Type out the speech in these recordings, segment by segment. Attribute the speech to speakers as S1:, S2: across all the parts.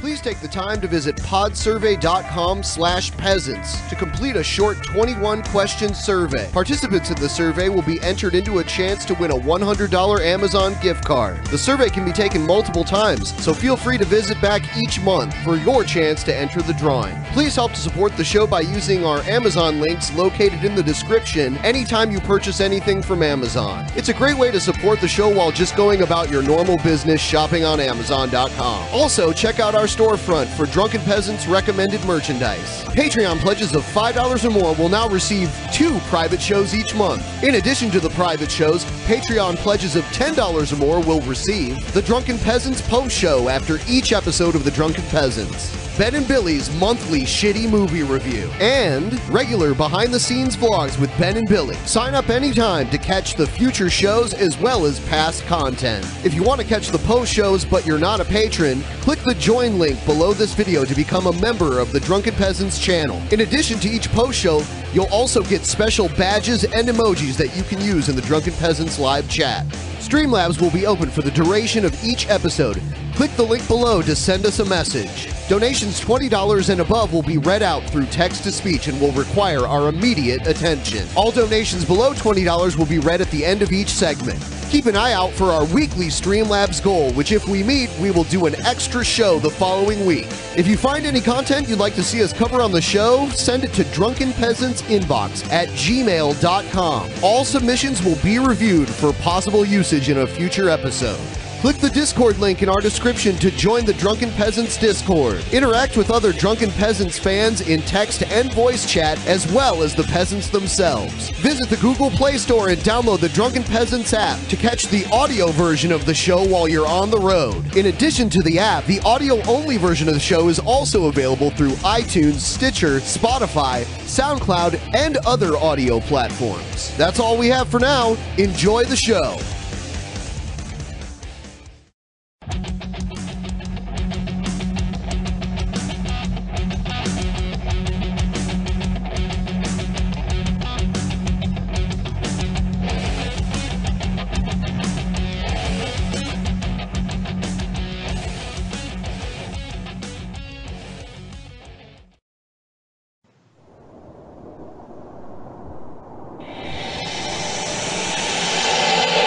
S1: Please take the time to visit podsurvey.com slash peasants to complete a short 21-question survey. Participants in the survey will be entered into a chance to win a $100 Amazon gift card. The survey can be taken multiple times, so feel free to visit back each month for your chance to enter the drawing. Please help to support the show by using our Amazon links located in the description anytime you purchase anything from Amazon. It's a great way to support the show while just going about your normal business shopping on Amazon.com. Also, check out our storefront for Drunken Peasants recommended merchandise. Patreon pledges of $5 or more will now receive two private shows each month. In addition to the private shows, Patreon pledges of $10 or more will receive the Drunken Peasants post show after each episode of the Drunken Peasants. Ben and Billy's monthly shitty movie review and regular behind the scenes vlogs with Ben and Billy. Sign up anytime to catch the future shows as well as past content. If you want to catch the post shows but you're not a patron, click the join link below this video to become a member of the Drunken Peasants channel. In addition to each post show, you'll also get special badges and emojis that you can use in the Drunken Peasants live chat. Streamlabs will be open for the duration of each episode. Click the link below to send us a message. Donations $20 and above will be read out through text to speech and will require our immediate attention. All donations below $20 will be read at the end of each segment. Keep an eye out for our weekly Streamlabs goal, which, if we meet, we will do an extra show the following week. If you find any content you'd like to see us cover on the show, send it to Drunken Peasants Inbox at gmail.com. All submissions will be reviewed for possible usage in a future episode. Click the Discord link in our description to join the Drunken Peasants Discord. Interact with other Drunken Peasants fans in text and voice chat, as well as the peasants themselves. Visit the Google Play Store and download the Drunken Peasants app to catch the audio version of the show while you're on the road. In addition to the app, the audio only version of the show is also available through iTunes, Stitcher, Spotify, SoundCloud, and other audio platforms. That's all we have for now. Enjoy the show.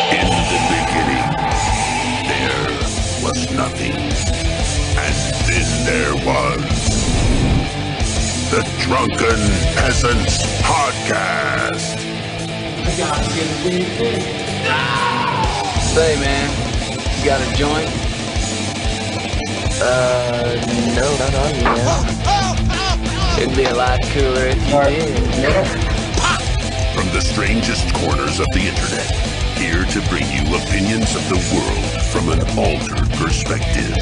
S2: In the beginning, there was nothing. And then there was the Drunken Peasants Podcast.
S3: Say, man, you got a joint? Uh, no, not on me, man. It'd be a lot cooler if you did.
S2: From the strangest corners of the internet, here to bring you opinions of the world from an altered perspective.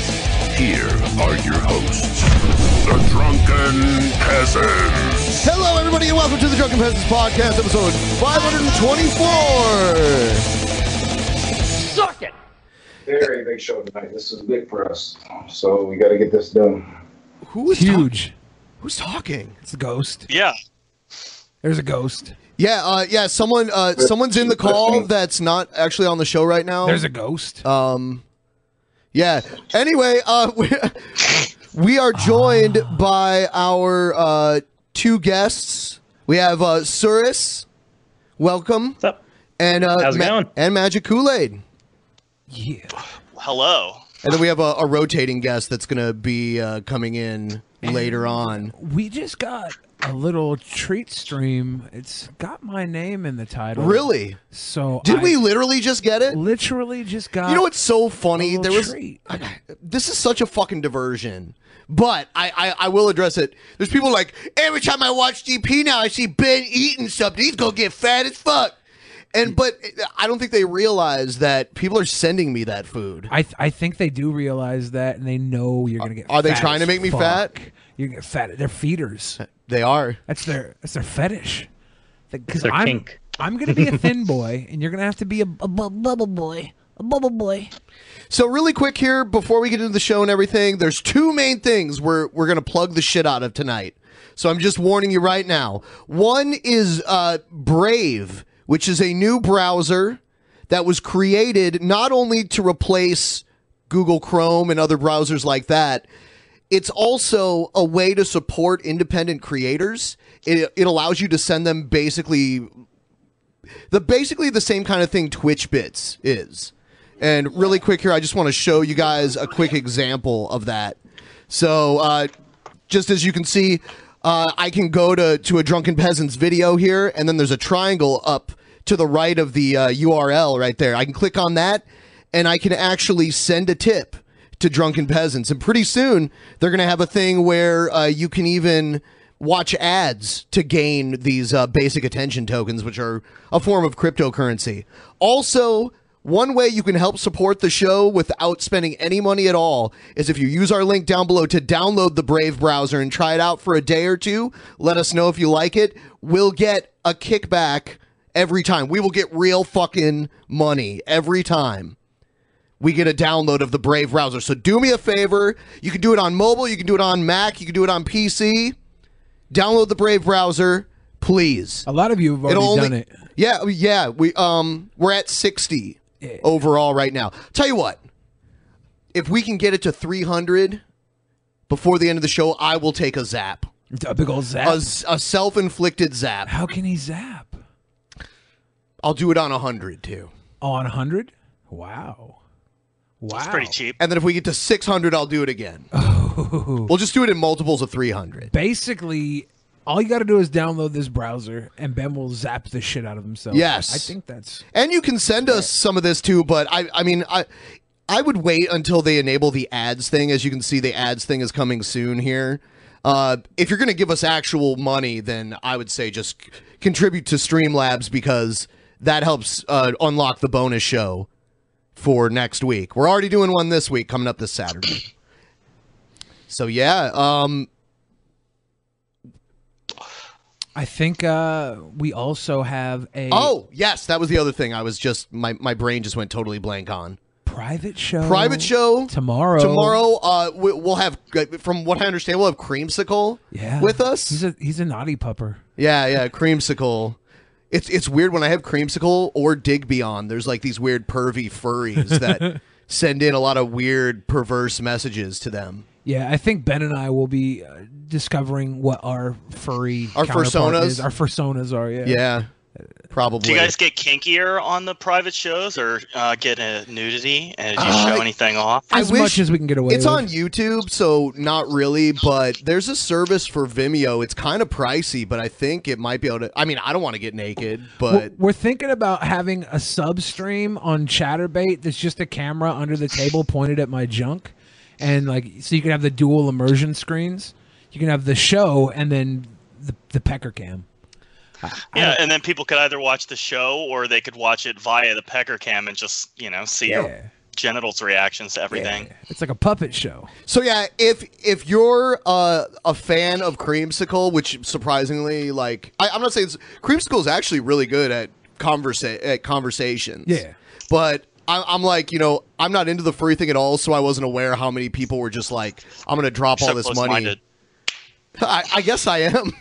S2: Here are your hosts, the Drunken Peasants.
S1: Hello, everybody, and welcome to the Drunken Peasants Podcast, episode 524.
S4: very big show tonight. This is big for us. So we got to get this done.
S1: Who is talk-
S5: Huge.
S1: who's talking?
S5: It's a ghost.
S6: Yeah.
S5: There's a ghost.
S1: Yeah, uh, yeah. Someone, uh, someone's in the call that's not actually on the show right now.
S5: There's a ghost.
S1: um, yeah. Anyway, uh, we, we are joined by our uh, two guests. We have uh, Suris, welcome,
S7: What's up?
S1: and uh,
S7: How's it going?
S1: and Magic Kool Aid.
S5: yeah.
S6: Hello.
S1: And then we have a, a rotating guest that's going to be uh, coming in later on.
S5: We just got
S3: a little treat stream. It's got my name in the title.
S1: Really?
S3: So
S1: Did
S3: I
S1: we literally just get it?
S3: literally just got
S1: You know what's so funny?
S3: little
S1: There was
S3: treat.
S1: this is such a fucking diversion. But I, I, I will address it. There's people like every time I watch DP now, I see Ben eating something. He's gonna get fat as fuck.
S3: Mm.
S1: And but I don't think they realize that people are sending me that food.
S3: I, th- I think they do realize that, and they know you're gonna get.
S1: Are they
S3: fat
S1: trying to
S3: as
S1: make me
S3: fuck.
S1: fat?
S3: You're gonna get fat. They're feeders.
S1: Uh, They are.
S3: That's their that's their fetish. Because
S6: their
S3: I'm
S6: kink.
S3: I'm gonna be a thin boy, and you're gonna have to be a, a bu- bubble boy, a bubble boy.
S1: So really quick here, before we get into the show and everything, there's two main things we're we're gonna plug the shit out of tonight. So I'm just warning you right now. One is uh, Brave, which is a new browser that was created not only to replace Google Chrome and other browsers like that. It's also a way to support independent creators. It, it allows you to send them basically the basically the same kind of thing Twitch bits is. And really quick here, I just want to show you guys a quick example of that. So, uh, just as you can see, uh, I can go to to a drunken peasant's video here, and then there's a triangle up to the right of the uh, URL right there. I can click on that, and I can actually send a tip to drunken peasants. And pretty soon, they're going to have a thing where uh, you can even watch ads to gain these uh, basic attention tokens, which are a form of cryptocurrency. Also, one way you can help support the show without spending any money at all is if you use our link down below to download the Brave browser and try it out for a day or two. Let us know if you like it. We'll get a kickback every time. We will get real fucking money every time we get a download of the Brave browser. So do me a favor. You can do it on mobile, you can do it on Mac, you can do it on PC. Download the Brave browser, please.
S3: A lot of you have already done it.
S1: Yeah, yeah. We um we're at sixty overall right now. Tell you what, if we can get it to three hundred before the end of the show, I will take a zap,
S3: A big old zap.
S1: a, s- a self-inflicted zap.
S3: How can he zap?
S1: I'll do it on hundred too.
S3: On hundred? Wow. Wow.
S6: It's pretty cheap.
S1: And then if we get to six hundred, I'll do it again.
S3: Oh.
S1: We'll just do it in multiples of three hundred.
S3: Basically, all you got to do is download this browser, and Ben will zap the shit out of himself.
S1: Yes.
S3: I think that's
S1: And you can send us some of this too, but I I mean I I would wait until they enable the ads thing. As you can see, the ads thing is coming soon here. Uh, if you're going to give us actual money, then I would say just c- contribute to Streamlabs because that helps uh, unlock the bonus show for next week. We're already doing one this week coming up this Saturday. So yeah, um,
S3: I think uh, we also have a
S1: oh yes, that was the other thing. I was just my my brain just went totally blank on.
S3: private show.
S1: private show
S3: Tomorrow.
S1: Tomorrow, uh, we, we'll have, uh, from what I understand, we'll have creamsicle
S3: Yeah.
S1: with us.
S3: He's a he's a naughty pupper.
S1: yeah, yeah, creamsicle. It's it's weird when I have creamsicle or Digby on. There's like these weird pervy furries that send in a lot of weird perverse messages to them.
S3: Yeah, I think Ben and I will be uh, discovering what our furry
S1: Our
S3: counterpart
S1: fursonas?
S3: is. our fursonas are. Yeah,
S1: Yeah, probably.
S6: Do you guys get kinkier on the private shows or uh, get a nudity? And did you
S1: Uh,
S6: show anything off?
S1: I
S3: as
S1: wish-
S3: much as we can get away.
S1: It's
S3: with.
S1: on YouTube, so not really, but there's a service for Vimeo. It's kind of pricey, but I think it might be able to. I mean, I don't want to get naked,
S3: We're,
S1: but
S3: we're thinking about having a sub stream on ChatterBait that's just a camera under the table pointed at my junk, and like so you can have the dual immersion screens. You can have the show and then the the pecker cam.
S6: Yeah, and then people could either watch the show or they could watch it via the pecker cam and just, you know, see your genitals reactions to everything.
S3: It's like a puppet show.
S1: So yeah, if if you're uh, a fan of creamsicle, which surprisingly, like I, I'm not saying it's, creamsicle is actually really good at conversa- at conversations.
S3: Yeah.
S1: but I, I'm like, you know, I'm not into the furry thing at all, so I wasn't aware how many people were just like, I'm gonna drop all
S6: So
S1: this money.
S6: close-minded.
S1: I, I guess I am.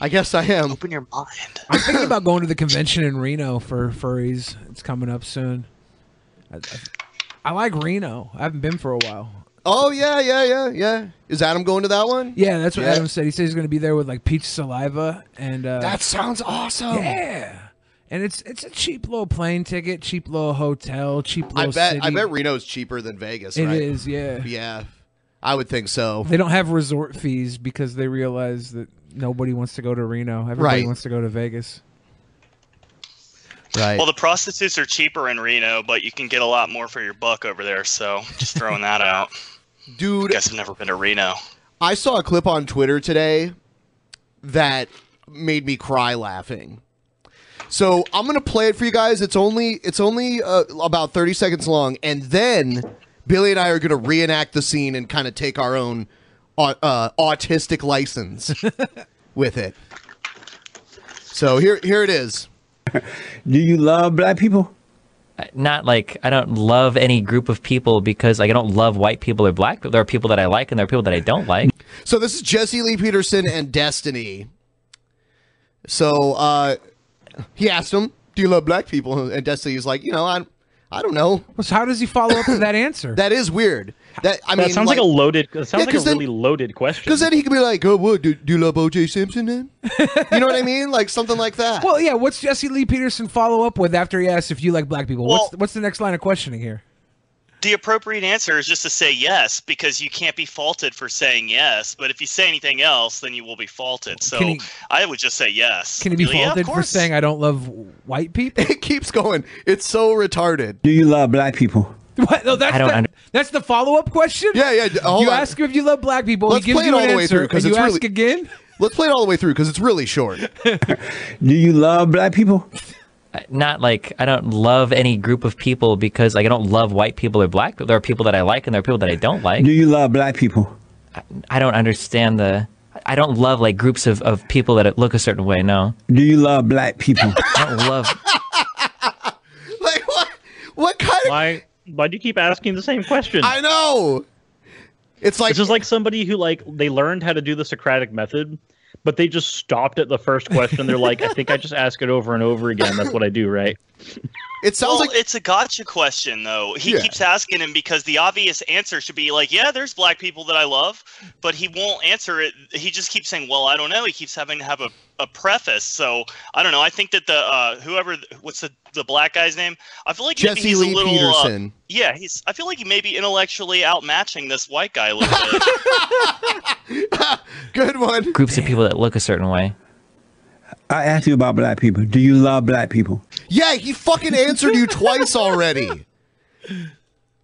S1: I guess I am.
S6: Open your mind.
S3: I'm thinking about going to the convention in Reno for furries. It's coming up soon. I, I, I like Reno. I haven't been for a while.
S1: Oh yeah, yeah, yeah, yeah. Is Adam going to that one?
S3: Yeah, that's what
S1: Yeah.
S3: Adam said. He said he's going to be there with like peach saliva and uh,
S1: That sounds awesome.
S3: yeah. And it's it's a cheap little plane ticket, cheap little hotel, cheap
S1: I
S3: little
S1: bet.
S3: city.
S1: I bet Reno's cheaper than Vegas.
S3: It
S1: right?
S3: is, yeah.
S1: Yeah, I would think so.
S3: They don't have resort fees because they realize that nobody wants to go to Reno. Everybody
S1: Right.
S3: wants to go to Vegas.
S1: Right.
S6: Well, the prostitutes are cheaper in Reno, but you can get a lot more for your buck over there. So just throwing that out.
S1: Dude,
S6: Guess I've never been to Reno.
S1: I saw a clip on Twitter today that made me cry laughing. So I'm gonna play it for you guys. It's only it's only uh, about 30 seconds long, and then Billy and I are gonna reenact the scene and kind of take our own au- uh, autistic license with it. So here here it is.
S8: Do you love black people?
S9: Not like I don't love any group of people because like I don't love white people or black people. There are people that I like and there are people that I don't like.
S1: So this is Jesse Lee Peterson and Destiny. So uh, he asked him, "Do you love black people?" And Destiny was like, "You know, I, I don't know."
S3: So how does he follow up with that answer?
S1: that is weird. That I
S10: that
S1: mean,
S10: sounds like, a loaded. That sounds like a
S1: 'cause then-
S10: really loaded question.
S1: Because then he could be like, "Oh, what? Do, do you love O.J. Simpson?" Then you know what I mean, like something like that.
S3: Well, yeah. What's Jesse Lee Peterson follow up with after he asks if you like black people? what's what's the next line of questioning here?
S6: The appropriate answer is just to say yes because you can't be faulted for saying yes. But if you say anything else, then you will be faulted. So
S3: Can he-
S6: I would just say yes.
S3: Can he be
S6: Yeah, of
S3: faulted for
S6: course.
S3: saying I don't love white people?
S1: It keeps going. It's so retarded.
S8: Do you love black people?
S3: What? No, that's
S8: I don't
S3: the,
S8: under-
S3: that's the follow up question.
S1: Yeah, yeah. hold
S3: you
S1: on.
S3: ask him if you love black people.
S1: Let's
S3: he gives
S1: play it
S3: you
S1: all
S3: an
S1: the way
S3: answer,
S1: through because
S3: and
S1: it's
S3: you
S1: really
S3: ask again.
S1: Let's play it all the way through because it's really short.
S8: Do you love black people?
S9: Not like I don't love any group of people because like I don't love white people or black people. There are people that I like and there are people that I don't like.
S8: Do you love black people?
S9: I don't understand the. I don't love like groups of, of people that look a certain way. No,
S8: Do you love black people?
S9: I don't love.
S1: like what? What kind of?
S10: why? Why do you keep asking the same question?
S1: I know. It's like
S10: It's just like somebody who like they learned how to do the Socratic method, but they just stopped at the first question. They're like, I think I just ask it over and over again. That's what I do, right?
S1: it sounds
S6: Well,
S1: like
S6: it's a gotcha question, though. He
S1: Yeah.
S6: keeps asking him because the obvious answer should be like, "Yeah, there's black people that I love," but he won't answer it. He just keeps saying, "Well, I don't know." He keeps having to have a, a preface. So I don't know. I think that the uh, whoever what's the the black guy's name? I feel like
S1: Jesse
S6: maybe he's
S1: Lee
S6: a little. uh,
S1: Peterson.
S6: yeah, he's. I feel like he may be intellectually outmatching this white guy a little bit.
S1: good one.
S9: groups of people that look a certain way.
S8: I asked you about black people. Do you love black people?
S1: Yeah, he fucking answered you twice already.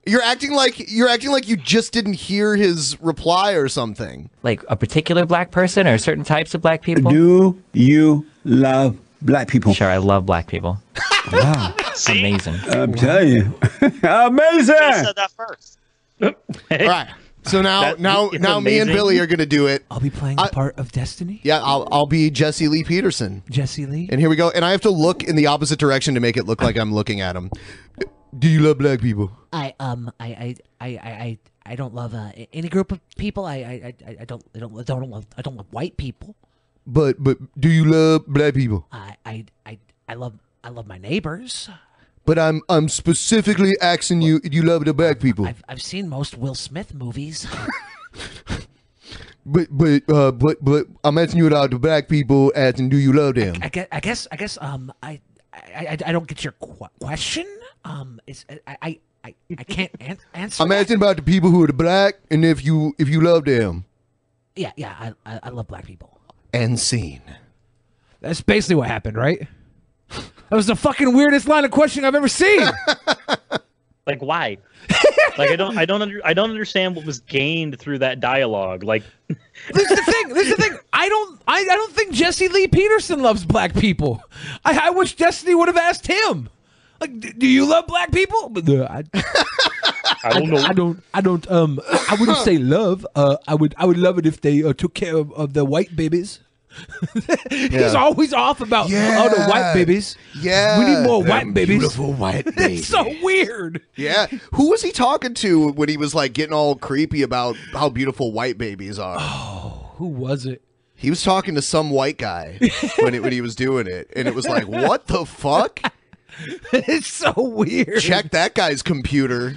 S1: You're acting like you're acting like you just didn't hear his reply or something.
S9: Like a particular black person or certain types of black people.
S8: Do you love black people?
S9: Sure, I love black people.
S8: Wow.
S6: See?
S9: Amazing.
S8: I'm telling you.
S6: I
S8: Amazing.
S6: said that first.
S1: All right. So now
S10: That-
S1: now
S10: it's
S1: now me and
S10: amazing.
S1: Billy are gonna do it.
S3: I'll be playing
S1: I-
S3: the part of Destiny.
S1: Yeah, I'll I'll be Jesse Lee Peterson.
S3: Jesse Lee.
S1: And here we go. And I have to look in the opposite direction to make it look like I'm looking at him. Do you love black people?
S5: I um I I I I. I I don't love uh, a- any group of people. I I, I, I don't I don't I don't love I don't love white people.
S1: But but do you love black people?
S5: I I I, I love I love my neighbors.
S1: But I'm I'm specifically asking you do you love the black people.
S5: I've I've seen most Will Smith movies.
S1: But but uh but but I'm asking you about the black people asking do you love them?
S5: I guess I guess I guess um I I, I, I don't get your qu- question. Um, it's I I I, I can't an- answer.
S1: I'm
S5: that.
S1: asking about the people who are the black and if you if you love them.
S5: Yeah yeah I I, I love black people.
S1: And scene.
S3: That's basically what happened, right? That was the fucking weirdest line of questioning I've ever seen.
S10: Like why? like I don't, I don't, under, I don't understand what was gained through that dialogue. Like
S3: this is the thing. This is the thing. I don't. I, I don't think Jesse Lee Peterson loves black people. I, I wish Destiny would have asked him. Like, "D- do you love black people? But, uh, I,
S10: I don't know.
S3: I don't. I don't. Um, I wouldn't say love. Uh, I would. I would love it if they uh, took care of, of the white babies. He's always off about oh the white
S1: Yeah.
S3: babies.
S1: Yeah.
S3: we need more white babies.
S1: white
S3: It's so weird.
S1: yeah. Who was he talking to when he was like getting all creepy about how beautiful white babies are?
S3: Oh, Who was it?
S1: He was talking to some white guy when it, when he was doing it, and it was like, what the fuck?
S3: it's so weird.
S1: Check that guy's computer.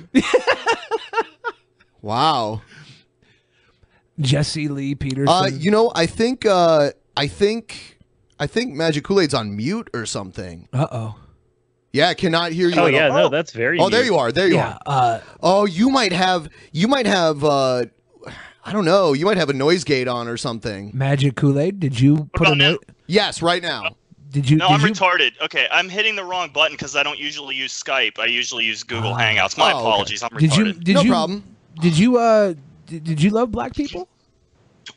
S1: wow.
S3: Jesse Lee Peterson.
S1: Uh, you know, I think uh, I think I think Magic Kool Aid's on mute or something.
S3: uh oh.
S1: Yeah, I cannot hear you.
S10: oh
S1: at
S10: yeah,
S1: all.
S10: no, that's very.
S1: Oh, there
S10: neat.
S5: uh,
S1: you are. There you
S3: Yeah.
S1: are.
S3: Uh,
S1: Oh, you might have. You might have. uh I don't know. You might have a noise gate on or something.
S3: Magic Kool Aid. Did you put a note?
S1: Yes, right now.
S3: Did you?
S6: No,
S3: did
S6: I'm
S3: you-
S6: retarded. Okay, I'm hitting the wrong button because I don't usually use Skype. I usually use Google
S3: Ah.
S6: Hangouts. My
S3: Oh, okay.
S6: apologies. I'm retarded.
S3: Did you? Did you, Did you? Uh, did, did you love black people?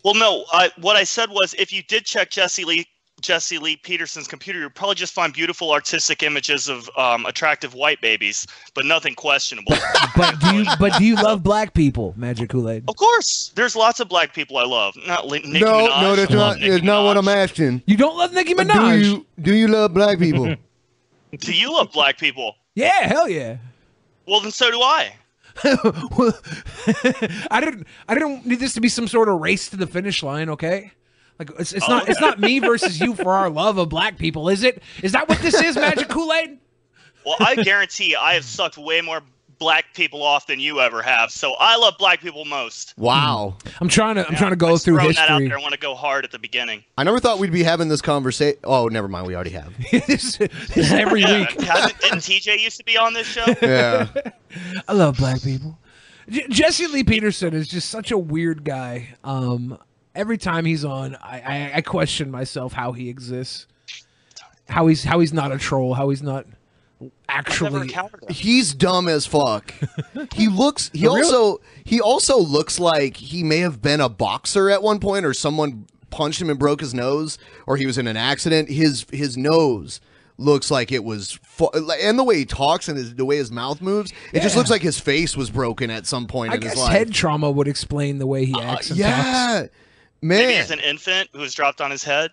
S6: Well, no. I, what I said was, if you did check Jesse Lee Jesse Lee Peterson's computer, you'd probably just find beautiful artistic images of um, attractive white babies, but nothing questionable.
S3: But do you? But do you love black people? Magic Kool Aid.
S6: of course, there's lots of black people I love. Not Lin- Nicki
S1: no,
S6: Minaj.
S1: no, that's not. That's not what I'm asking. Uh,
S3: You don't love Nicki
S1: Do you? Do you love black people?
S6: Do you love black people?
S3: Yeah, hell yeah.
S6: Well, then so do I.
S3: Well, Oh, I didn't. I didn't need this to be some sort of race to the finish line. Okay. Like it's, it's not. It's not me versus you for our love of black people, is it? Is that what this is, Magic Kool Aid?
S6: Well, I guarantee I have sucked way more black people off than you ever have. So I love black people most.
S1: Wow.
S3: I'm trying to. I'm trying to go
S6: Just
S3: through
S6: throwing that out
S3: history.
S6: there. I want to go hard at the beginning.
S1: I never thought we'd be having this conversation. Oh, never mind. We already have.
S3: every week.
S6: Hasn't, didn't TJ used to be on this show?
S1: Yeah.
S3: I love black people. J- Jesse Lee Peterson is just such a weird guy. Um, every time he's on, I, I, I question myself how he exists, how he's how he's not a troll, how he's not actually.
S1: He's dumb as fuck. He looks. He
S3: The real-
S1: also. He also looks like he may have been a boxer at one point, or someone punched him and broke his nose, or he was in an accident. His his nose looks like it was, fu- and the way he talks and his, the way his mouth moves, it just
S3: Yeah.
S1: looks like his face was broken at some point
S3: I
S1: in his
S3: guess
S1: life. Uh,
S3: head trauma would explain the way he acts. and
S1: yeah,
S3: talks.
S6: Maybe
S1: man.
S6: he's an infant who was dropped on his head.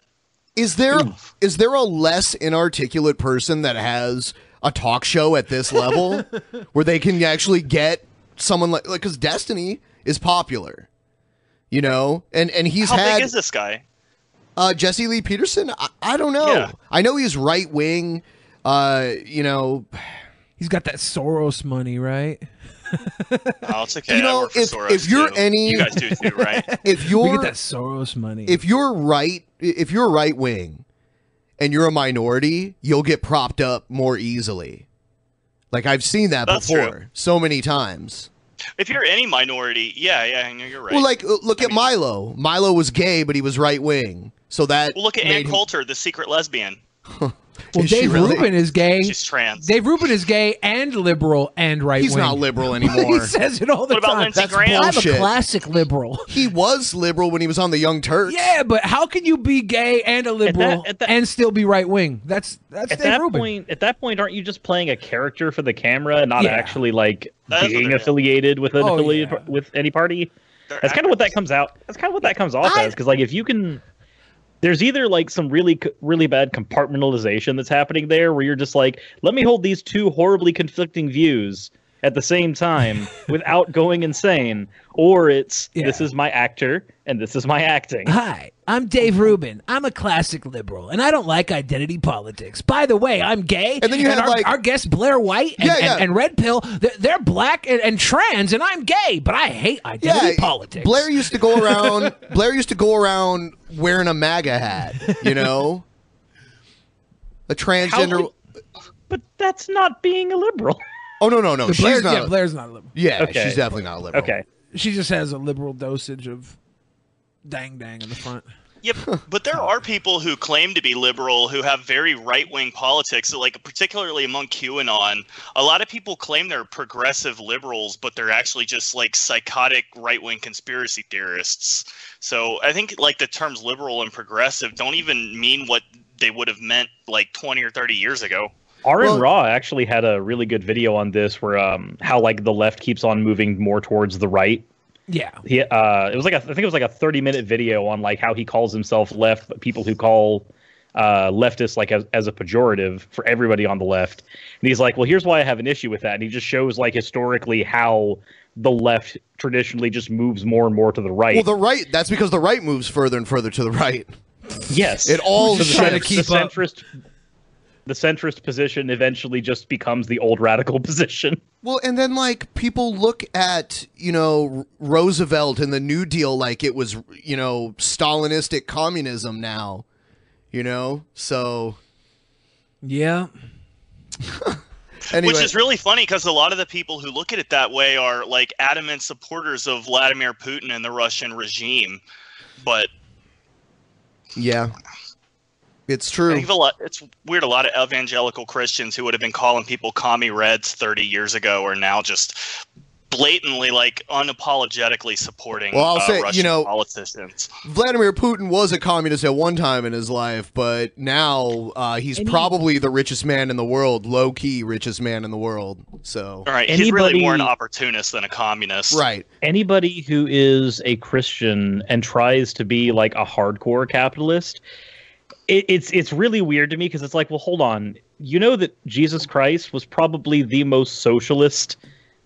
S1: Is there is there a less inarticulate person that has a talk show at this level where they can actually get someone like because Destiny is popular, you know, and and he's
S6: How
S1: had
S6: big is this guy?
S1: uh, Jesse Lee Peterson. I, I don't know.
S6: Yeah.
S1: I know he's right wing. Uh, you know,
S3: he's got that Soros money, right?
S6: Oh, it's okay.
S1: You know,
S6: I work for
S1: if-
S6: Soros
S1: if you're
S6: too.
S1: any-
S6: you guys do too, right?
S1: if
S3: We
S1: you're
S3: get that Soros money,
S1: if you're right if you're right wing and you're a minority you'll get propped up more easily like i've seen that
S6: That's
S1: before
S6: true.
S1: so many times
S6: If you're any minority, yeah, yeah, no, you're right.
S1: well like uh, look at milo milo was gay but he was right wing so that
S6: Well, look at Ann
S1: made him-
S6: Coulter, the secret lesbian.
S3: well,
S1: Is she
S3: Dave
S1: really?
S3: Rubin is gay.
S6: She's trans.
S3: Dave Rubin is gay and liberal and right.
S1: He's not liberal anymore.
S3: he says it all the
S6: What about
S3: time.
S6: Lindsey That's Graham?
S3: I'm a
S1: bullshit.
S3: classic liberal.
S1: he was liberal when he was on the young turks
S3: Yeah, but how can you be gay and a liberal
S10: at that-
S3: and still be right wing? That's that's
S10: at
S3: Dave
S10: that
S3: Rubin.
S10: point, at that point, aren't you just playing a character for the camera, and not
S3: Yeah.
S10: actually like
S6: That's what
S10: being
S6: they're
S10: affiliated with an
S3: Oh,
S10: affiliate
S3: yeah.
S10: with any party? That's kind of what that comes out. That's kind of what that comes off as, because like if you can, there's either like some really c- really bad compartmentalization that's happening there, where you're just like, let me hold these two horribly conflicting views at the same time without going insane, or it's this is my actor and this is my acting.
S5: Hi, I'm Dave Rubin. I'm a classic liberal, and I don't like identity politics. By the way, I'm gay.
S1: And then you had,
S5: our,
S1: like-
S5: our guest Blair White and,
S1: Yeah,
S5: and-
S1: yeah.
S5: and Red Pill. They're, they're black and, and trans, and I'm gay, but I hate identity politics.
S1: Blair used to go around. Blair used to go around wearing a MAGA hat. You know, a transgender.
S10: But that's not being a liberal.
S1: oh no no no!
S3: The
S1: she's
S3: Blair's,
S1: not.
S3: yeah, Blair's not a liberal.
S1: yeah,
S10: Okay.
S1: she's definitely not liberal.
S10: Okay.
S3: She just has a liberal dosage of dang dang in the front.
S6: Yep, but there are people who claim to be liberal who have very right wing politics. So, like particularly among QAnon, a lot of people claim they're progressive liberals, but they're actually just like psychotic right wing conspiracy theorists. So I think like the terms liberal and progressive don't even mean what they would have meant like twenty or thirty years ago.
S10: Aaron
S1: Well-
S10: Raw actually had a really good video on this, where um, how like the left keeps on moving more towards the right.
S3: Yeah.
S10: He, uh, it was like a, I think it was like a thirty minute video on like how he calls himself left, but people who call uh, leftists like as, as a pejorative for everybody on the left. And he's like, well, here's why I have an issue with that. And he just shows like historically how the left traditionally just moves more and more to the right.
S1: Well, the right. That's because the right moves further and further to the right.
S10: Yes,
S1: It all
S10: the
S1: shifts. Trying to
S10: centrist-
S1: keep
S10: the
S1: up.
S10: centrist. The centrist position eventually just becomes the old radical position.
S1: Well, and then like people look at you know R- Roosevelt and the New Deal like it was you know Stalinistic communism now, you know. So
S3: Yeah.
S1: Anyway.
S6: Which is really funny because a lot of the people who look at it that way are like adamant supporters of Vladimir Putin and the Russian regime. But
S1: Yeah. It's
S6: I
S1: true.
S6: think a lot, it's weird. A lot of evangelical Christians who would have been calling people commie reds 30 years ago are now just blatantly, like, unapologetically supporting
S1: Well, I'll
S6: uh,
S1: say, you
S6: Russian
S1: know-
S6: politicians.
S1: Vladimir Putin was a communist at one time in his life, but now uh, he's
S6: And he-
S1: probably the richest man in the world, low key richest man in the world. So,
S6: All right, he's really more an opportunist than a communist.
S10: Anybody who is a Christian and tries to be like a hardcore capitalist, it, it's it's really weird to me because it's like, well, hold on. You know that Jesus Christ was probably the most socialist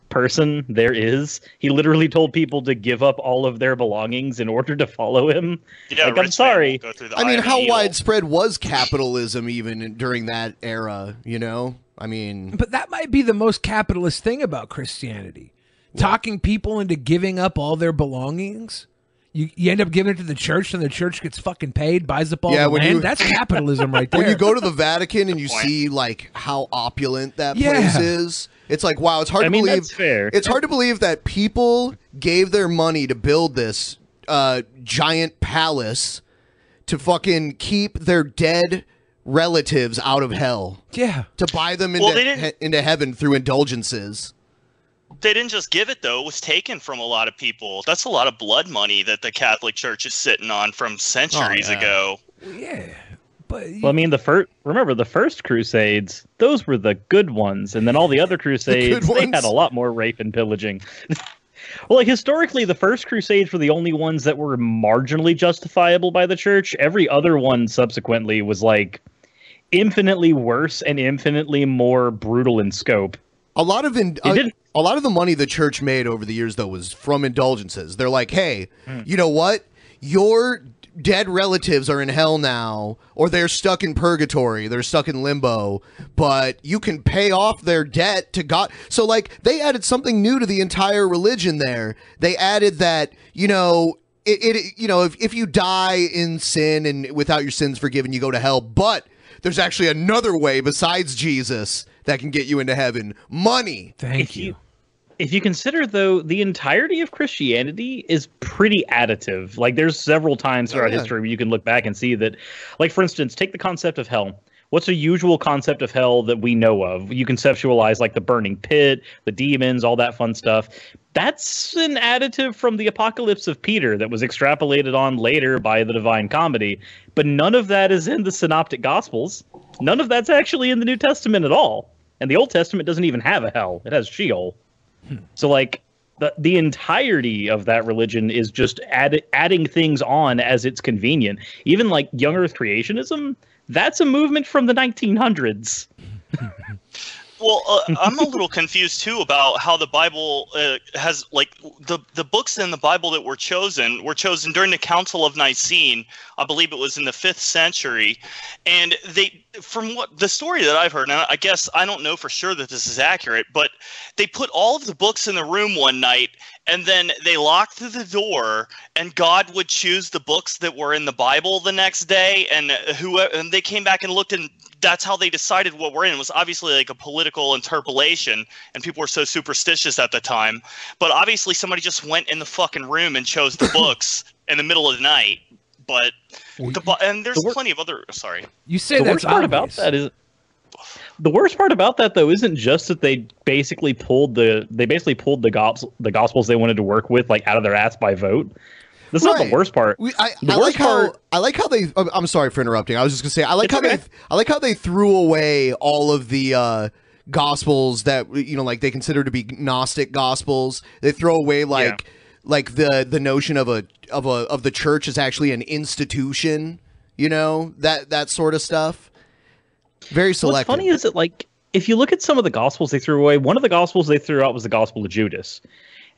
S10: person there is. He literally told people to give up all of their belongings in order to follow him.
S6: Yeah,
S10: like, I'm sorry.
S1: I mean, how widespread was capitalism even in- during that era? You know, I mean,
S3: But that might be the most capitalist thing about Christianity. Talking people into giving up all their belongings. You, you end up giving it to the church, and the church gets fucking paid, buys up all
S1: Yeah,
S3: the
S1: when
S3: land.
S1: you-
S3: That's capitalism right there.
S1: when you go to the Vatican and you see like how opulent that
S3: Yeah.
S1: place is, it's like wow, it's hard
S10: I
S1: to
S10: mean,
S1: believe.
S10: that's fair.
S1: It's hard to believe that people gave their money to build this uh, giant palace to fucking keep their dead relatives out of hell.
S3: Yeah,
S1: to buy them into
S6: Well, they didn't-
S1: he- into heaven through indulgences.
S6: They didn't just give it though; it was taken from a lot of people. That's a lot of blood money that the Catholic Church is sitting on from centuries
S1: Oh,
S10: yeah.
S6: ago.
S10: Well, I mean, the first remember the first Crusades; those were the good ones, and then all the other Crusades they
S6: ones?
S10: had a lot more rape and pillaging. well, like historically, the first Crusades were the only ones that were marginally justifiable by the church. Every other one subsequently was like infinitely worse and infinitely more brutal in scope.
S1: A lot of in,
S10: It
S1: a,
S10: did-
S1: a lot of the money the church made over the years though was from indulgences. They're like, "Hey, you know what? Your dead relatives are in hell now or they're stuck in purgatory, they're stuck in limbo, but you can pay off their debt to God." So like they added something new to the entire religion there. They added that, you know, it, it you know, if if you die in sin and without your sins forgiven, you go to hell, but there's actually another way besides Jesus that can get you into heaven. Money.
S3: Thank
S10: you. If you consider though, the entirety of Christianity is pretty additive. Like there's several times throughout
S4: yeah.
S10: history where you can look back and see that like for instance, take the concept of hell. What's a usual concept of hell that we know of? You conceptualize like the burning pit, the demons, all that fun stuff. That's an additive from the apocalypse of Peter that was extrapolated on later by the Divine Comedy. But none of that is in the Synoptic Gospels. None of that's actually in the New Testament at all. And the Old Testament doesn't even have a hell, it has Sheol. So like the the entirety of that religion is just add, adding things on as it's convenient. Even like young earth creationism, that's a movement from the 1900s.
S6: Well, uh, I'm a little confused too about how the Bible uh, has like the the books in the Bible that were chosen were chosen during the Council of Nicene. I believe it was in the fifth century, and they from what the story that I've heard, and I guess I don't know for sure that this is accurate, but they put all of the books in the room one night, and then they locked the door, and God would choose the books that were in the Bible the next day, and who and they came back and looked and that's how they decided what we're in. It was obviously like a political interpolation, and people were so superstitious at the time. But obviously, somebody just went in the fucking room and chose the books in the middle of the night. But the, bu- and there's plenty of other. Sorry,
S3: You say
S10: the
S3: that's
S10: worst part
S3: obvious.
S10: about that is the worst part about that though isn't just that they basically pulled the they basically pulled the gos the gospels they wanted to work with like out of their ass by vote. That's not
S1: Right.
S10: the worst part.
S1: We, I,
S10: the
S1: I like
S10: worst
S1: how
S10: part
S1: I like how they. I'm- I'm sorry for interrupting. I was just gonna say I like
S10: It's
S1: how they.
S10: okay.
S1: I like how they threw away all of the uh, gospels that you know, like they consider to be Gnostic gospels. They throw away like like the the notion of a of a of the church is actually an institution. You know that that sort of stuff. Very selective.
S10: What's funny is that like if you look at some of the gospels they threw away, one of the gospels they threw out was the Gospel of Judas.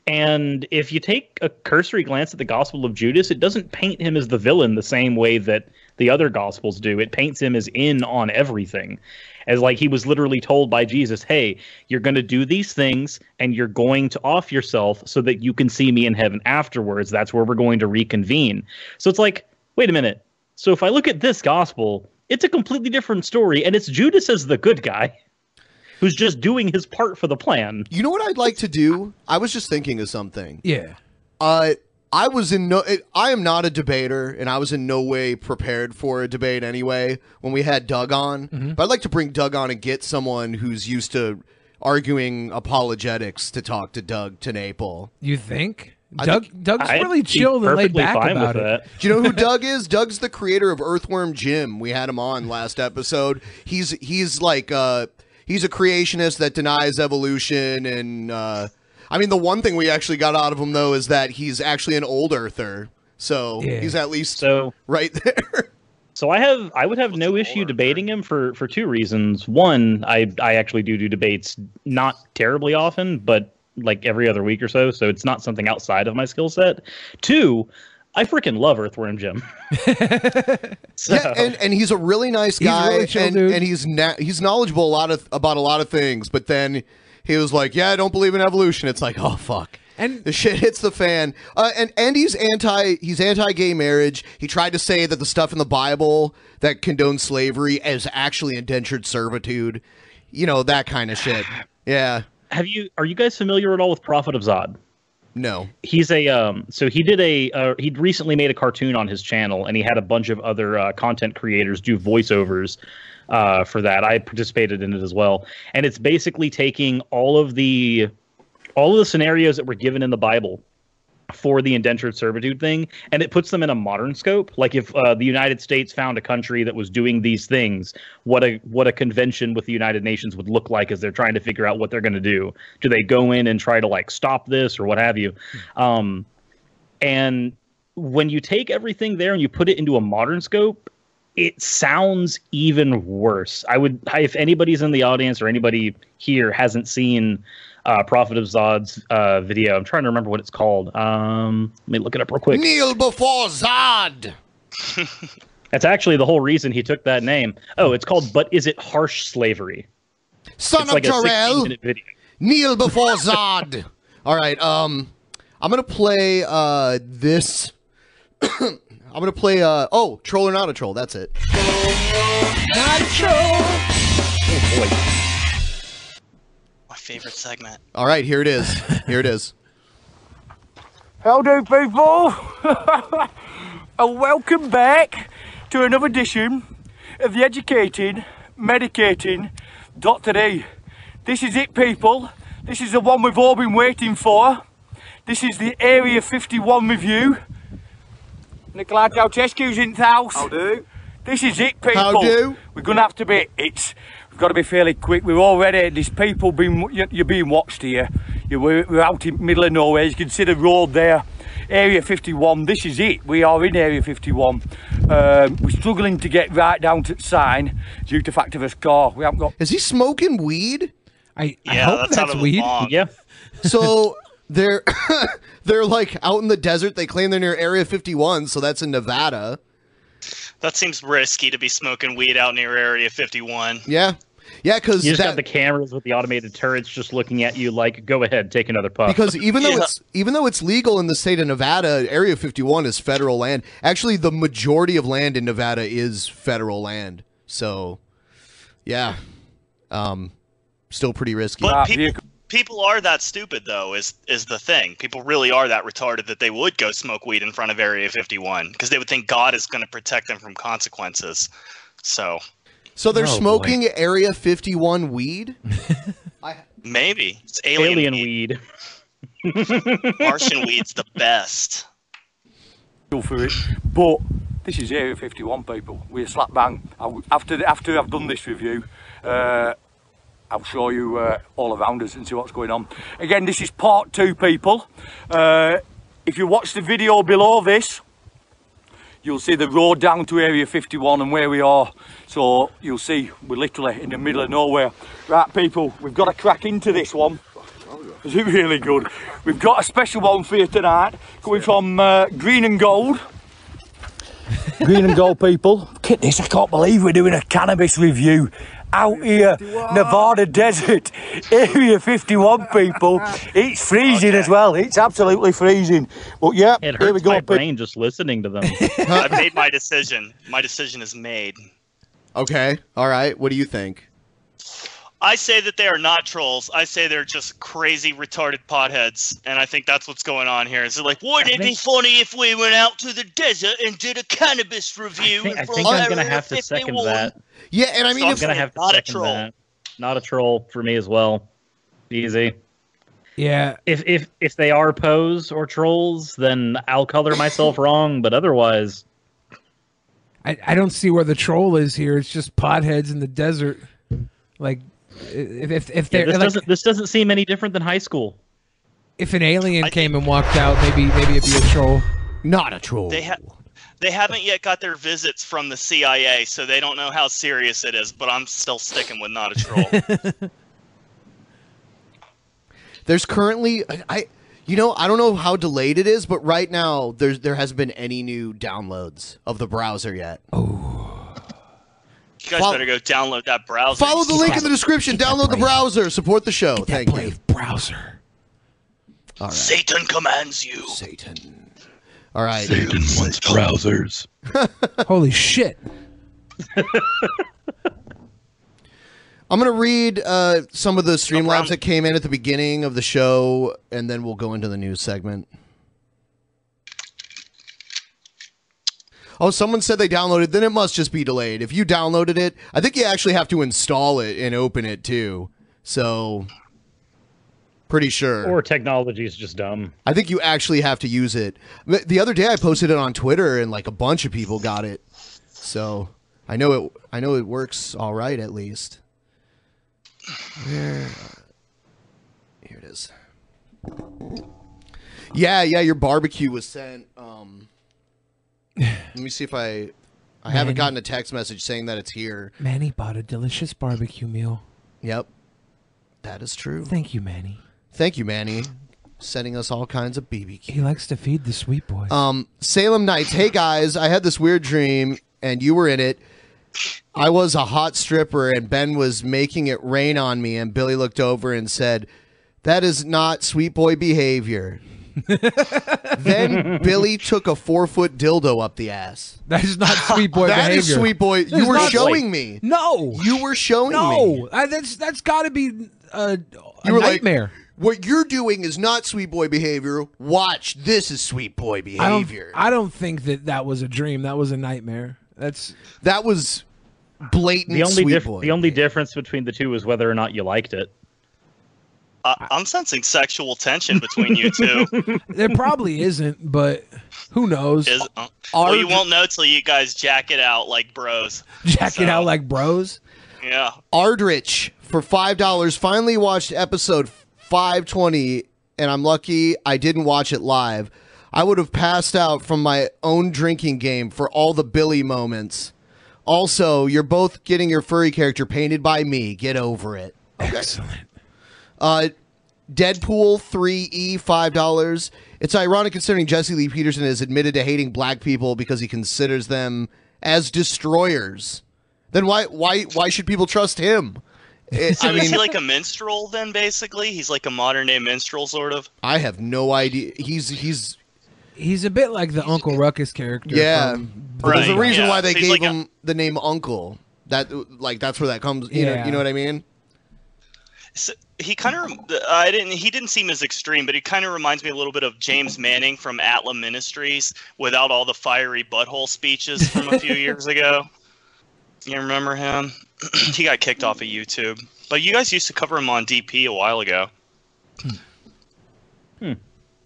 S10: And if you take a cursory glance at the Gospel of Judas, it doesn't paint him as the villain the same way that the other gospels do. It paints him as in on everything. As like he was literally told by Jesus, "Hey, you're going to do these things and you're going to off yourself so that you can see me in heaven afterwards. That's where we're going to reconvene." So it's like, "Wait a minute. So if I look at this gospel, it's a completely different story, and it's Judas as the good guy who's just doing his part for the plan.
S1: You know what I'd like to do? I was just thinking of something.
S3: Yeah.
S1: Uh, I was in no. It, I am not a debater, and I was in no way prepared for a debate anyway when we had Doug on. But I'd like to bring Doug on and get someone who's used to arguing apologetics to talk to Doug Tenapel.
S3: You think?
S1: I
S3: Doug
S1: think-
S3: Doug's really chilled and laid back about it.
S1: Do you know who Doug is? Doug's the creator of Earthworm Jim. We had him on last episode. He's he's like uh he's a creationist that denies evolution and uh I mean the one thing we actually got out of him though is that he's actually an old earther. So
S10: Yeah.
S1: he's at least
S10: so
S1: right there.
S10: So I have I would have no issue debating him for for two reasons. One, I I actually do do debates not terribly often, but like every other week or so, so it's not something outside of my skill set. Two, I freaking love Earthworm Jim.
S1: Yeah, and, and he's a really nice
S10: He's a
S1: guy,
S10: really chill
S1: and,
S10: dude.
S1: and he's na- he's knowledgeable a lot of about a lot of things. But then he was like, "Yeah, I don't believe in evolution." It's like, oh fuck,
S3: and
S1: the shit hits the fan. Uh, and and he's anti he's anti gay marriage. He tried to say that the stuff in the Bible that condones slavery is actually indentured servitude, you know that kind of shit. Yeah.
S10: Have you are you guys familiar at all with Prophet of Zod?
S1: No.
S10: He's a um so he did a uh, he'd recently made a cartoon on his channel and he had a bunch of other uh, content creators do voiceovers uh for that. I participated in it as well. And it's basically taking all of the all of the scenarios that were given in the Bible for the indentured servitude thing and it puts them in a modern scope like if uh, the united states found a country that was doing these things what a what a convention with the united nations would look like as they're trying to figure out what they're going to do do they go in and try to like stop this or what have you um and when you take everything there and you put it into a modern scope it sounds even worse i would I- if anybody's in the audience or anybody here hasn't seen uh prophet of zod's uh video i'm trying to remember what it's called um let me look it up real quick
S1: Kneel before Zod.
S10: that's actually the whole reason he took that name oh it's called but is it harsh slavery
S1: Son
S10: It's
S1: of
S10: like a
S1: Jarrell.
S10: 16-minute video.
S1: Kneel before Zod. All right. Um, I'm gonna play uh this. I'm gonna play uh oh troll or not a troll. That's it.
S6: Not
S10: troll.
S6: My favorite segment.
S1: All right. Here it is. Here it is.
S11: Hello, people, and welcome back to another edition of the Educating, Medicating Dr. E. This is it, people. This is the one we've all been waiting for. This is the Area 51 review. Nicola Ceausescu's in the house. How do? This is it, people.
S1: How do?
S11: We're gonna have to be. It's. We've got to be fairly quick. We're already. There's people being. you- You're being watched here. You we're, we're out in middle of nowhere. You can see the road there. Area 51. This is it. We are in Area 51. Um, we're struggling to get right down to the sign due to fact of us car. We haven't got.
S1: Is he smoking weed?
S3: I,
S1: Yeah, hope that's that's out of weed. long.
S10: Yeah.
S1: So they're they're like out in the desert. They claim they're near Area 51, so that's in Nevada.
S6: That seems risky to be smoking weed out near Area 51.
S1: Yeah, yeah, because
S10: you just got the cameras with the automated turrets just looking at you like go ahead take another puff
S1: Because even though
S10: Uh, Yeah.
S1: it's even though it's legal in the state of Nevada, Area 51 is federal land. Actually, the majority of land in Nevada is federal land. So, yeah, um, still pretty risky.
S6: But people, people are that stupid, though, is is the thing. People really are that retarded that they would go smoke weed in front of Area 51 because they would think God is going to protect them from consequences. So
S1: so they're
S6: Oh, boy.
S1: smoking Area 51 weed.
S6: maybe it's
S10: Alien
S6: alien,
S10: weed.
S6: Martian weed's the best.
S11: go for it. But this is Area 51, people. We're slap bang. I, after the- after I've done this review, uh, I'll show you uh, all around us and see what's going on. Again, this is part two, people. Uh, if you watch the video below this, you'll see the road down to Area 51 and where we are. So you'll see we're literally in the middle of nowhere. Right, people, we've got to crack into this one. Is it really good? We've got a special one for you tonight, coming from uh, Green and Gold. Green and Gold people, look at this! I can't believe we're doing a cannabis review out here, Nevada desert, Area 51 people. It's freezing as well. It's absolutely freezing. But yeah,
S10: it hurts
S11: here we go.
S10: my
S11: people.
S10: brain just listening to them
S6: I've made my decision. My decision is made.
S1: Okay, all right. What do you think?
S6: I say that they are not trolls. I say they're just crazy, retarded potheads, and I think that's what's going on here. Is it like, wouldn't it be funny if we went out to the desert and did a cannabis review?
S10: I think, I
S6: and for
S10: think I'm
S6: Larry
S10: gonna
S6: a
S10: have to
S6: 50
S10: second
S6: wall?"
S10: that.
S1: Yeah, and I mean,
S10: so I'm
S1: if-
S10: gonna have to
S6: Not a
S10: second
S6: troll.
S10: that. Not a troll for me as well. Easy.
S3: Yeah.
S10: If if if they are pose or trolls, then I'll color myself wrong. But otherwise,
S3: I, I don't see where the troll is here. It's just potheads in the desert. Like, if if, if
S10: yeah,
S3: they're
S10: this
S3: like,
S10: doesn't this doesn't seem any different than high school.
S3: if an alien came and walked out, maybe maybe it'd be a troll.
S1: Not a troll.
S6: They ha- they haven't yet got their visits from the CIA, so they don't know how serious it is. But I'm still sticking with not a troll.
S1: There's currently I you know, I don't know how delayed it is, but right now there's there hasn't been any new downloads of the browser yet.
S6: You guys
S1: Follow-
S6: better go download that browser.
S1: Follow the link in the description, download the browser, support the show. Thank you.
S3: Browser.
S1: All right.
S6: Satan commands you.
S1: Satan. All right.
S2: Satan wants browsers.
S3: Holy shit.
S1: I'm going to read uh, some of the Streamlabs that came in at the beginning of the show, and then we'll go into the news segment. Oh, someone said they downloaded. Then it must just be delayed. If you downloaded it, I think you actually have to install it and open it too. So, pretty sure.
S10: Or technology is just dumb.
S1: I think you actually have to use it. But The other day I posted it on Twitter and like a bunch of people got it. So I know it I know it works all right at least. Where- uh, Here it is. Yeah, yeah, your barbecue was sent um Let me see if I I haven't
S3: Manny.
S1: gotten a text message saying that it's here.
S3: Manny bought a delicious barbecue meal.
S1: Yep. That is true.
S3: Thank you, Manny.
S1: Thank you, Manny. Sending us all kinds of BBQ.
S3: He likes to feed the sweet boy.
S1: Um, Salem Nights. Hey guys, I had this weird dream and you were in it. I was a hot stripper and Ben was making it rain on me and Billy looked over and said, "That is not sweet boy behavior." then Billy took a four foot dildo up the ass.
S3: That is not sweet boy
S1: That is
S3: behavior.
S1: sweet boy.
S3: That
S1: You
S3: is
S1: were
S3: not-
S1: showing me.
S3: No.
S1: You were showing me.
S3: No. I, that's that's got to be uh, a, a
S1: You were like,
S3: nightmare.
S1: What you're doing is not sweet boy behavior. Watch, this is sweet boy
S3: I don't-
S1: behavior.
S3: I don't think that that was a dream. That was a nightmare. That's
S1: that was blatant
S10: The only diff- the only difference between the two is whether or not you liked it.
S6: I- Uh, I'm sensing sexual tension between you two.
S3: there probably isn't, but who knows?
S6: Is, uh,
S3: Our-
S6: well, you won't know till you guys jack it out like bros.
S3: Jack it out like bros.
S6: Yeah.
S1: Ardrich for five dollars finally watched episode five twenty, and I'm lucky I didn't watch it live. I would have passed out from my own drinking game for all the Billy moments. Also, you're both getting your furry character painted by me. Get over it.
S3: Excellent.
S1: Uh, Deadpool 3E, $5. It's ironic considering Jesse Lee Peterson has admitted to hating black people because he considers them as destroyers. Then why why why should people trust him? It-
S6: So
S1: I
S6: is
S1: mean,
S6: he like a minstrel then? Basically, he's like a modern day minstrel, sort of.
S1: I have no idea. He's he's
S3: He's a bit like the Uncle Ruckus character.
S1: yeah.
S3: from-
S1: But There's a
S6: Right,
S1: reason
S6: yeah.
S1: why they
S6: So he's
S1: gave
S6: like a-
S1: him the name Uncle. That like that's where that comes. You know,
S3: Yeah.
S1: you know what I mean?
S6: So he kind of, I didn't. He didn't seem as extreme, but he kind of reminds me a little bit of James Manning from Atla Ministries, without all the fiery butthole speeches from a few years ago. You remember him? he got kicked off of YouTube, but you guys used to cover him on DP a while ago.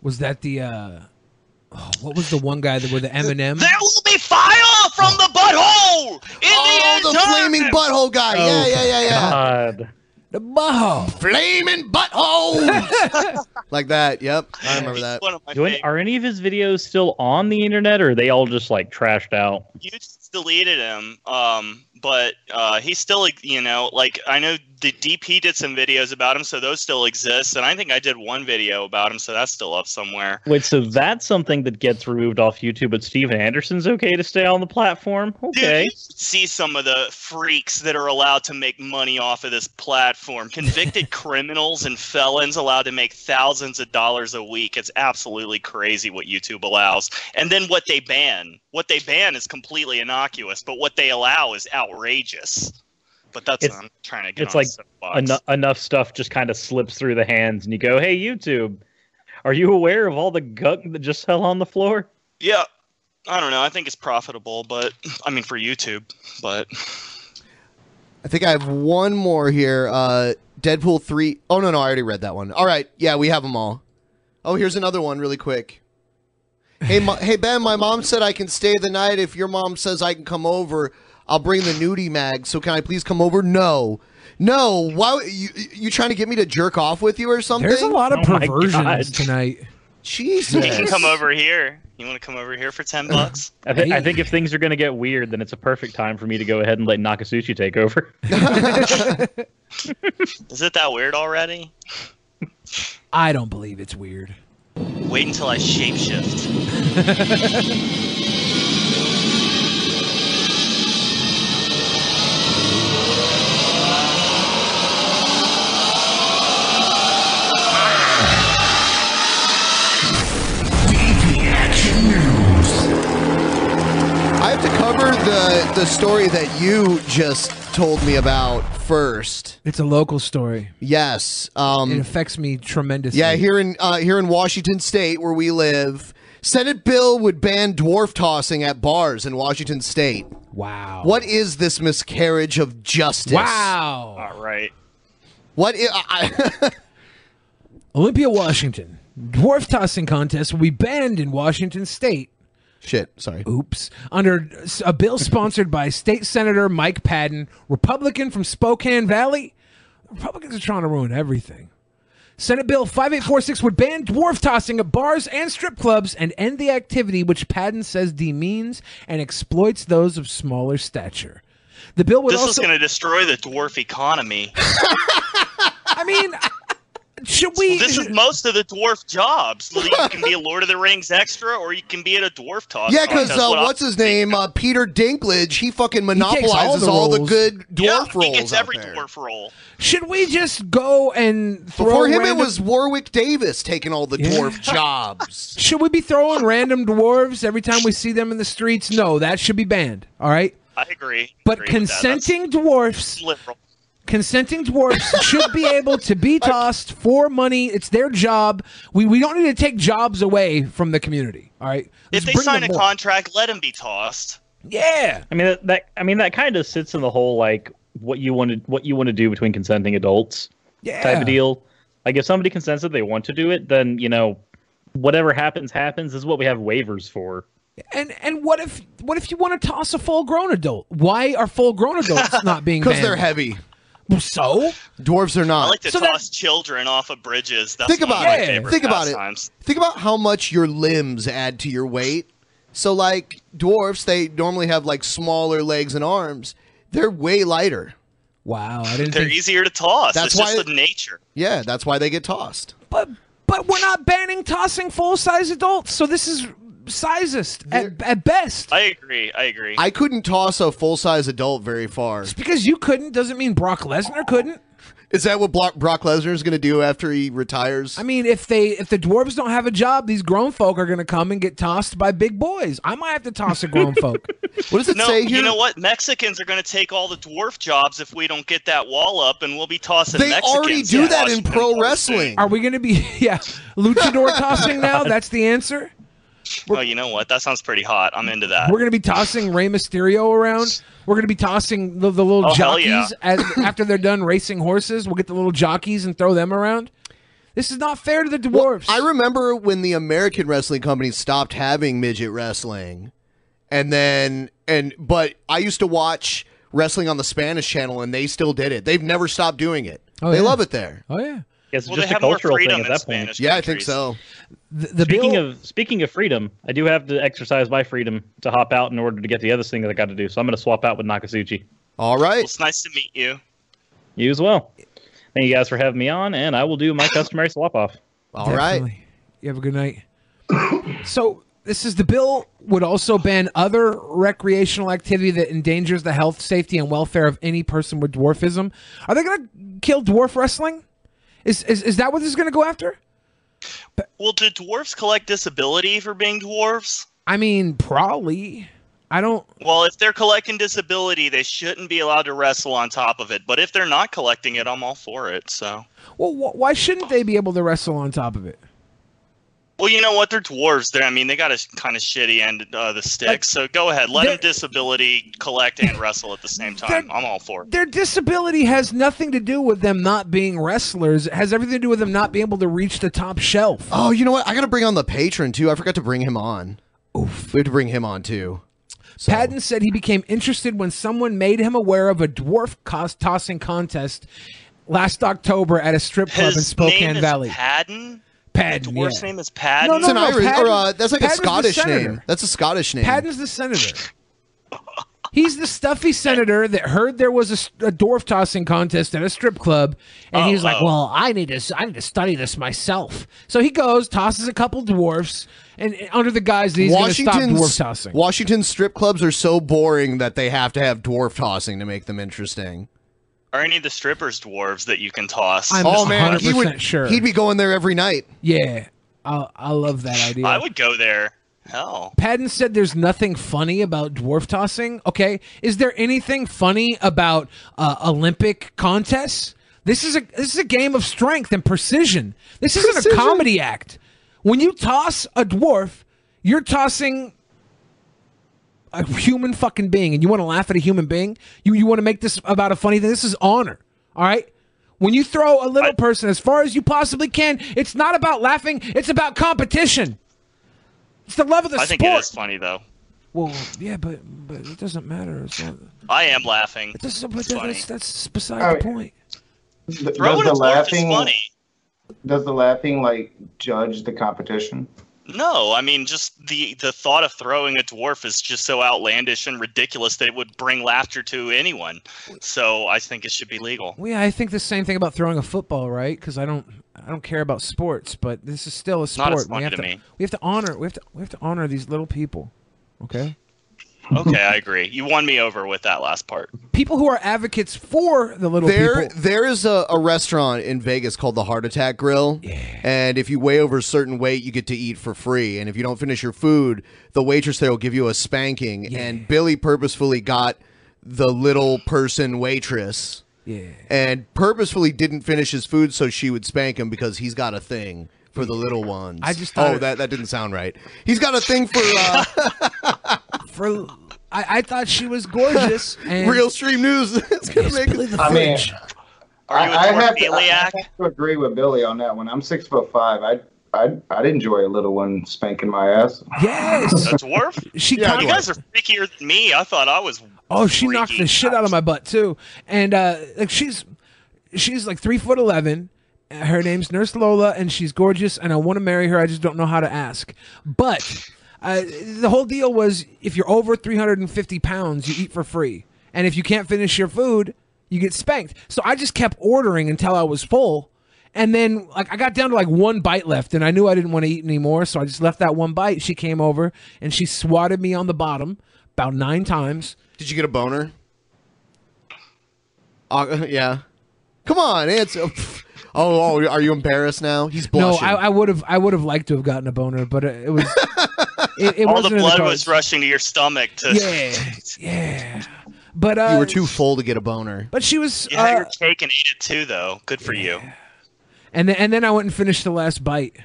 S3: Was that the? uh oh, What was the one guy that were the Eminem?
S6: There will be fire from the butthole in
S1: oh, the, flaming butthole guy. yeah,
S3: Oh
S1: yeah, yeah, yeah.
S10: God.
S3: The butthole.
S1: Flaming butthole. like that. Yep. I remember that.
S10: Do any, are any of his videos still on the internet, or are they all just like trashed out?
S6: deleted him um but uh he's still like, you know like i know the dp did some videos about him so those still exist and i think i did one video about him so that's still up somewhere
S10: Wait, so that's something that gets removed off YouTube, but Steven Anderson's okay to stay on the platform? Okay.
S6: see some of the freaks that are allowed to make money off of this platform convicted criminals and felons allowed to make thousands of dollars a week it's absolutely crazy what youtube allows and then what they ban what they ban is completely innocuous but what they allow is outrageous But that's
S10: It's-
S6: I'm trying to get
S10: It's
S6: on a
S10: like
S6: soapbox.
S10: eno- enough stuff just kind of slips through the hands, and you go, "Hey, YouTube, are you aware of all the gunk that just fell on the floor?"
S6: Yeah, I don't know. I think it's profitable, but I mean for YouTube, but
S1: I think I have one more here. Uh, Deadpool 3. Oh, no, no, I already read that one. All right. Yeah, we have them all. Oh, here's another one really quick. Hey, mo- hey Ben, my mom said I can stay the night. If your mom says I can come over, I'll bring the nudie mag. So can I please come over? No. No. Why? would- You, you trying to get me to jerk off with you or something?
S3: There's a lot
S6: Oh
S3: of perversions tonight.
S1: Jesus.
S6: you can come over here. You want to come over here for ten bucks?
S10: I, thi- I think if things are going to get weird, then it's a perfect time for me to go ahead and let Nakasushi take over.
S6: Is it that weird already?
S3: I don't believe it's weird.
S6: Wait until I shapeshift.
S1: I have to cover the, the story that you just told me about first.
S3: It's a local story.
S1: Yes. Um,
S3: it affects me tremendously.
S1: Yeah, here in uh, here in Washington State, where we live, Senate bill would ban dwarf tossing at bars in Washington State.
S3: Wow.
S1: What is this miscarriage of justice?
S3: Wow.
S6: All right.
S1: What? I, I-
S3: Olympia, Washington. Dwarf tossing contest will be banned in Washington state.
S1: Shit, sorry.
S3: Oops. Under a bill sponsored by State Senator Mike Padden, Republican from Spokane Valley. Republicans are trying to ruin everything. Senate Bill 5846 would ban dwarf tossing at bars and strip clubs and end the activity which Padden says demeans and exploits those of smaller stature. The bill would
S6: This
S3: also
S6: is going to destroy the dwarf economy.
S3: I mean, should we?
S6: This is most of the dwarf jobs. You can be a Lord of the Rings extra, or you can be at a dwarf toss.
S1: yeah, because
S6: contest.
S1: uh,
S6: What
S1: what's his name? Uh, Peter Dinklage. He fucking
S3: all the
S1: monopolizes all the,
S3: roles.
S1: good
S6: Yeah,
S1: dwarf roles.
S6: He gets
S1: out
S6: every
S1: there.
S6: dwarf role.
S3: Should we just go and throw
S1: Before him, it
S3: random-
S1: was Warwick Davis taking all the
S3: Yeah.
S1: dwarf jobs.
S3: Should we be throwing random dwarves every time we see them in the streets? No, that should be banned. All right.
S6: I agree.
S3: But
S6: Agree with that. That's
S3: consenting dwarfs,
S6: liberal.
S3: consenting dwarfs should be able to be tossed for money. It's their job. We we don't need to take jobs away from the community. All right.
S6: If
S3: Let's
S6: they
S3: bring
S6: sign a
S3: them more.
S6: contract, let him be tossed.
S3: Yeah.
S10: I mean that, that I mean that kind of sits in the whole like what you want to what you want to do between consenting adults type
S3: Yeah.
S10: of deal. Like if somebody consents that they want to do it, then you know whatever happens happens. This is what we have waivers for.
S3: and and what if what if you want to toss a full grown adult? Why are full grown adults not being?
S1: Because they're
S3: banned?
S1: heavy.
S3: So
S1: dwarves are not.
S6: I like to toss children off of bridges. That's
S1: think
S6: one
S1: about
S6: of my
S1: it.
S6: favorite
S1: Think about
S6: pastimes.
S1: it. Think about how much your limbs add to your weight. So, like dwarfs, they normally have like smaller legs and arms. They're way lighter.
S3: Wow, I didn't.
S6: They're easier to toss. That's
S1: That's
S6: it's
S1: why-
S6: just the nature.
S1: Yeah, that's why they get tossed.
S3: But we're not banning tossing full size adults, so this is sizist at, at best.
S6: I agree. I agree.
S1: I couldn't toss a full size adult very far.
S3: Because you couldn't doesn't mean Brock Lesnar couldn't.
S1: Is that what Brock, Brock Lesnar is going to do after he retires?
S3: I mean, if they if the dwarves don't have a job, these grown folk are gonna come and get tossed by big boys. I might have to toss a grown folk.
S1: what does
S6: no, you know what? Mexicans are going to take all the dwarf jobs if we don't get that wall up, and we'll be tossing.
S1: They
S6: Mexicans
S1: already do
S6: in
S1: that in
S6: Washington
S1: pro
S6: Post.
S1: wrestling.
S3: Are we gonna be yeah luchador tossing now? That's the answer.
S6: Oh, you know what? That sounds pretty hot. I'm into that.
S3: We're gonna be tossing Rey Mysterio around. We're gonna be tossing the, the little
S6: Oh, hell
S3: jockeys
S6: yeah.
S3: as, after they're done racing horses. We'll get the little jockeys and throw them around. This is not fair to the dwarves.
S1: I remember when the American wrestling company stopped having midget wrestling, and then and but I used to watch wrestling on the Spanish channel, and they still did it. They've never stopped doing it.
S3: Oh,
S1: they
S3: yeah.
S1: love it there.
S3: Oh yeah,
S10: It's just a cultural thing at that point.
S1: Yeah, I think so.
S10: speaking of speaking of freedom, I do have to exercise my freedom to hop out in order to get the other thing that I got to do. So I'm going to swap out with Nakasuchi.
S1: All right.
S6: It's nice to meet you.
S10: You as well. Thank you guys for having me on, and I will do my customary swap off.
S1: All right.
S3: Definitely. You have a good night. so this is the bill would also ban other recreational activity that endangers the health, safety, and welfare of any person with dwarfism. Are they going to kill dwarf wrestling? Is is, is that what this is going to go after?
S6: Well, do dwarves collect disability for being dwarves?
S3: I mean, probably. I don't.
S6: Well, if they're collecting disability, they shouldn't be allowed to wrestle on top of it. But if they're not collecting it, I'm all for it. So,
S3: Well, wh- why shouldn't they be able to wrestle on top of it?
S6: well, you know what? They're dwarves. They're, I mean, they got a kind of shitty end uh, the stick. So go ahead, let them disability collect and wrestle at the same time. I'm all for it.
S3: Their disability has nothing to do with them not being wrestlers. It has everything to do with them not being able to reach the top shelf.
S1: Oh, you know what? I got to bring on the patron too. I forgot to bring him on. Oof. We have to bring him on too.
S3: Patton said he became interested when someone made him aware of a dwarf cos- tossing contest last October at a strip club in
S6: His
S3: Spokane
S6: name is
S3: Valley.
S6: Padden.
S3: Padden,
S6: The dwarf's
S3: yeah.
S6: name is Padden.
S3: No, no,
S1: It's an
S3: no,
S1: Irish,
S3: Patton-
S1: or, uh, that's like
S3: Patton's
S1: a
S3: the
S1: Scottish
S3: senator.
S1: name. That's a Scottish name.
S3: Patton's the senator. He's the stuffy senator that heard there was a s- a, dwarf tossing contest at a strip club, and he was like,
S5: oh.
S3: "Well, I need to, s- I need to study this myself." So he goes, tosses a couple dwarfs, and and under the guise that he's going to stop dwarf
S1: Washington's
S3: tossing.
S1: Washington strip clubs are so boring that they have to have dwarf tossing to make them interesting.
S6: Are any of the strippers dwarves that you can toss?
S1: oh man, he would
S3: sure.
S1: he'd be going there every night.
S3: Yeah, I, I love that idea.
S6: I would go there. Hell.
S3: Patton said there's nothing funny about dwarf tossing. Okay, is there anything funny about uh, Olympic contests? This is a this is a game of strength and precision. This isn't a comedy act. When you toss a dwarf, you're tossing a human fucking being, and you want to laugh at a human being. You you want to make this about a funny thing. This is honor. All right. When you throw a little person as far as you possibly can, it's not about laughing. It's about competition. It's the love of the
S6: I
S3: sport.
S6: think it is funny though.
S3: Well, yeah, but but it doesn't matter. It's not,
S6: I am laughing.
S3: it doesn't, but
S6: It's
S3: that-
S6: funny.
S3: that's, that's beside
S6: All
S3: the point.
S4: Th-
S6: Throwing
S4: Does
S6: a dwarf
S4: the
S6: is
S4: laughing?
S6: funny.
S4: Does the laughing like judge the competition?
S6: No, I mean just the the thought of throwing a dwarf is just so outlandish and ridiculous that it would bring laughter to anyone. So I think it should be legal.
S3: Well, yeah, I think the same thing about throwing a football, right? Because I don't I don't care about sports, but this is still a
S6: not
S3: sport.
S6: as funny
S3: we have
S6: to
S3: to,
S6: me.
S3: we have to honor we have to we have to honor these little people. Okay.
S6: Okay, I agree. You won me over with that last part.
S3: People who are advocates for the little
S1: There,
S3: people.
S1: there is a, a restaurant in Vegas called the Heart Attack Grill, and if you weigh over a certain weight, you get to eat for free. And if you don't finish your food, the waitress there will give you a spanking. And Billy purposefully got the little person waitress,
S3: Yeah.
S1: and purposefully didn't finish his food so she would spank him because he's got a thing for the little ones.
S3: I just thought
S1: oh
S3: it-
S1: that that didn't sound right. He's got a thing for uh,
S3: For I, I thought she was gorgeous. and
S1: real stream news. it's gonna make it.
S4: I mean,
S6: Are
S4: you
S3: a
S4: I, I have to, I- I
S6: dwarf-biliac?
S4: have to agree with Billy on that one. I'm six foot five. I I I'd enjoy a little one spanking my ass.
S3: Yes,
S6: a dwarf.
S3: She
S6: yeah,
S3: kinda-
S6: you guys are freakier than me. I thought I was.
S3: Oh, she knocked the shit out of my butt too. And uh, like she's she's like three foot eleven. Her name's Nurse Lola, and she's gorgeous. And I want to marry her. I just don't know how to ask. But uh, the whole deal was if you're over three hundred and fifty pounds, you eat for free. And if you can't finish your food, you get spanked. So I just kept ordering until I was full. And then like I got down to like one bite left and I knew I didn't want to eat anymore, so I just left that one bite. She came over and she swatted me on the bottom about 9 times.
S1: Did you get a boner? Uh, yeah. Come on, answer. Pff. Oh, oh, are you embarrassed now? He's blushing.
S3: No, I, I would have I would have liked to have gotten a boner, but uh, it, it was it, it
S6: All the
S3: wasn't in
S6: blood
S3: cards.
S6: was rushing to your stomach. To
S3: Yeah, yeah. But uh,
S1: you were too full to get a boner.
S3: But she was,
S6: You had
S3: uh,
S6: your cake and ate it too, though. Good for you.
S3: and then and then I went and finished the last bite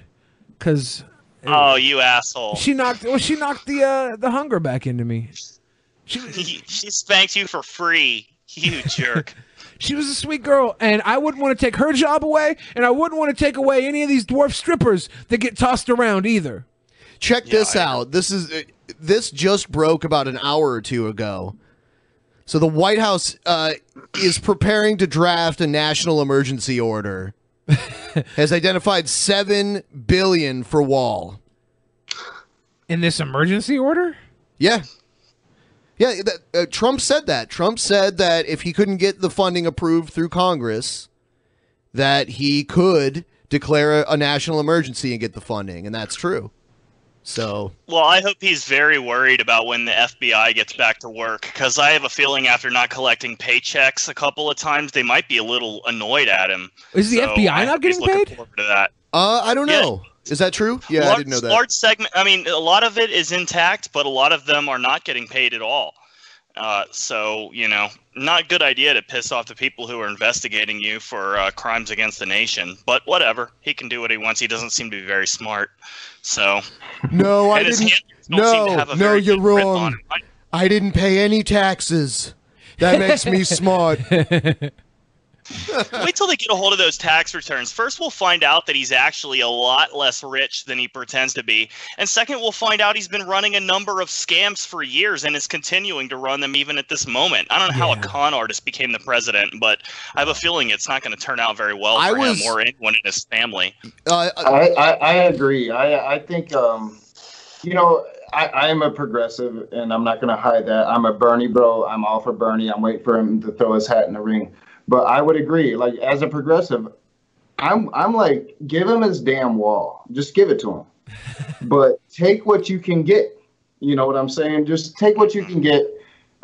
S3: because
S6: Oh, you asshole.
S3: she knocked well she knocked the uh, the hunger back into me.
S6: she spanked you for free. You jerk.
S3: She was a sweet girl, and I wouldn't want to take her job away, and I wouldn't want to take away any of these dwarf strippers that get tossed around either.
S1: Check this out. This is uh, this just broke about an hour or two ago. So the White House uh, is preparing to draft a national emergency order. has identified seven billion for wall.
S3: In this emergency order?
S1: Yeah. Yeah, that, uh, Trump said that. Trump said that if he couldn't get the funding approved through Congress, that he could declare a, a national emergency and get the funding, and that's true. So,
S6: Well, I hope he's very worried about when the FBI gets back to work because I have a feeling after not collecting paychecks a couple of times, they might be a little annoyed at him.
S3: Is the
S6: So
S3: FBI
S6: I
S3: not
S6: hope he's
S3: getting
S6: looking
S3: paid?
S6: forward To that.
S1: uh, I don't
S6: Yeah.
S1: know. Is that true? Yeah, I
S6: large,
S1: didn't know that.
S6: Large segment. I mean, a lot of it is intact, but a lot of them are not getting paid at all. Uh, so you know, not a good idea to piss off the people who are investigating you for uh, crimes against the nation. But whatever, he can do what he wants. He doesn't seem to be very smart. So
S1: No, I
S6: And his
S1: didn't.
S6: handlers don't seem to
S1: No,
S6: have a
S1: no,
S6: very
S1: you're
S6: good grip
S1: wrong. I didn't pay any taxes. That makes me smart.
S6: Wait till they get a hold of those tax returns. First, we'll find out that he's actually a lot less rich than he pretends to be. And second, we'll find out he's been running a number of scams for years and is continuing to run them even at this moment. I don't know how a con artist became the president, but I have a feeling it's not going to turn out very well for
S4: I was-
S6: him or anyone in his family.
S4: I, I, I agree. I, I think, um, you know, I, I am a progressive and I'm not going to hide that. I'm a Bernie bro. I'm all for Bernie. I'm waiting for him to throw his hat in the ring. But I would agree. Like, as a progressive, I'm, I'm like, give him his damn wall. Just give it to him. but take what you can get. You know what I'm saying? Just take what you can get.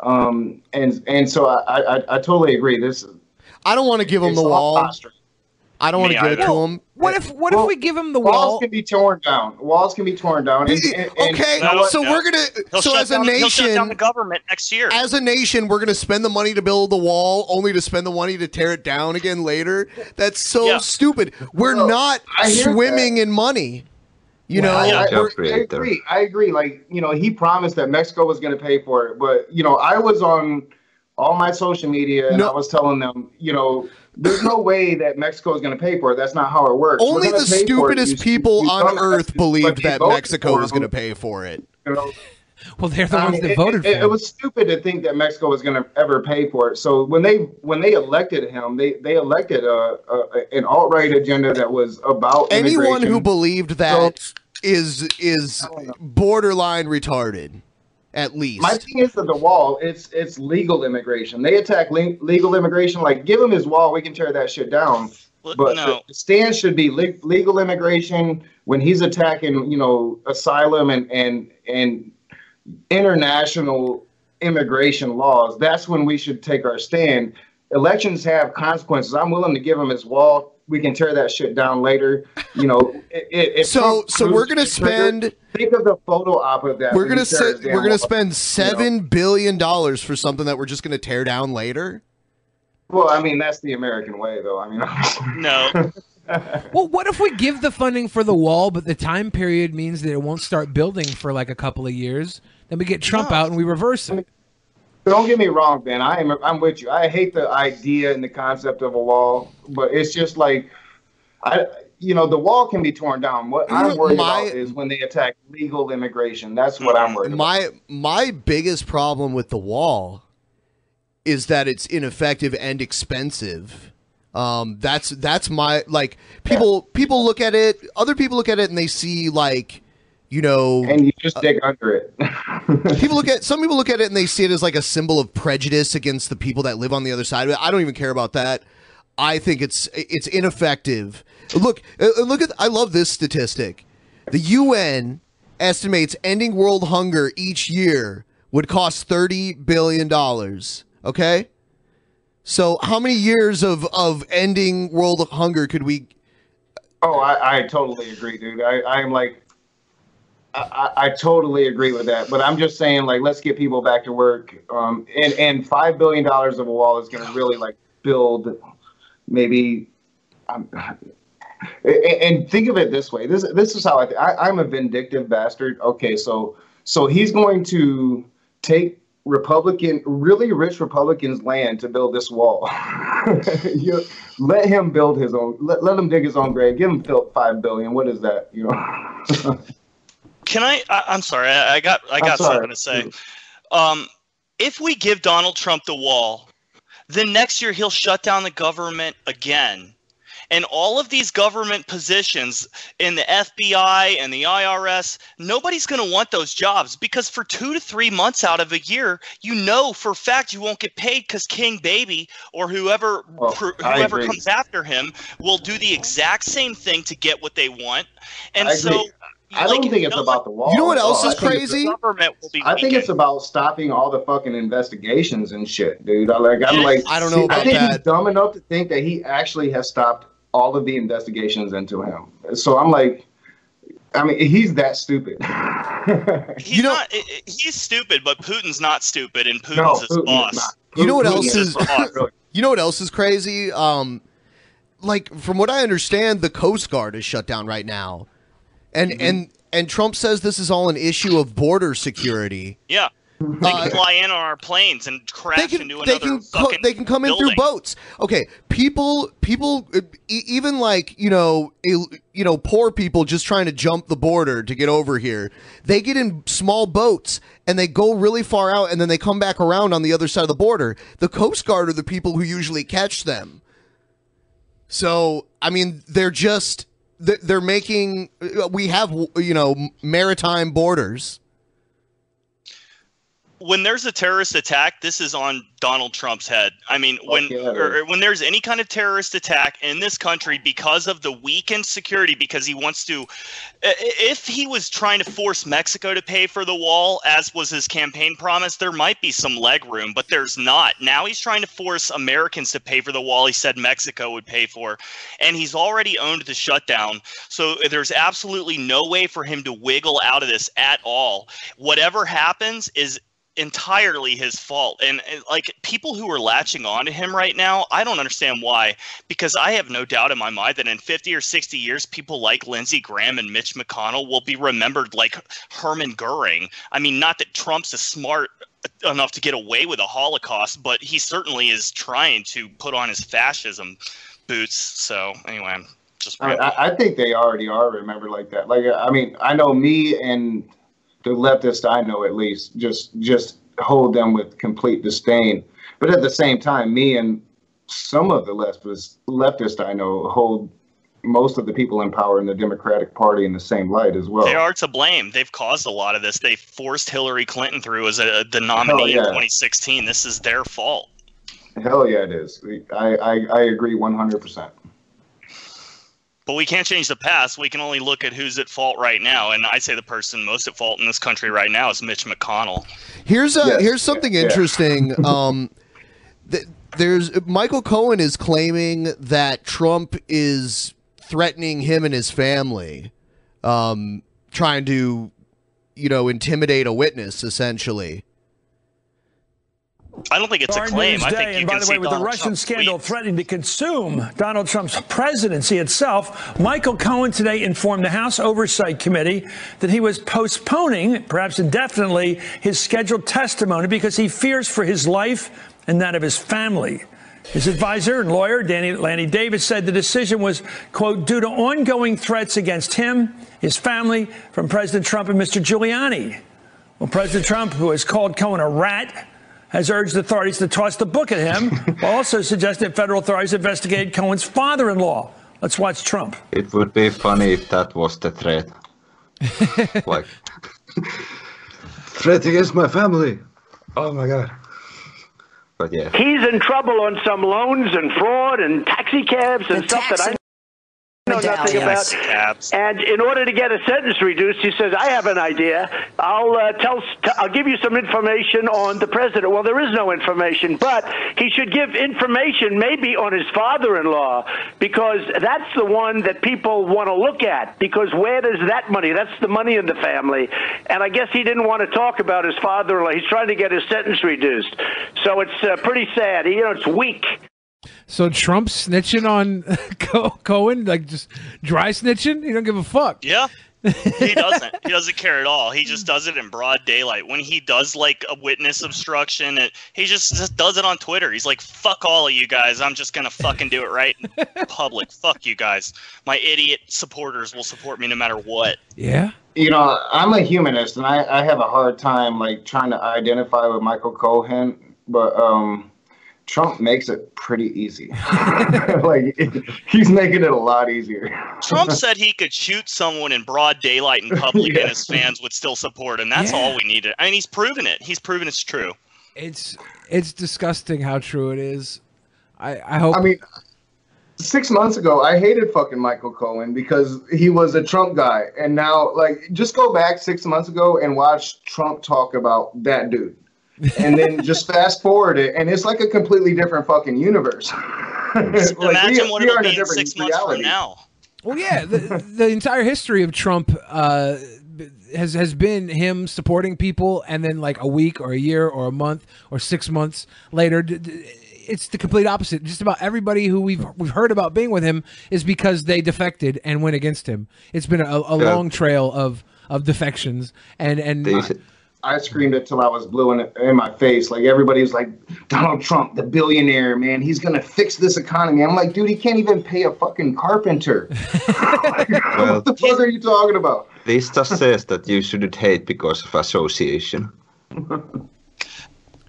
S4: Um, and, and so I, I, I totally agree. This,
S1: I don't want to give
S4: him the wall.
S1: I don't want to give it to him.
S3: What if what if we give him the
S4: walls
S3: wall?
S4: can be torn down. Walls can be torn down. And, and- and-
S1: Okay,
S4: you know what?
S1: so we're gonna.
S4: He'll
S1: so
S4: shut
S1: as a
S4: down-
S1: nation,
S4: he'll shut down the
S6: government next year.
S1: As a nation, we're gonna spend the money to build the wall, only to spend the money to tear it down again later. That's so stupid. We're
S4: Well,
S1: not
S4: I hear
S1: swimming in money. You
S4: Well,
S1: know,
S4: I, I-
S1: We're-
S4: I agree. I agree. Like you know, he promised that Mexico was going to pay for it, but you know, I was on all my social media and I was telling them, you know, there's no way that Mexico is going to pay for it. That's not how it works. We're
S1: only
S4: gonna
S1: the
S4: pay for it,
S1: stupidest
S4: you-
S1: people
S4: you
S1: on
S4: dumb
S1: earth
S4: asses, but
S1: believed
S4: you
S1: that
S4: voted
S1: Mexico
S4: for
S1: was
S4: them,
S1: gonna pay for it.
S4: you know?
S3: Well, they're the
S4: I
S3: ones
S4: mean,
S3: that
S4: it,
S3: voted
S4: it-
S3: for
S4: it was stupid to think that Mexico was going to ever pay for it. So when they when they elected him, they they elected a, a an alt right agenda that was about
S1: Anyone who
S4: immigration.
S1: believed that is is borderline retarded, at least.
S4: My thing is that the wall, it's it's legal immigration. They attack le- legal immigration. Like, give him his wall, we can tear that shit down.
S6: Well,
S4: But
S6: no.
S4: the stand should be le- legal immigration when he's attacking, you know, asylum and and and international immigration laws. That's when we should take our stand. Elections have consequences. I'm willing to give him his wall. We can tear that shit down later. You know, i- i- if
S1: So-
S4: Trump
S1: so we're gonna
S4: proves to be triggered, Think of the photo op of that.
S1: we're
S4: when
S1: gonna
S4: he tears
S1: se-
S4: his damn
S1: we're gonna
S4: wall.
S1: spend
S4: You know?
S1: seven billion dollars for something that we're just gonna tear down later.
S4: Well, I mean that's the American way, though. I mean,
S6: no.
S3: Well, what if we give the funding for the wall, but the time period means that it won't start building for like a couple of years? Then we get Trump out and we reverse it.
S4: Don't get me wrong, Ben. I am I'm with you. I hate the idea and the concept of a wall, but it's just like I you know, the wall can be torn down. What I'm worried
S1: My-
S4: about is when they attack legal immigration. That's what I'm worried
S1: My my biggest problem with the wall is that it's ineffective and expensive. Um, that's that's my like people people look at it. Other people look at it and they see like you know,
S4: and you just dig under it.
S1: people look at some people look at it and they see it as like a symbol of prejudice against the people that live on the other side of it. I don't even care about that. I think it's it's ineffective. Look, uh, look at I love this statistic. The UN estimates ending world hunger each year would cost 30 billion dollars, okay? So how many years of of ending world hunger could we
S4: Oh, I, I totally agree, dude. I, I'm like, I, I I totally agree with that. But I'm just saying, like, let's get people back to work. Um, and and five billion dollars of a wall is going to really like build, maybe. Um, and, and think of it this way. This this is how I, th- I I'm a vindictive bastard. Okay, so so he's going to take Republican, really rich Republicans' land to build this wall. you, let him build his own. Let, let him dig his own grave. Give him fil- five billion. What is that? You know.
S6: Can I? I I'm sorry. I, I got. I
S4: I'm
S6: got
S4: sorry.
S6: something to say. Um, if we give Donald Trump the wall, then next year he'll shut down the government again. And all of these government positions in the FBI and the IRS, nobody's going to want those jobs because for two to three months out of a year, you know for a fact you won't get paid because King Baby or whoever
S4: Oh,
S6: pr-
S4: I
S6: whoever
S4: agree.
S6: comes after him will do the exact same thing to get what they want. And
S4: I
S6: so
S4: agree. I don't think it's about the wall.
S6: You know what
S4: at
S6: else
S4: all.
S6: is
S4: I think
S6: crazy?
S4: it's-
S6: Government will be
S4: I think
S6: weakened.
S4: it's about stopping all the fucking investigations and shit, dude. I like. I'm like.
S1: I don't know
S4: I
S1: about
S4: think he's
S1: that.
S4: dumb enough to think that he actually has stopped all of the investigations into him. So I'm like, I mean, he's that stupid.
S6: He's not. i- i- He's stupid, but Putin's not stupid, and Putin's
S4: No,
S6: his
S4: Putin is
S6: boss.
S4: not.
S1: You know what
S6: Putin's
S1: else
S6: his
S1: is?
S6: boss.
S1: you know what else is crazy? Um, like from what I understand, the Coast Guard is shut down right now, and
S4: Mm-hmm.
S1: and and Trump says this is all an issue of border security.
S6: Yeah. They
S1: Uh,
S6: can fly in on our planes and crash into another
S1: they can co-
S6: fucking.
S1: they can come in through
S6: building.
S1: boats. Okay, people people e- even like you know il- you know poor people just trying to jump the border to get over here. They get in small boats and they go really far out and then they come back around on the other side of the border. The Coast Guard are the people who usually catch them. So I mean they're just they're they're making we have you know maritime borders.
S6: When there's a terrorist attack, this is on Donald Trump's head. I mean, when or, or when there's any kind of terrorist attack in this country because of the weakened security, because he wants to, i- i- if he was trying to force Mexico to pay for the wall, as was his campaign promise, there might be some leg room, but there's not. Now he's trying to force Americans to pay for the wall. He said Mexico would pay for, and he's already owned the shutdown. So there's absolutely no way for him to wiggle out of this at all. Whatever happens is entirely his fault and, and, like people who are latching on to him right now i don't understand why because i have no doubt in my mind that in 50 or 60 years people like lindsey graham and mitch mcconnell will be remembered like herman goering i mean not that trump's is smart enough to get away with a holocaust but he certainly is trying to put on his fascism boots so anyway i'm just
S4: I, I- I think they already are remembered like that. Like I mean, I know me and the leftist I know at least just just hold them with complete disdain. But at the same time, me and some of the leftist leftist I know hold most of the people in power in the Democratic Party in the same light as well.
S6: They are to blame. They've caused a lot of this. They forced Hillary Clinton through as a, the nominee
S4: Oh, yeah.
S6: in 2016. This is their fault.
S4: Hell yeah, it is. I I, I agree one hundred percent.
S6: But we can't change the past. We can only look at who's at fault right now. And I say the person most at fault in this country right now is Mitch McConnell.
S1: Here's a
S6: Yes,
S1: here's something
S6: yeah, yeah.
S1: interesting. Um, th- there's Michael Cohen is claiming that Trump is threatening him and his family, um, trying to, you know, intimidate a witness essentially.
S6: I don't think it's a
S12: Foreign
S6: claim.
S12: News
S6: I
S12: Day,
S6: think you
S12: and
S6: can
S12: by the
S6: see
S12: way, with
S6: Donald
S12: the Russian
S6: Trump's
S12: scandal threatening to consume Donald Trump's presidency itself, Michael Cohen today informed the House Oversight Committee that he was postponing, perhaps indefinitely, his scheduled testimony because he fears for his life and that of his family. His advisor and lawyer, Danny Lanny Davis, said the decision was, quote, due to ongoing threats against him, his family, from President Trump and Mr. Giuliani. Well, President Trump, who has called Cohen a rat, has urged authorities to toss the book at him, while also suggested federal authorities investigate Cohen's father in law. Let's watch Trump.
S13: It would be funny if that was the threat. like
S14: Threat against my family. Oh my God.
S13: but yeah.
S15: He's in trouble on some loans and fraud and taxi cabs and stuff that I know nothing about.
S6: Taxi cabs.
S15: And in order to get a sentence reduced, he says, "I have an idea. I'll uh, tell. T- I'll give you some information on the president." Well, there is no information, but he should give information maybe on his father-in-law because that's the one that people want to look at. Because where does that money? That's the money in the family. And I guess he didn't want to talk about his father-in-law. He's trying to get his sentence reduced. So it's uh, pretty sad. You know, it's weak.
S3: So Trump snitching on Co- Cohen, like just dry snitching. He don't give a fuck.
S6: Yeah. he doesn't. He doesn't care at all. He just does it in broad daylight. When he does like a witness obstruction, it, he just, just does it on Twitter. He's like, "Fuck all of you guys. I'm just gonna fucking do it right in public. Fuck you guys. My idiot supporters will support me no matter what."
S3: Yeah.
S4: You know, I'm a humanist, and I, I have a hard time like trying to identify with Michael Cohen, but um, Trump makes it pretty easy. like he's making it a lot easier.
S6: Trump said he could shoot someone in broad daylight in public,
S4: Yeah.
S6: and his fans would still support him. That's
S3: Yeah.
S6: all we needed. I mean, he's proven it. He's proven it's true.
S3: It's it's disgusting how true it is. I I hope.
S4: I mean, six months ago, I hated fucking Michael Cohen because he was a Trump guy, and now like just go back six months ago and watch Trump talk about that dude, and then just fast forward it, and it's like a completely different fucking universe. Like, we-
S6: Imagine what
S4: we
S6: it'll
S4: are in a
S6: be in
S4: different
S6: six months from
S4: reality.
S6: now.
S3: Well, yeah, the, the entire history of Trump uh, b- has has been him supporting people, and then like a week or a year or a month or six months later, d- d- it's the complete opposite. Just about everybody who we've we've heard about being with him is because they defected and went against him. It's been a, a
S4: Yeah.
S3: long trail of of defections, and and
S4: I screamed it till I was blue in, in my face. Like everybody was like, Donald Trump, the billionaire, man, he's gonna fix this economy. I'm like, dude, he can't even pay a fucking carpenter.
S13: Well,
S4: what the fuck are you talking about?
S13: this just says that you shouldn't hate because of association.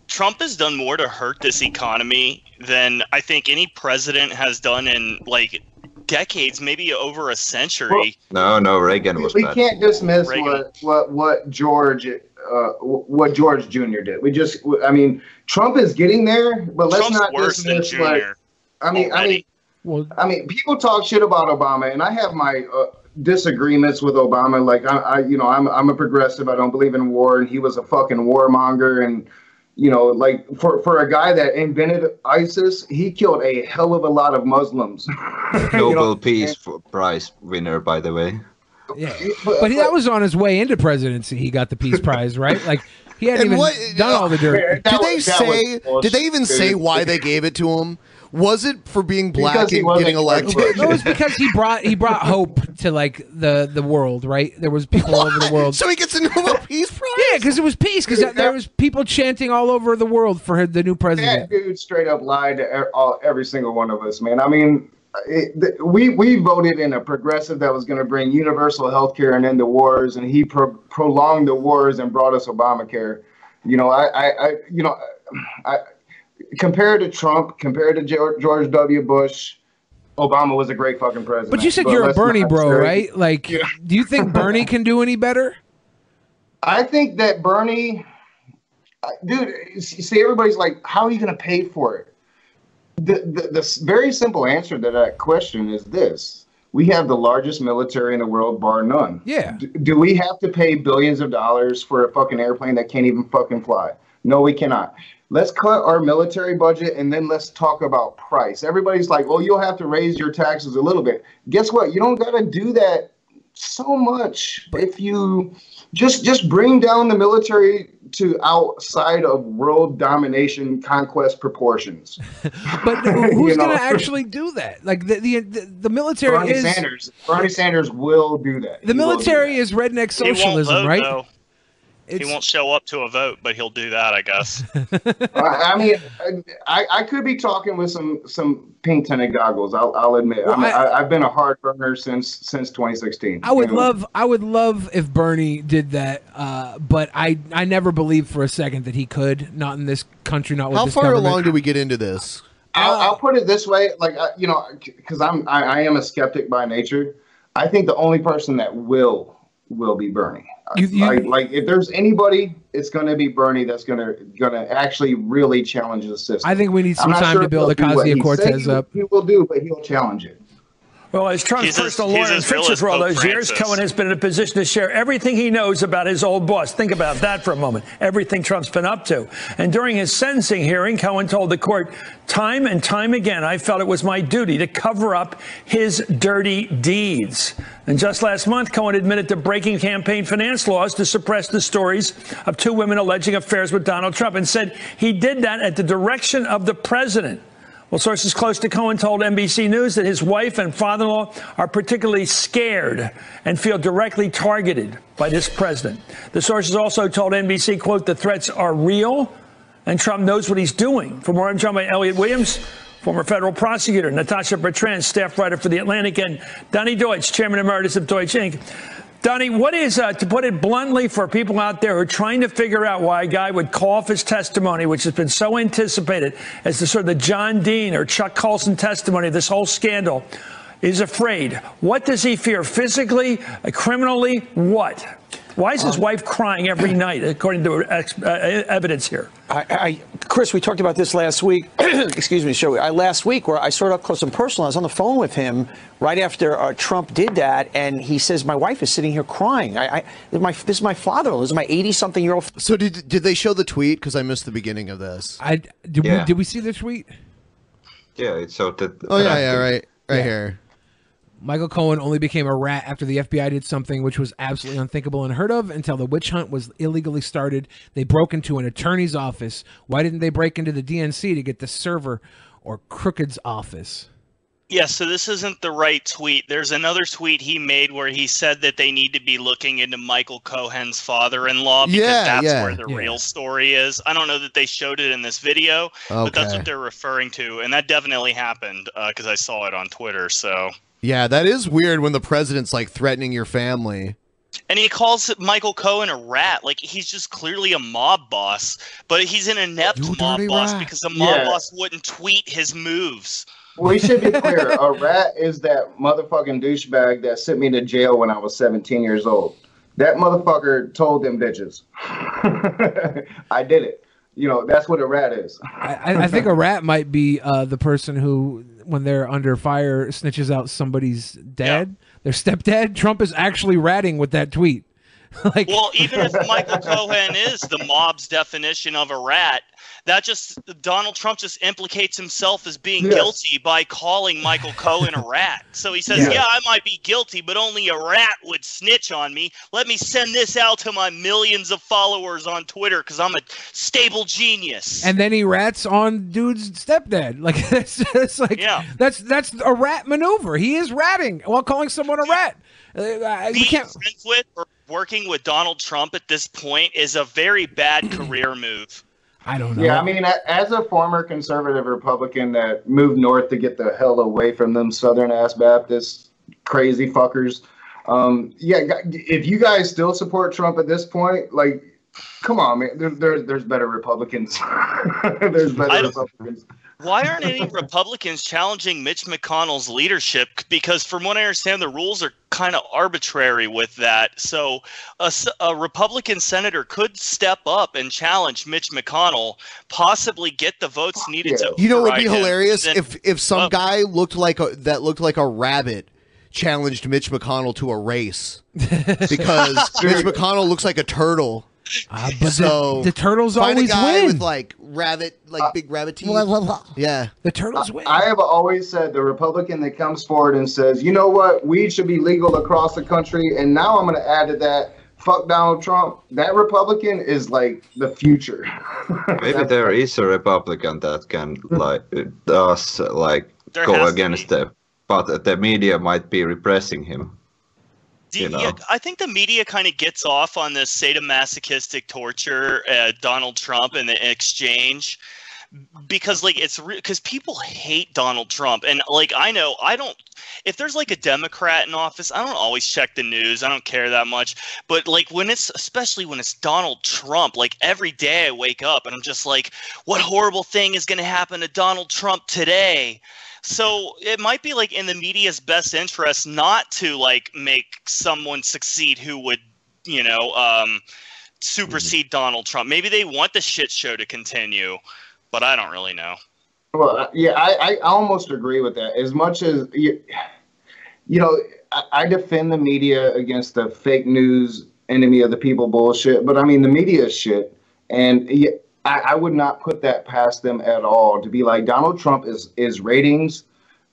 S6: Trump has done more to hurt this economy than I think any president has done in like decades, maybe over a century.
S13: No, no, Reagan was
S4: We
S13: bad.
S4: can't dismiss
S6: Reagan.
S4: what, what what George uh, wh- what George Jr. did. We just, I mean, Trump is getting there, but let's
S6: Trump's
S4: not
S6: worse than
S4: dismiss like.
S6: Jr.
S4: I mean, I mean, I mean, people talk shit about Obama, and I have my uh, disagreements with Obama. Like, I, I, you know, I'm I'm a progressive. I don't believe in war, and he was a fucking warmonger. And you know, like for for a guy that invented ISIS, he killed a hell of a lot of Muslims.
S13: Nobel Peace for Prize winner, by the way.
S3: Yeah, but he, that was on his way into presidency. He got the Peace Prize, right? Like he hadn't even done all the dirt.
S1: Did they say? Did they even say why they gave it to him? Was it for being black and getting elected?
S3: No, it was because he brought he brought hope to like the the world, right? There was people all over the world.
S1: So he gets a Nobel Peace Prize.
S3: Yeah, because it was peace. Because there was people chanting all over the world for the new
S4: That
S3: president.
S4: dude straight up lied to e- all, every single one of us, man. I mean, it, th- we we voted in a progressive that was going to bring universal health care and end the wars, and he pro- prolonged the wars and brought us Obamacare. You know, I, I, I you know, I compared to Trump, compared to Geor- George W. Bush, Obama was a great fucking president.
S3: But you said you're a
S4: let's
S3: Bernie
S4: not
S3: bro,
S4: say-
S3: right? Like, do you think Bernie can do any better?
S4: I think that Bernie, uh, dude, you see, everybody's like, how are you going to pay for it? The, the, the s- very simple answer to that question is this we have the largest military in the world, bar none.
S3: Yeah.
S4: D- do we have to pay billions of dollars for a fucking airplane that can't even fucking fly? No, we cannot. Let's cut our military budget and then let's talk about price. Everybody's like, well, you'll have to raise your taxes a little bit. Guess what? You don't got to do that so much if you just just bring down the military to outside of world domination conquest proportions.
S3: but Who's
S4: You know?
S3: going to actually do that? Like the the the, the military
S4: Bernie
S3: is
S4: Sanders. Bernie Sanders will do that.
S3: the
S4: He will do
S3: military is redneck
S6: He won't
S3: socialism,
S6: vote
S3: right?
S6: though. He won't show up to a vote, but he'll do that, I guess.
S4: I, I mean, I, I could be talking with some some pink tinted goggles. I'll, I'll admit,
S3: Well,
S4: I'm,
S3: I-
S4: I, I've been a hard burner since since 2016.
S3: I would
S4: And
S3: love, I would love if Bernie did that, uh, but I, I never believed for a second that he could. Not in this country, not with
S1: How
S3: this
S1: far
S3: government.
S1: along do we get into this?
S4: I'll, I'll put it this way, like I- you know, because I'm I, I am a skeptic by nature. I think the only person that will will be Bernie. like, like if there's anybody, it's going to be Bernie that's going to going to actually really challenge the system.
S3: I think we need
S4: I'm
S3: some
S4: not
S3: time
S4: sure
S3: to
S4: if
S3: build
S4: he'll do what he said
S3: Ocasio-Cortez
S4: he will-
S3: up.
S4: He will do, but he'll challenge it.
S12: Well, as Trump's
S4: He's as-
S12: personal
S4: he's
S12: lawyer and
S4: as real
S12: fixer
S4: as
S12: for all
S4: Pope
S12: those years,
S4: Francis.
S12: Cohen has been in a position to share everything he knows about his old boss. Think about that for a moment. Everything Trump's been up to. And during his sentencing hearing, Cohen told the court, time and time again, I felt it was my duty to cover up his dirty deeds. And just last month, Cohen admitted to breaking campaign finance laws to suppress the stories of two women alleging affairs with Donald Trump and said he did that at the direction of the president. Well, sources close to Cohen told NBC News that his wife and father in law are particularly scared and feel directly targeted by this president. The sources also told NBC, quote, the threats are real and Trump knows what he's doing. For more, I'm joined by Elliot Williams, former federal prosecutor, Natasha Bertrand, staff writer for The Atlantic, and Donnie Deutsch, chairman emeritus of Deutsche Inc. Donnie, what is, uh, to put it bluntly, for people out there who are trying to figure out why a guy would call off his testimony, which has been so anticipated as the sort of the John Dean or Chuck Colson testimony of this whole scandal, is afraid. What does he fear? Physically, uh, criminally, what? Why is his
S16: Um,
S12: wife crying every night, according to ex- uh, evidence here?
S16: I, I, Chris, we talked about this last week. excuse me, show. I last week where I sort of up close and personal. I was on the phone with him right after uh, Trump did that, and he says, "My wife is sitting here crying. I, I my, this is my father-in-law. This is my 80-something year old."
S1: So did did they show the tweet? Because I missed the beginning of this.
S3: I did.
S13: Yeah.
S3: We, did we see the tweet?
S13: Oh, Yeah, it showed that.
S1: Oh yeah, yeah, right, right here.
S3: Michael Cohen only became a rat after the FBI did something which was absolutely unthinkable and unheard of until the witch hunt was illegally started. They broke into an attorney's office. Why didn't they break into the DNC to get the server or Crooked's office?
S6: Yeah, so this isn't the right tweet. There's another tweet he made where he said that they need to be looking into Michael Cohen's father-in-law because
S1: Yeah,
S6: that's
S1: yeah,
S6: where the
S1: yeah.
S6: real story is. I don't know that they showed it in this video, but that's
S1: Okay.
S6: what they're referring to, and that definitely happened because I saw it on Twitter. So,
S1: Yeah, that is weird when the president's like threatening your family.
S6: and he calls Michael Cohen a rat, like he's just clearly a mob boss, but he's an inept mob
S1: dirty
S6: boss
S1: rat.
S6: because the mob
S4: Yeah.
S6: boss wouldn't tweet his moves.
S4: We should be clear. A rat is that motherfucking douchebag that sent me to jail when I was 17 years old. That motherfucker told them bitches. I did it. You know, that's what a rat is.
S3: I, I think a rat might be uh, the person who, when they're under fire, snitches out somebody's dad, their stepdad. Trump is actually ratting with that tweet. like,
S6: well, even if Michael Cohen is the mob's definition of a rat, that just Donald Trump just implicates himself as being
S17: Yes.
S6: guilty by calling Michael Cohen a rat. So he says,
S17: Yes.
S6: "Yeah, I might be guilty, but only a rat would snitch on me. Let me send this out to my millions of followers on Twitter cuz I'm a stable genius."
S3: and then he rats on dude's stepdad. Like that's that's like that's that's a rat maneuver. He is ratting while calling someone a rat. Uh, I, we can't.
S6: friends with or working with Donald Trump at this point is a very bad career move.
S3: I don't
S4: Yeah, I mean, a- as a former conservative Republican that moved north to get the hell away from them Southern ass Baptist crazy fuckers, um, yeah, gu- if you guys still support Trump at this point, like, come on, man, there, there, there's better Republicans. there's
S6: I
S4: better
S6: don't-
S4: Republicans.
S6: Why aren't any Republicans challenging Mitch McConnell's leadership? Because, from what I understand, the rules are kind of arbitrary with that. So, a, s- a Republican senator could step up and challenge Mitch McConnell, possibly get the votes needed to.
S1: You know what would
S6: override
S1: be
S6: him.
S1: hilarious
S6: Then-
S1: if if some guy looked like a that looked like a rabbit challenged Mitch McConnell to a race because Mitch McConnell looks like a turtle.
S3: Ah, but the-
S1: so
S3: the turtles
S1: find
S3: always
S1: a guy
S3: win.
S1: with like rabbit, like big rabbit teeth. Yeah,
S3: the turtles win.
S4: I have always said the Republican that comes forward and says, you know what, weed should be legal across the country, and now I'm going to add to that, fuck Donald Trump. That Republican is like the future.
S13: Maybe there is a Republican that can like does uh, like
S6: There
S13: go
S6: has to
S13: against the, but the media might be repressing him. You know.
S6: Yeah, I think the E media kind of gets off on this sadomasochistic torture, uh, Donald Trump and the exchange, because like it's because people hate Donald Trump, and like I know I don't. If there's like a Democrat in office, I don't always check the news. I don't care that much, but like when it's especially when it's Donald Trump, like every day I wake up and I'm just like, what horrible thing is going to happen to Donald Trump today? So it might be like in the media's best interest not to like make someone succeed who would, you know, um, supersede Donald Trump. Maybe they want the shit show to continue, but I don't really know.
S4: Well, uh, yeah, I, I almost agree with that. As much as you, you know, I, I defend the media against the fake news, enemy of the people bullshit. But I mean, the media is shit, and yeah, I, I would not put that past them at all. To be like Donald Trump is is ratings,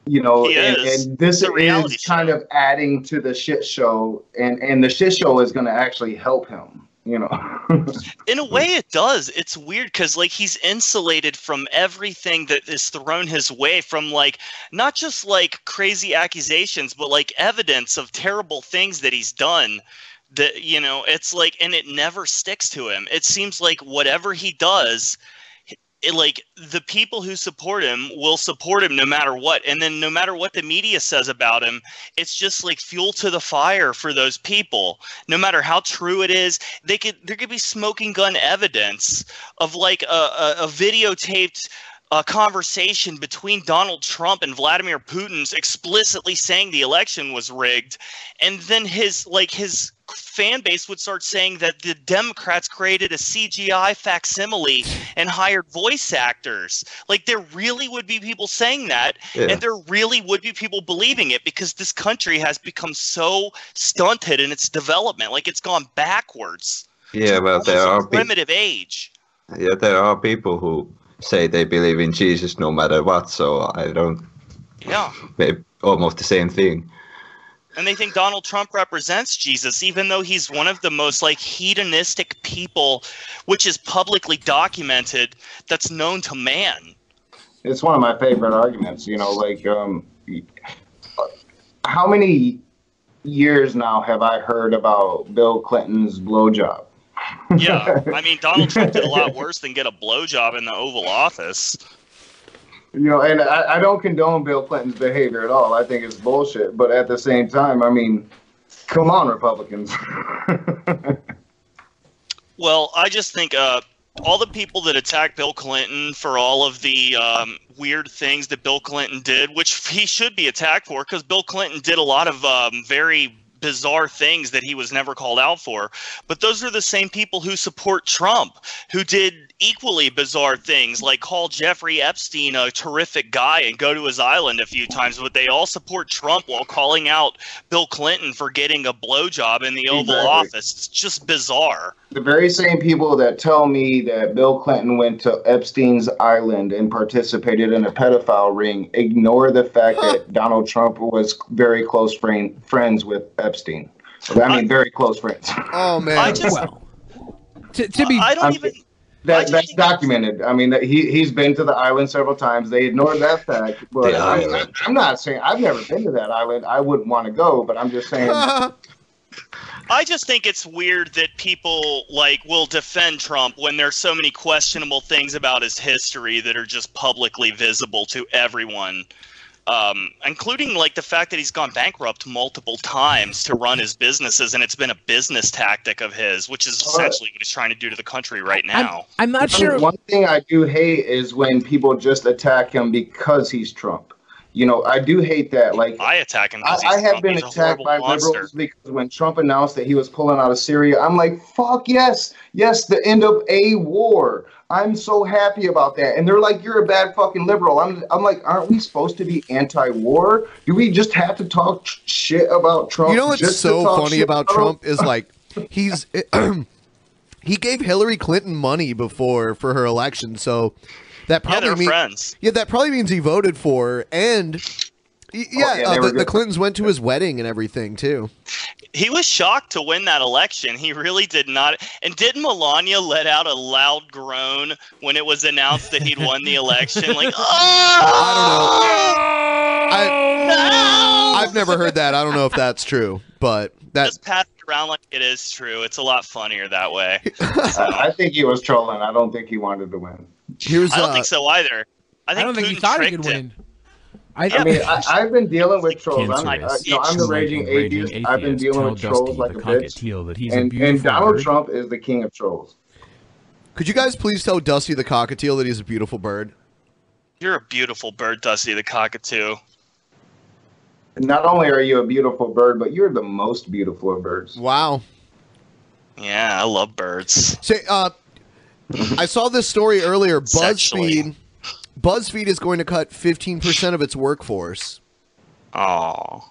S4: you know,
S6: He
S4: and,
S6: is.
S4: and this
S6: It's a reality
S4: is kind of adding to the shit show, and and the shit show is going to actually help him, you know.
S6: In a way, it does. It's weird because like he's insulated from everything that is thrown his way, from like not just like crazy accusations, but like evidence of terrible things that he's done. That you know, it's like, and it never sticks to him. It seems like whatever he does, it, like the people who support him will support him no matter what and then no matter what the media says about him it's just like fuel to the fire for those people no matter how true it is they could there could be smoking gun evidence of like a, a, a videotaped uh conversation between Donald Trump and Vladimir Putin's explicitly saying the election was rigged, and then his like his fan base would start saying that the Democrats created a CGI facsimile and hired voice actors. Like there really would be people saying that,
S17: Yeah.
S6: and there really would be people believing it because this country has become so stunted in its development. Like it's gone backwards.
S13: Yeah, but there are peop-
S6: Primitive age.
S13: yeah there are people who say they believe in Jesus no matter what. So I don't.
S6: Yeah.
S13: Almost the same thing.
S6: and they think Donald Trump represents Jesus, even though he's one of the most like hedonistic people, which is publicly documented, that's known to man.
S4: it's one of my favorite arguments. You know, like um, how many years now have I heard about Bill Clinton's blowjob?
S6: Yeah, I mean Donald Trump did a lot worse than get a blowjob in the Oval Office.
S4: You know, and I, I don't condone Bill Clinton's behavior at all. I think it's bullshit. But at the same time, I mean, come on, Republicans.
S6: Well, I just think uh, all the people that attack Bill Clinton for all of the um, weird things that Bill Clinton did, which he should be attacked for, because Bill Clinton did a lot of um, very bizarre things that he was never called out for. But those are the same people who support Trump, who did equally bizarre things, like call Jeffrey Epstein a terrific guy and go to his island a few times. But they all support Trump while calling out Bill Clinton for getting a blowjob in the Oval
S4: Exactly.
S6: Office. It's just bizarre.
S4: the very same people that tell me that Bill Clinton went to Epstein's island and participated in a pedophile ring ignore the fact that Donald Trump was very close friend, friends with Epstein. I mean, very close friends.
S1: Oh man.
S6: I just,
S3: to, to be,
S6: I don't even.
S4: That, that's documented. I mean, that he he's been to the island several times. They ignored that fact, but
S13: The
S4: I,
S13: island.
S4: am not saying I've never been to that island. I wouldn't want to go, but I'm just saying.
S6: I just think it's weird that people like will defend Trump when there's so many questionable things about his history that are just publicly visible to everyone, um, including like the fact that he's gone bankrupt multiple times to run his businesses, and it's been a business tactic of his, which is essentially what he's trying to do to the country right now.
S3: I'm not
S4: sure. One thing I do hate is when people just attack him because he's Trump. You know, I do hate that. Like
S6: I attack him.
S4: I,
S6: 'cause he's
S4: I have
S6: Trump.
S4: been
S6: He's a
S4: attacked
S6: horrible
S4: by
S6: monster.
S4: liberals because when Trump announced that he was pulling out of Syria, I'm like, fuck yes, yes, the end of a war. I'm so happy about that. And they're like, you're a bad fucking liberal. I'm, I'm like, aren't we supposed to be anti-war? Do we just have to talk tr- shit about Trump?
S1: You know what's
S4: just to
S1: so
S4: talk
S1: funny
S4: shit
S1: about Trump is like he's he gave Hillary Clinton money before for her election, so that
S6: Yeah,
S1: probably
S6: they're
S1: mean-
S6: friends.
S1: Yeah, that probably means he voted for her, and
S4: Oh,
S1: y- yeah,
S6: yeah,
S1: uh,
S6: they were
S1: the, the
S6: good
S1: Clintons went to his wedding and everything too.
S6: he was shocked to win that election. He really did not. And didn't Melania let out a loud groan when it was announced that he'd won the election? Like, "Ah!"
S1: I've never heard that. I don't know if that's true, but that
S6: just pass it around like it is true. It's a lot funnier that way.
S4: I I think he was trolling. I don't think he wanted to win.
S1: Here's,
S6: I don't think so either. I think
S3: don't think he
S6: Putin
S3: thought he
S6: tricked
S3: could
S6: him.
S3: win.
S4: I, mean, I, I've been dealing with trolls. I'm, I,
S17: Cancerous.
S4: you know, I'm the raging atheist. I've been dealing
S17: Tell
S4: with trolls
S17: Dusty
S4: like a
S17: the cockatiel
S4: bitch.
S17: that he's a
S4: And, and
S17: beautiful
S4: Donald
S17: bird.
S4: Trump is the king of trolls.
S1: could you guys please tell Dusty the cockatiel that he's a beautiful bird?
S6: You're a beautiful bird, Dusty the cockatoo.
S4: Not only are you a beautiful bird, but you're the most beautiful of birds.
S1: Wow.
S6: Yeah, I love birds.
S1: Say, uh, I saw this story earlier. BuzzFeed, BuzzFeed is going to cut 15% of its workforce.
S6: Oh.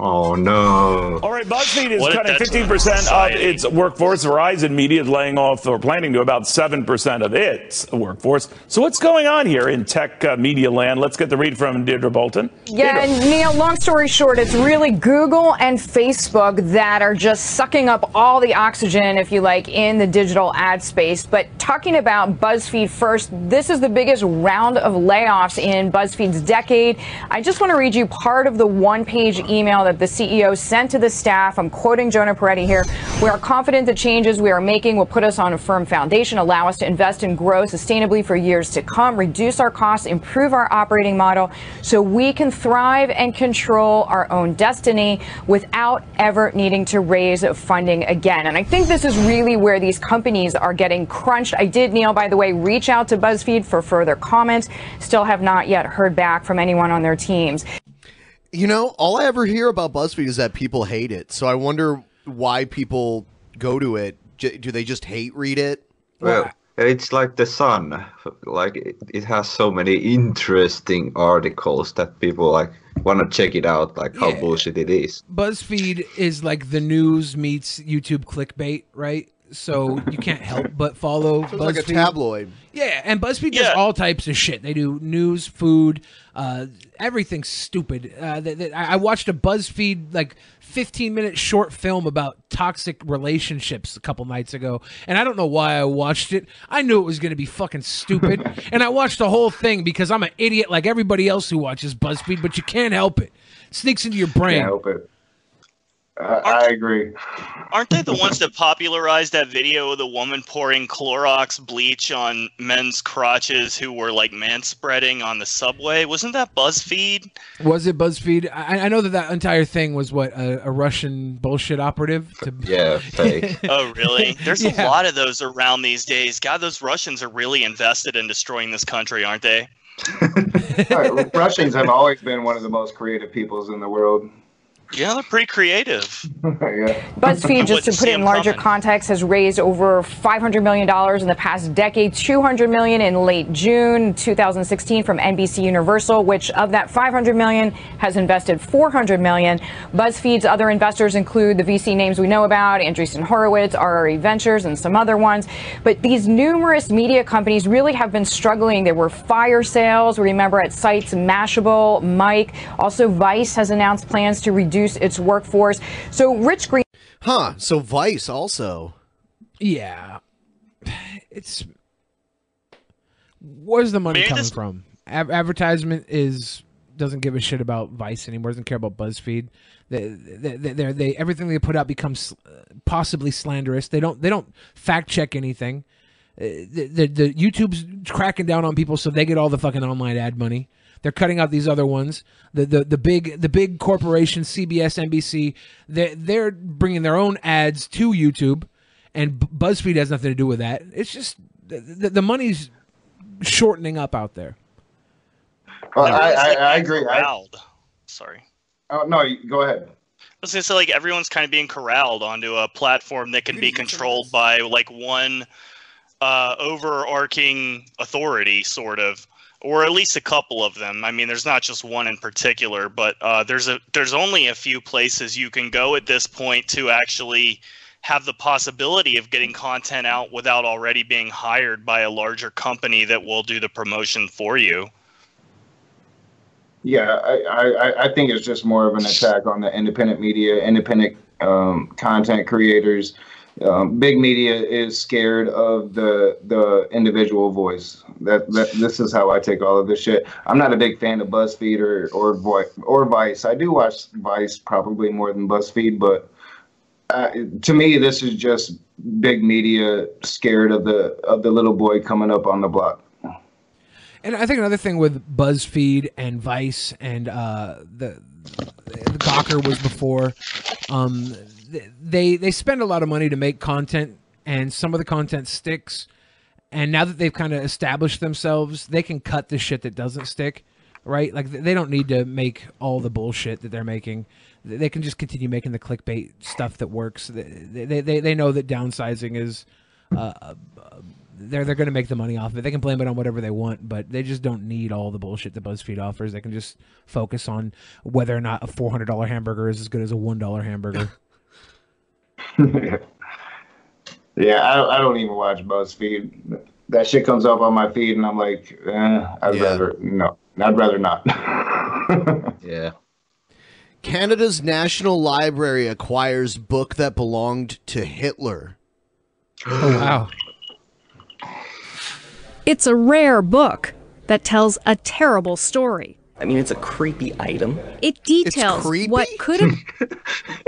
S13: Oh no.
S17: All right, BuzzFeed is
S13: What if
S17: cutting
S13: that's
S17: 15% of
S13: society?
S17: its workforce. Verizon Media is laying off or planning to about 7% of its workforce. So what's going on here in tech uh, media land? Let's get the read from Deirdre Bolton.
S18: Yeah, and Neil, long story short, it's really Google and Facebook that are just sucking up all the oxygen, if you like, in the digital ad space. But talking about BuzzFeed first, this is the biggest round of layoffs in BuzzFeed's decade. I just want to read you part of the one page email that the CEO sent to the staff. I'm quoting Jonah Peretti here. We are confident the changes we are making will put us on a firm foundation, allow us to invest and grow sustainably for years to come, reduce our costs, improve our operating model so we can thrive and control our own destiny without ever needing to raise funding again. And I think this is really where these companies are getting crunched. I did, Neil, by the way, reach out to BuzzFeed for further comments. Still have not yet heard back from anyone on their teams.
S1: You know, all I ever hear about BuzzFeed is that people hate it. So I wonder why people go to it. J- do they just hate read it?
S13: Well, it's like the sun. Like it, it has so many interesting articles that people like want to check it out, like how bullshit it is.
S3: BuzzFeed is like the news meets YouTube clickbait, right? so you can't help but follow.
S1: Sounds like a
S3: BuzzFeed.
S1: tabloid.
S3: Yeah, and BuzzFeed does all types of shit. They do news, food, uh, everything stupid. Uh, that that- I I watched a BuzzFeed like 15 minute short film about toxic relationships a couple nights ago, and I don't know why I watched it. I knew it was going to be fucking stupid, and I watched the whole thing because I'm an idiot like everybody else who watches BuzzFeed, but you can't help it. It sneaks into your brain.
S4: Can't help it. I, I agree.
S6: Aren't they the ones that popularized that video of the woman pouring Clorox bleach on men's crotches who were like manspreading on the subway? Wasn't that BuzzFeed?
S3: Was it BuzzFeed? I, I know that that entire thing was what a, a Russian bullshit operative. To,
S13: Yeah, fake.
S6: Oh, really? There's
S3: Yeah.
S6: a lot of those around these days. God, those Russians are really invested in destroying this country, aren't they?
S4: Russians have always been one of the most creative peoples in the world.
S6: Yeah, they're pretty creative.
S4: yeah.
S18: BuzzFeed, just to put it in larger context, has raised over $500 million in the past decade, $200 million in late June 2016 from NBC Universal, which of that $500 million has invested $400 million. BuzzFeed's other investors include the VC names we know about, Andreessen Horowitz, RRE Ventures, and some other ones. But these numerous media companies really have been struggling. There were fire sales, we remember at sites Mashable, Mike. Also, Vice has announced plans to reduce its workforce. So, Rich Green.
S1: Huh. So Vice also.
S3: Yeah. It's where's the money
S1: Maybe
S3: coming
S1: this-
S3: from? Ad- advertisement is doesn't give a shit about Vice anymore. Doesn't care about BuzzFeed. They, they, they, they're- they everything they put out becomes uh, possibly slanderous. They don't they don't fact check anything. Uh, The, the, the YouTube's cracking down on people, so they get all the fucking online ad money. They're cutting out these other ones. The the, the big the big corporations, CBS, NBC, they they're bringing their own ads to YouTube, and B- BuzzFeed has nothing to do with that. It's just the, the, the money's shortening up out there.
S4: Well, I,
S6: Everyone's,
S4: I,
S6: like,
S4: I agree. I,
S6: corralled. Sorry.
S4: oh, no, you- go ahead.
S6: I was gonna say like everyone's kind of being corralled onto a platform that can be controlled by like one uh, overarching authority, sort of, or at least a couple of them. I mean, there's not just one in particular, but uh, there's a there's only a few places you can go at this point to actually have the possibility of getting content out without already being hired by a larger company that will do the promotion for you.
S4: Yeah, I, I, I- I think it's just more of an attack on the independent media, independent um, content creators. Um, big media is scared of the the individual voice. That, that this is how I take all of this shit. I'm not a big fan of BuzzFeed or or Voi- or Vice. I do watch Vice probably more than BuzzFeed, but uh, to me, this is just big media scared of the of the little boy coming up on the block.
S3: And I think another thing with BuzzFeed and Vice and uh, the, the Gawker was before, um, th- they they spend a lot of money to make content, and some of the content sticks. And now that they've kind of established themselves, they can cut the shit that doesn't stick, right? Like th- they don't need to make all the bullshit that they're making. Th- They can just continue making the clickbait stuff that works. Th- They they they know that downsizing is. Uh, they're they're going to make the money off of it. They can blame it on whatever they want, but they just don't need all the bullshit that BuzzFeed offers. They can just focus on whether or not a four hundred dollar hamburger is as good as a one dollar hamburger.
S4: Yeah, I, I don't even watch BuzzFeed. That shit comes up on my feed, and I'm like, eh, I'd rather no, I'd rather not.
S13: yeah.
S1: Canada's National Library acquires book that belonged to Hitler.
S3: Oh wow.
S19: It's a rare book that tells a terrible story.
S20: I mean, it's a creepy item.
S19: It details what could have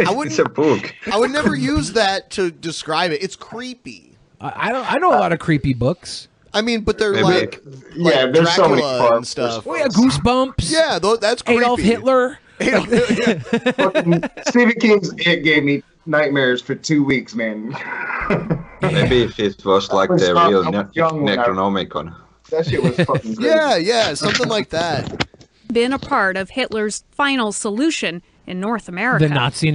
S1: I wouldn't, it's a
S13: book.
S1: I would never use that to describe it. It's creepy.
S3: I, I don't. I know a lot of creepy books.
S1: I mean, but they're
S3: Maybe.
S1: like, like
S3: Yeah, there's so many
S1: Dracula
S3: parts.
S1: and stuff.
S3: Oh, yeah, Goosebumps.
S1: Yeah, tho- that's creepy.
S3: Adolf Hitler.
S4: Stephen King's It gave me nightmares for two weeks, man.
S13: Maybe if it was like
S4: was
S13: the
S4: young-
S13: real
S4: I was
S13: ne-
S4: young when I-
S13: Necronomicon.
S4: That shit was fucking crazy.
S1: Yeah, yeah, something like that.
S19: been a part of Hitler's final solution in North America.
S20: What this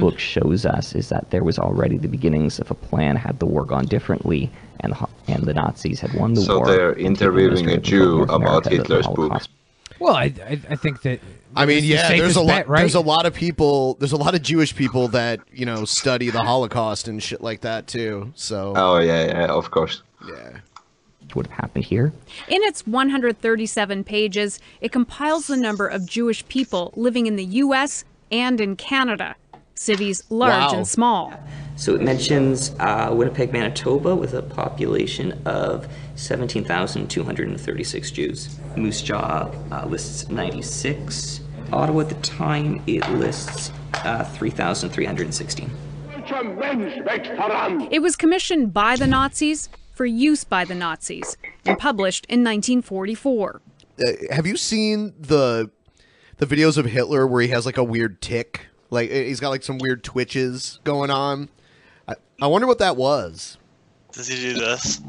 S20: book shows us is that there was already the beginnings of a plan had the war gone differently, and the, Ho- and the Nazis had won the
S13: So
S20: war.
S13: they're
S20: and taken the
S13: interviewing a
S20: strength of
S13: Jew
S20: North
S13: about
S20: America, the
S13: Hitler's book.
S20: Holocaust.
S3: Well, I, I I think that
S1: I mean,
S3: It's the
S1: yeah, there's
S3: safest
S1: a lot.
S3: bet, right?
S1: There's a lot of people. There's a lot of Jewish people that you know study the Holocaust and shit like that too. So.
S13: Oh yeah, yeah, of course.
S1: Yeah.
S20: Would have happened here.
S19: In its 137 pages, it compiles the number of Jewish people living in the U.S. and in Canada, cities large
S21: Wow.
S19: and small.
S21: So it mentions uh, Winnipeg, Manitoba, with a population of 17,236 Jews. Moose Jaw uh, lists 96. Ottawa at the time, it lists uh, 3,316.
S19: It was commissioned by the Nazis for use by the Nazis and published in 1944.
S1: Uh, have you seen the the videos of Hitler where he has like a weird tick? Like eh, he's got like some weird twitches going on. I, I wonder what that was.
S6: Does he do this?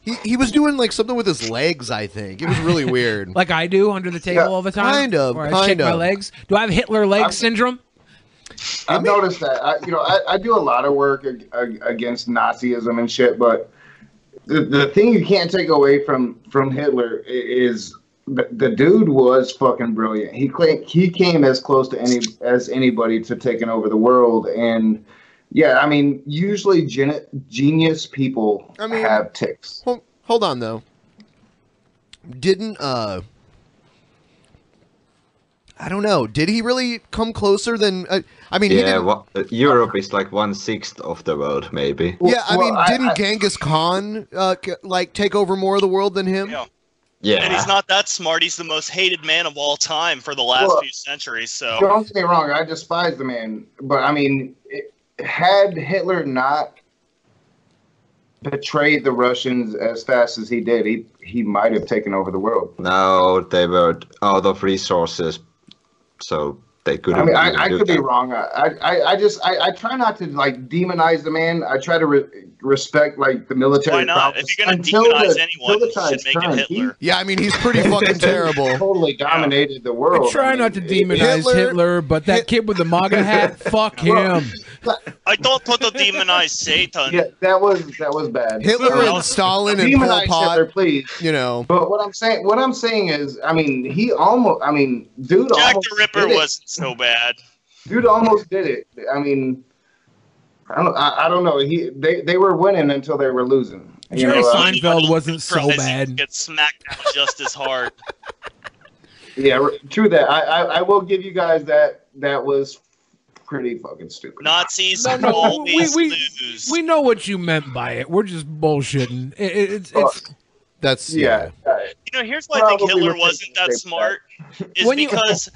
S1: He, he was doing like something with his legs, I think. It was really weird.
S3: like I do under the table all the time.
S1: Kind of,
S3: Where I
S1: kind
S3: shake my
S1: of.
S3: legs. Do I have Hitler leg syndrome?
S4: I've noticed that. I, you know, I, I do a lot of work ag- ag- against Nazism and shit, but the, the thing you can't take away from from Hitler i- is the, the dude was fucking brilliant. He claimed, he came as close to any as anybody to taking over the world, and yeah, I mean, usually gen- genius people
S1: I mean-
S4: have ticks.
S1: Hold, hold on though. Didn't uh I don't know. Did he really come closer than uh, I mean, he
S13: yeah,
S1: didn't
S13: wha- uh, Europe is like one sixth of the world, maybe.
S1: Yeah, I mean, didn't Genghis Khan uh, c- like take over more of the world than him?
S13: Yeah.
S6: And he's not that smart. He's the most hated man of all time for the last
S4: Well,
S6: few centuries. So
S4: Don't get me wrong, I despise the man, but I mean, it, had Hitler not betrayed the Russians as fast as he did, he he might have taken over the world.
S13: No, they were out of resources, so they couldn't.
S4: I mean, I,
S13: really
S4: I
S13: do
S4: could be
S13: that.
S4: wrong. I, I, I just I, I try not to like demonize the man. I try to re- respect like the military.
S6: Why not? If you're gonna
S4: Until
S6: demonize
S4: the-
S6: anyone,
S4: until the
S6: you should
S4: tide's
S6: make it
S4: turned, he-
S6: Hitler.
S1: Yeah, I mean, he's pretty fucking terrible.
S4: Totally dominated the world.
S3: I try not to demonize Hitler, but that kid with the MAGA hat, fuck
S4: Well,
S3: him.
S6: I don't put the demonize Satan.
S4: Yeah, that was that was bad.
S6: Hitler and Stalin and Pol
S4: Demonize
S6: Pot,
S4: Hitler, please.
S1: You know.
S4: But what I'm saying, what I'm saying is, I mean, he almost. I mean, dude.
S6: Jack
S4: almost
S6: the Ripper
S4: did it.
S6: wasn't so bad.
S4: Dude almost did it. I mean, I don't. I, I don't know. He they they were winning until they were losing. You
S3: Jerry
S4: know, uh,
S3: Seinfeld wasn't so bad.
S6: Get smacked down just as hard.
S4: yeah, r- true that. I, I I will give you guys that. That was pretty fucking stupid.
S6: Nazis
S3: No, no,
S6: always
S3: we- we-
S6: lose.
S3: We know what you meant by it. We're just bullshitting. It, it, it's, it's
S1: that's
S3: yeah.
S6: You know, here's why I think
S3: Probably
S6: Hitler
S3: were
S6: wasn't that smart. Is
S3: When you-
S6: because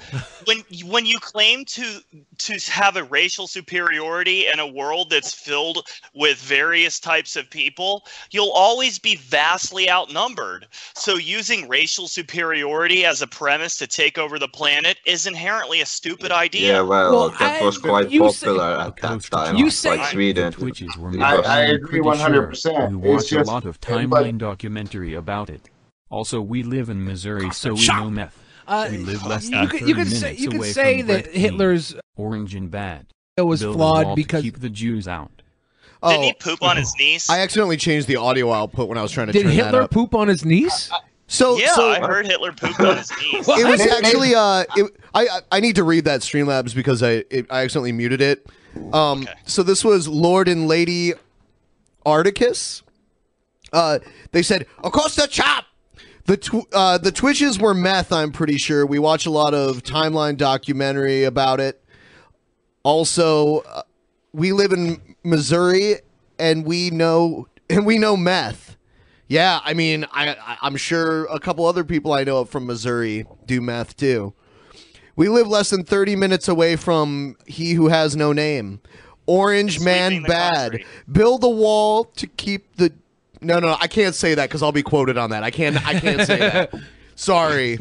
S6: when you- when you claim to to have a racial superiority in a world that's filled with various types of people, you'll always be vastly outnumbered. So using racial superiority as a premise to take over the planet is inherently a stupid idea.
S13: Yeah, well, that was quite
S6: you
S13: popular
S6: say-
S13: at that time.
S6: you
S13: like
S6: say-
S13: Sweden. it
S22: I,
S13: was-
S22: I agree 100%. We
S23: We
S22: watch
S23: watch
S22: just,
S23: a lot of
S22: timeline
S23: timeline documentary about it. Also, we live in Missouri, so we know meth.
S3: Uh,
S23: we live less
S3: you
S23: than
S3: could-
S23: 30
S3: you could
S23: minutes
S3: say- you could
S23: away
S3: say
S23: from
S3: that
S23: red team,
S3: Hitler's-
S23: orange and bad.
S3: It was
S23: Build a
S3: flawed
S23: wall
S3: because-
S23: to keep the Jews out.
S1: Oh,
S6: he poop on his niece?
S1: I accidentally changed the audio output when I was trying to
S3: Did
S1: turn that
S3: Hitler
S1: up.
S3: poop on his niece?
S1: So
S6: yeah,
S1: so
S6: I heard Hitler pooped on his knees.
S1: it was actually uh, it, I I- I need to read that Streamlabs because I it, I accidentally muted it. Um, so this was Lord and Lady Articus. Uh, they said across the chop. The tw- uh, the twitches were meth. I'm pretty sure we watch a lot of timeline documentary about it. Also, uh, we live in Missouri, and we know and we know meth. Yeah, I mean, I, I I'm sure a couple other people I know from Missouri do meth too. We live less than 30 minutes away from he who has no name. Orange man bad. Build a wall to keep the No, no, I can't say that cuz I'll be quoted on that. I can't I can't say that. Sorry.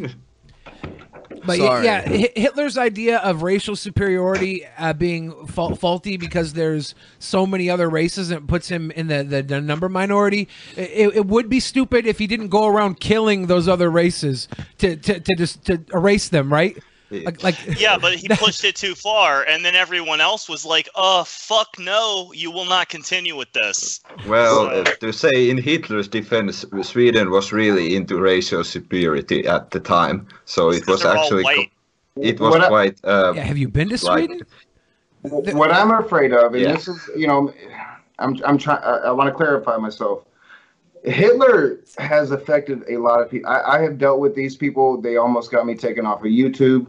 S3: But y-
S1: Sorry.
S3: yeah, Hi- Hitler's idea of racial superiority uh, being fa- faulty because there's so many other races and it puts him in the, the, the number minority. i- It, it would be stupid if he didn't go around killing those other races to to, to just to erase them, right? Like, like
S6: yeah, but he pushed it too far, and then everyone else was like, "Uh, fuck no, you will not continue with this."
S13: Well, uh, to say in Hitler's defense, Sweden was really into racial superiority at the time, so it was
S6: They're all
S13: actually co-
S6: white.
S13: it was
S4: What I-
S13: quite. Uh,
S4: Yeah, have you been to
S13: like-
S4: Sweden? Wh- what I'm afraid of, and this is, you know, I'm, I'm trying, I, I want to clarify myself. Hitler has affected a lot of people. I, I have dealt with these people. They almost got me taken off of YouTube.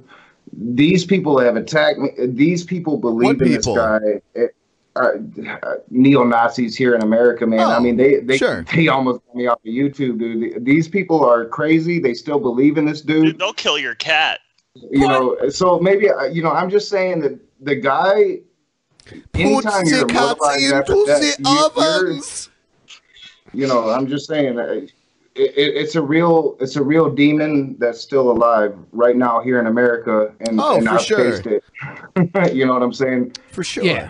S4: These people have attacked me. These people believe
S1: What
S4: in
S1: people?
S4: this guy. It- uh, Neo Nazis here in America, man. I mean, they they,
S1: sure.
S4: they almost got me off of YouTube, dude. These people are crazy. They still believe in this dude
S6: They'll kill your cat.
S4: you know so maybe uh, you know i'm just saying that the guy anytime you're immortalized after death, you, you're- you know i'm just saying uh, it, it, it's a real it's a real demon that's still alive right now here in america and,
S1: Oh,
S4: and
S1: for
S4: i've
S1: sure.
S4: faced it you know what i'm saying
S1: for sure
S3: Yeah.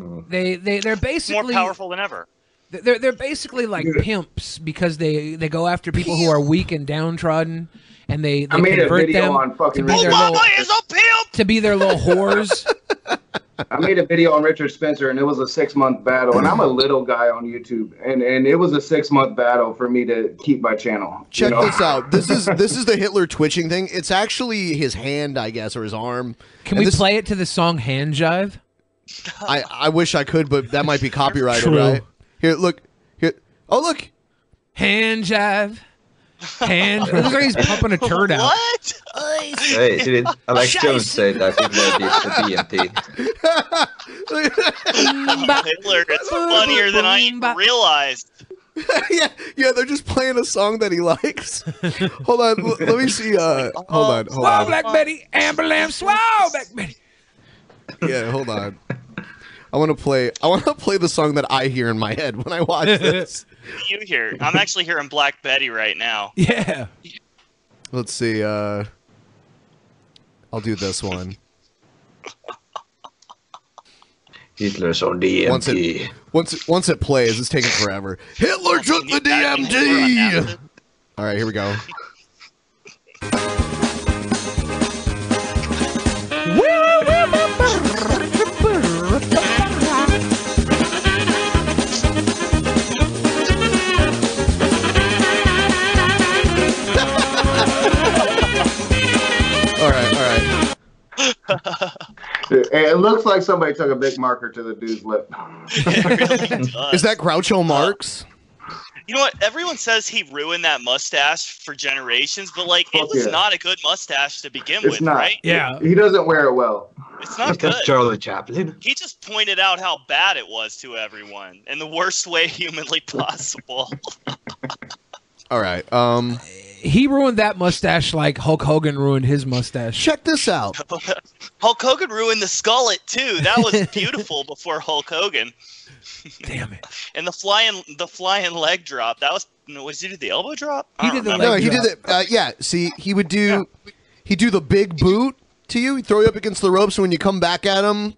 S4: Mm.
S3: They they they're basically
S6: More powerful than ever.
S3: They're they're basically like pimps because they they go after people who are weak and downtrodden, and they, they
S4: I made a
S3: convert
S4: video
S3: them
S4: on fucking
S3: to be their
S1: Oh,
S4: Obama
S3: little, to be their little whores.
S4: I made a video on Richard Spencer, and it was a six month battle. And I'm a little guy on YouTube, and and it was a six month battle for me to keep my channel. you
S1: Check
S4: know?
S1: this out. This is this is the Hitler twitching thing. It's actually his hand, I guess, or his arm.
S3: Can we play it to the song "Hand Jive"?
S1: I I wish I could, but that might be copyrighted,
S3: True.
S1: right? Here, look. Here. Oh, look.
S3: Hand jive. Hand. it looks like he's pumping a turd out.
S6: What?
S13: Hey, did Alex Jones say that if they did the DMT?
S6: Hitler, it's funnier than I even realized.
S1: yeah, yeah, they're just playing a song that he likes. hold on, l- let me see. Uh, hold on, hold
S3: Swab,
S1: on.
S3: Black Betty. Amber Lamb. Swab, Black Betty.
S1: Yeah, hold on. I want to play. I want to play the song that I hear in my head when I watch this.
S6: You hear? I'm actually hearing Black Betty right now.
S3: Yeah.
S1: Let's see. Uh, I'll do this one.
S13: Hitler's on DMT.
S1: Once it once it- once it plays, it's taking forever. Hitler took the DMT. All right, here we go. All right, all right.
S4: It looks like somebody took a big marker to the dude's lip.
S1: Is that Groucho Marx?
S6: You know what? Everyone says he ruined that mustache for generations, but like it
S4: Fuck
S6: was
S4: yeah.
S6: not a good mustache to begin
S4: It's
S6: with,
S4: not.
S6: right?
S4: He doesn't wear it well.
S6: It's not good.
S13: Charlie Chaplin.
S6: He just pointed out how bad it was to everyone in the worst way humanly possible.
S1: All right. Um,
S3: Uh, he ruined that mustache like Hulk Hogan ruined his mustache.
S1: Check this out.
S6: Hulk Hogan ruined the skullet too. That was beautiful before Hulk Hogan. Damn
S3: it!
S6: And the flying, the flying leg drop. That was no, was he did the elbow drop? I don't remember.
S1: no, he did it. Uh, yeah, see, he would do, he do the big boot to you. He'd throw you up against the ropes, and when you come back at him,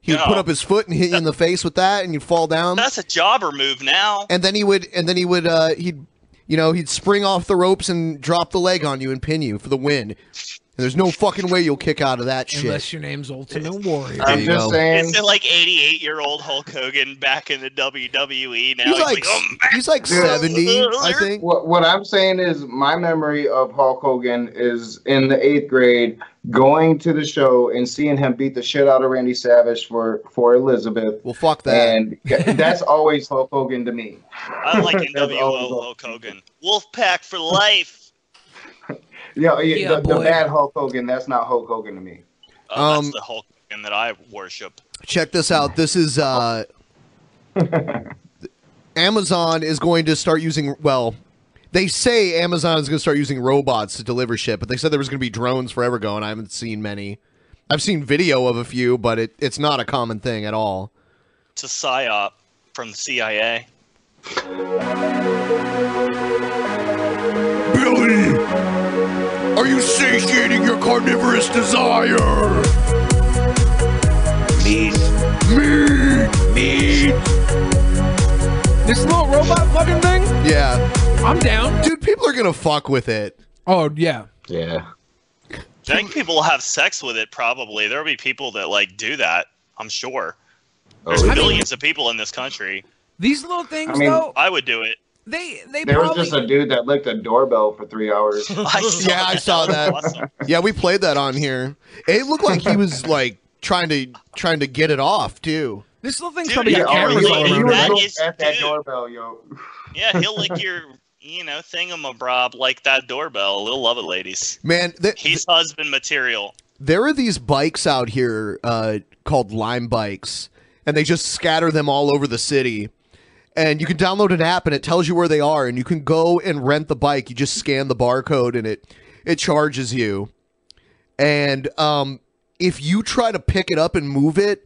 S1: he would
S6: Yeah.
S1: put up his foot and hit you in the face with that, and you'd fall down.
S6: That's a jobber move now.
S1: And then he would, and then he would, uh, he'd, you know, he'd spring off the ropes and drop the leg on you and pin you for the win. And there's no fucking way you'll kick out of that shit.
S3: Unless your name's Ultimate Warrior.
S1: I'm There you just go. saying-
S6: It's like 88 year old Hulk Hogan back in the WWE now.
S1: He's like
S6: oh,
S1: he's like
S4: Yeah.
S1: seventy, I think.
S4: What, what I'm saying is, my memory of Hulk Hogan is in the eighth grade, going to the show and seeing him beat the shit out of Randy Savage for for Elizabeth.
S1: Well, fuck that.
S4: And that's always Hulk Hogan to me.
S6: I like NWO Hulk Hogan. Wolfpack for life.
S4: Yeah, yeah,
S6: Yeah,
S4: the, the
S6: boy.
S4: bad Hulk Hogan. That's not Hulk Hogan to me.
S6: Oh,
S1: Um,
S6: that's the Hulk Hogan that I worship.
S1: Check this out. This is uh, Amazon is going to start using. Well, they say Amazon is going to start using robots to deliver shit, but they said there was going to be drones forever ago, and I haven't seen many. I've seen video of a few, but it, it's not a common thing at all.
S6: It's a psyop from the CIA.
S2: Billy, are you satiating your carnivorous desire? Meat. Meat. Meat.
S3: This little robot fucking thing?
S1: Yeah.
S3: I'm down.
S1: Dude, people are going to fuck with it.
S3: Oh, yeah.
S13: Yeah.
S6: I think people will have sex with it probably. There'll be people that like do that, I'm sure. There's
S3: Oh, yeah.
S6: millions of people in this country.
S3: These little things,
S6: I
S3: though,
S6: I would do it.
S3: They they
S4: there
S3: probably
S4: was just a dude that licked a doorbell for three hours.
S1: yeah, I saw that. Yeah, we played that on here. It looked like he was like trying to trying to get it off too.
S3: This little
S6: Dude,
S3: thing's
S6: probably got yeah,
S3: probably got cameras
S6: really-
S3: all
S6: you
S3: around.
S6: were so-
S3: it.
S6: Yes,
S4: At that
S6: dude.
S4: doorbell, yo.
S6: Yeah, he'll lick your, you know, thingamabrob like that doorbell. Little love it, ladies.
S1: Man, th-
S6: He's husband material.
S1: there are these bikes out here uh, called Lime Bikes, and they just scatter them all over the city. And you can download an app, and it tells you where they are, and you can go and rent the bike. You just scan the barcode, and it it charges you. And um, if you try to pick it up and move it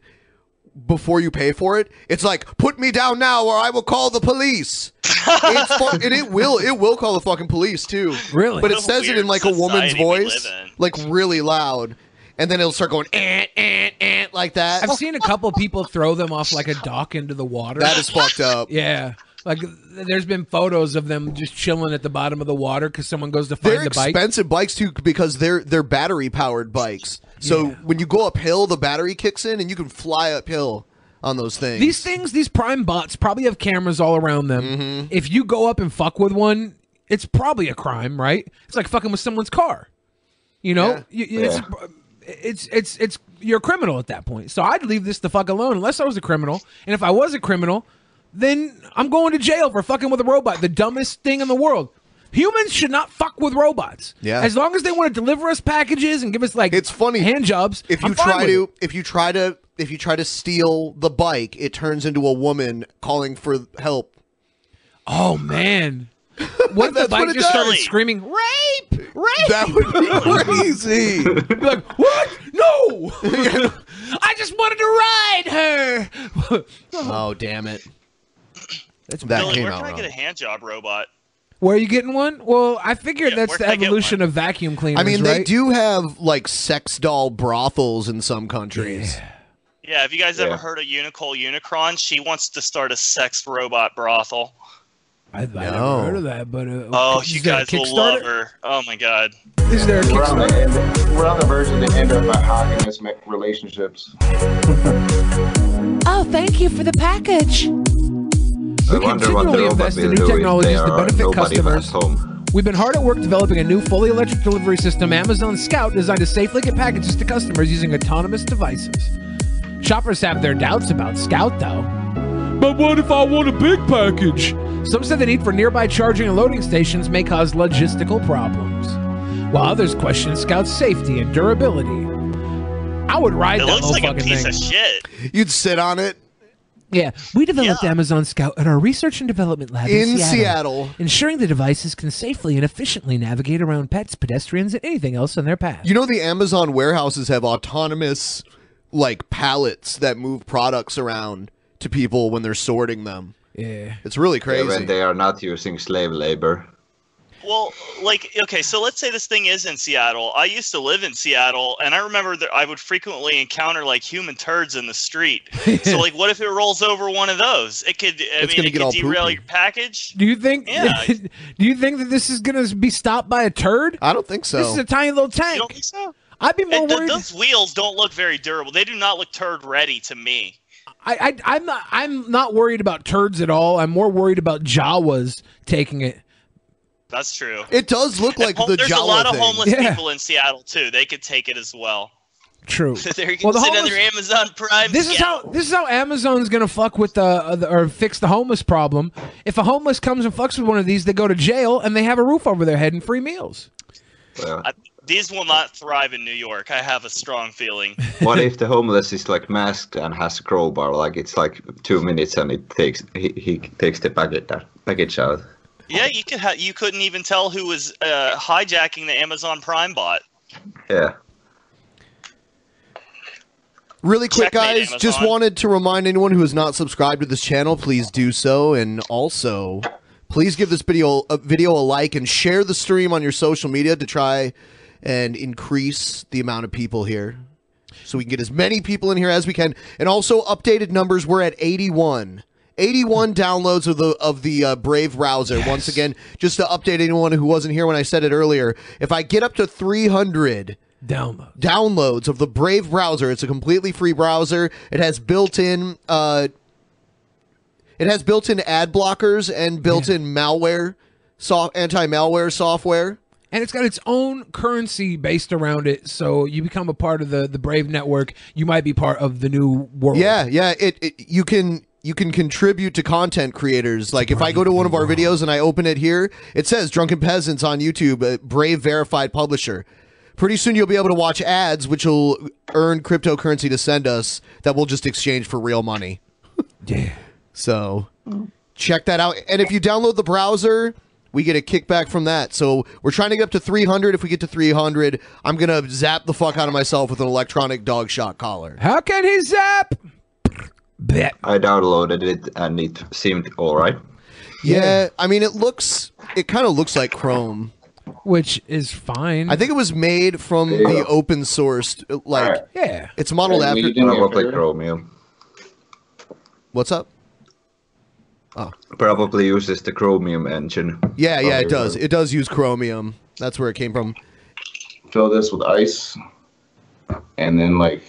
S1: before you pay for it, it's like put me down now, or I will call the police. it's fu- and it will it will call the fucking police too.
S3: Really?
S1: But it
S3: What a
S1: says it in
S3: weird
S1: like a woman's
S3: society we
S1: voice, like really loud, and then it'll start going eh, eh, eh, like that.
S3: I've seen a couple people throw them off like a dock into the water.
S1: That is fucked up.
S3: Yeah. Like th- there's been photos of them just chilling at the bottom of the water because someone goes to find
S1: they're
S3: the bike.
S1: expensive bikes too because they're they're battery powered bikes. So when you go uphill, the battery kicks in, and you can fly uphill on those things.
S3: These things, these prime bots probably have cameras all around them.
S1: Mm-hmm.
S3: If you go up and fuck with one, it's probably a crime, right? It's like fucking with someone's car. You know, You- you- it's, it's it's it's you're a criminal at that point. So I'd leave this the fuck alone unless I was a criminal. And if I was a criminal, then I'm going to jail for fucking with a robot, the dumbest thing in the world. Humans should not fuck with robots.
S1: Yeah.
S3: As long as they want to deliver us packages and give us like it's funny hand jobs.
S1: if you try to if you try to if you try to steal the bike, it turns into a woman calling for help.
S3: Oh man. What if the
S1: That's
S3: bike
S1: what it
S3: just started
S1: does.
S3: screaming rape, rape?
S1: That would be crazy.
S3: like what? No, I just wanted to ride her.
S1: oh damn it!
S3: That's
S6: Billy, where can I get a hand job robot?
S3: Where are you getting one? Well, I figured that's
S6: where
S3: the
S6: can I get
S3: evolution of vacuum cleaners.
S1: I mean, they
S3: right?
S1: do have like sex doll brothels in some countries.
S6: Yeah, have you guys
S1: Yeah.
S6: ever heard of Unicole Unicron? She wants to start a sex robot brothel.
S3: I've never
S1: No.
S3: heard of that, but uh,
S6: Oh,
S3: is
S6: you
S3: there a
S6: guys will love
S3: Kickstarter?
S6: her. Oh my god.
S3: Is there a
S4: We're on,
S3: Kickstarter?
S4: the end, we're on the verge of the end of monogamous ma- relationships.
S24: Oh, thank you for the package.
S13: I
S3: We
S13: wonder what the
S3: continually
S13: robot
S3: invest in
S13: will
S3: new
S13: do if
S3: technologies
S13: there
S3: to
S13: are
S3: benefit
S13: nobody
S3: customers.
S13: at home.
S3: We've been hard at work developing a new fully electric delivery system, Amazon Scout, designed to safely get packages to customers using autonomous devices. Shoppers have their doubts about Scout, though. But what if I want a big package? Some say the need for nearby charging and loading stations may cause logistical problems, while others question Scout's safety and durability. I would ride
S6: It looks
S3: that whole
S6: like a
S3: fucking
S6: piece
S3: thing.
S6: of shit.
S1: You'd sit on it.
S3: Yeah, we developed Amazon Scout at our research and development lab
S1: In
S3: in Seattle,
S1: Seattle.
S3: ensuring the devices can safely and efficiently navigate around pets, pedestrians, and anything else in their path.
S1: You know, the Amazon warehouses have autonomous like pallets that move products around to people when they're sorting them.
S3: Yeah.
S1: It's really
S13: Yeah,
S1: crazy.
S13: when they are not using slave labor.
S6: Well, like, okay, so let's say this thing is in Seattle. I used to live in Seattle, and I remember that I would frequently encounter like human turds in the street. so, like, what if it rolls over one of those? It could, I
S3: It's
S6: mean,
S3: gonna
S6: it
S3: get all
S6: could derail
S3: poopy.
S6: your package.
S3: Do you think?
S6: Yeah.
S3: do you think that this is going to be stopped by a turd?
S1: I don't think so.
S3: This is a tiny little tank.
S6: don't think so?
S3: I'd be more
S6: And th-
S3: worried.
S6: those wheels don't look very durable. They do not look turd ready to me.
S3: I, I, I'm not. I'm not worried about turds at all. I'm more worried about Jawas taking it.
S6: That's true.
S1: It does look
S6: And
S1: like
S6: home-
S1: the
S6: There's
S1: Jawa
S6: a lot
S1: thing.
S6: of homeless
S3: Yeah.
S6: people in Seattle too. They could take it as well.
S3: True.
S6: there you can
S3: Well, the
S6: sit on
S3: homeless-
S6: their Amazon Prime.
S3: This is
S6: account.
S3: how this is how Amazon's gonna fuck with the, uh, the or fix the homeless problem. If a homeless comes and fucks with one of these, they go to jail and they have a roof over their head and free meals.
S6: I, these will not thrive in New York. I have a strong feeling.
S13: What if the homeless is like masked and has a crowbar? Like it's like two minutes and it takes he, he takes the package package out.
S6: Yeah, you could. Ha- you couldn't even tell who was uh, hijacking the Amazon Prime bot.
S13: Yeah.
S1: Really quick,
S6: Checkmate,
S1: guys, just
S6: Amazon.
S1: wanted to remind anyone who is not subscribed to this channel, please do so. And also, please give this video a, video a like and share the stream on your social media to try and increase the amount of people here. So we can get as many people in here as we can. And also, updated numbers, we're at 81. 81 downloads of the of the uh, Brave browser. Once again, just to update anyone who wasn't here when I said it earlier, if I get up to 300
S3: Download.
S1: downloads of the Brave browser. It's a completely free browser. It has built-in uh It has built-in ad blockers and built-in malware, so- anti-malware software.
S3: And it's got its own currency based around it, so you become a part of the the Brave network. You might be part of the new world.
S1: Yeah, yeah. It, it you can you can contribute to content creators. Like if I go to one of our videos and I open it here, it says Drunken Peasants on YouTube, a Brave verified publisher. Pretty soon you'll be able to watch ads, which will earn cryptocurrency to send us that we'll just exchange for real money.
S3: yeah.
S1: So check that out. And if you download the browser, we get a kickback from that. So we're trying to get up to 300. If we get to 300, I'm going to zap the fuck out of myself with an electronic dog shot collar.
S3: How can he zap?
S13: I downloaded it and it seemed all right.
S1: Yeah, I mean, it looks, it kind of looks like Chrome.
S3: Which is fine.
S1: I think it was made from the open source, like,
S3: Yeah.
S1: it's modeled
S3: Hey,
S1: after.
S3: will you do me a Probably favor?
S13: Chromium.
S1: What's up?
S13: Probably uses the Chromium engine.
S3: Oh,
S1: Yeah, yeah, it
S13: Probably
S1: does.
S13: will.
S1: It does use Chromium. That's where it came from.
S4: Fill this with ice, and then like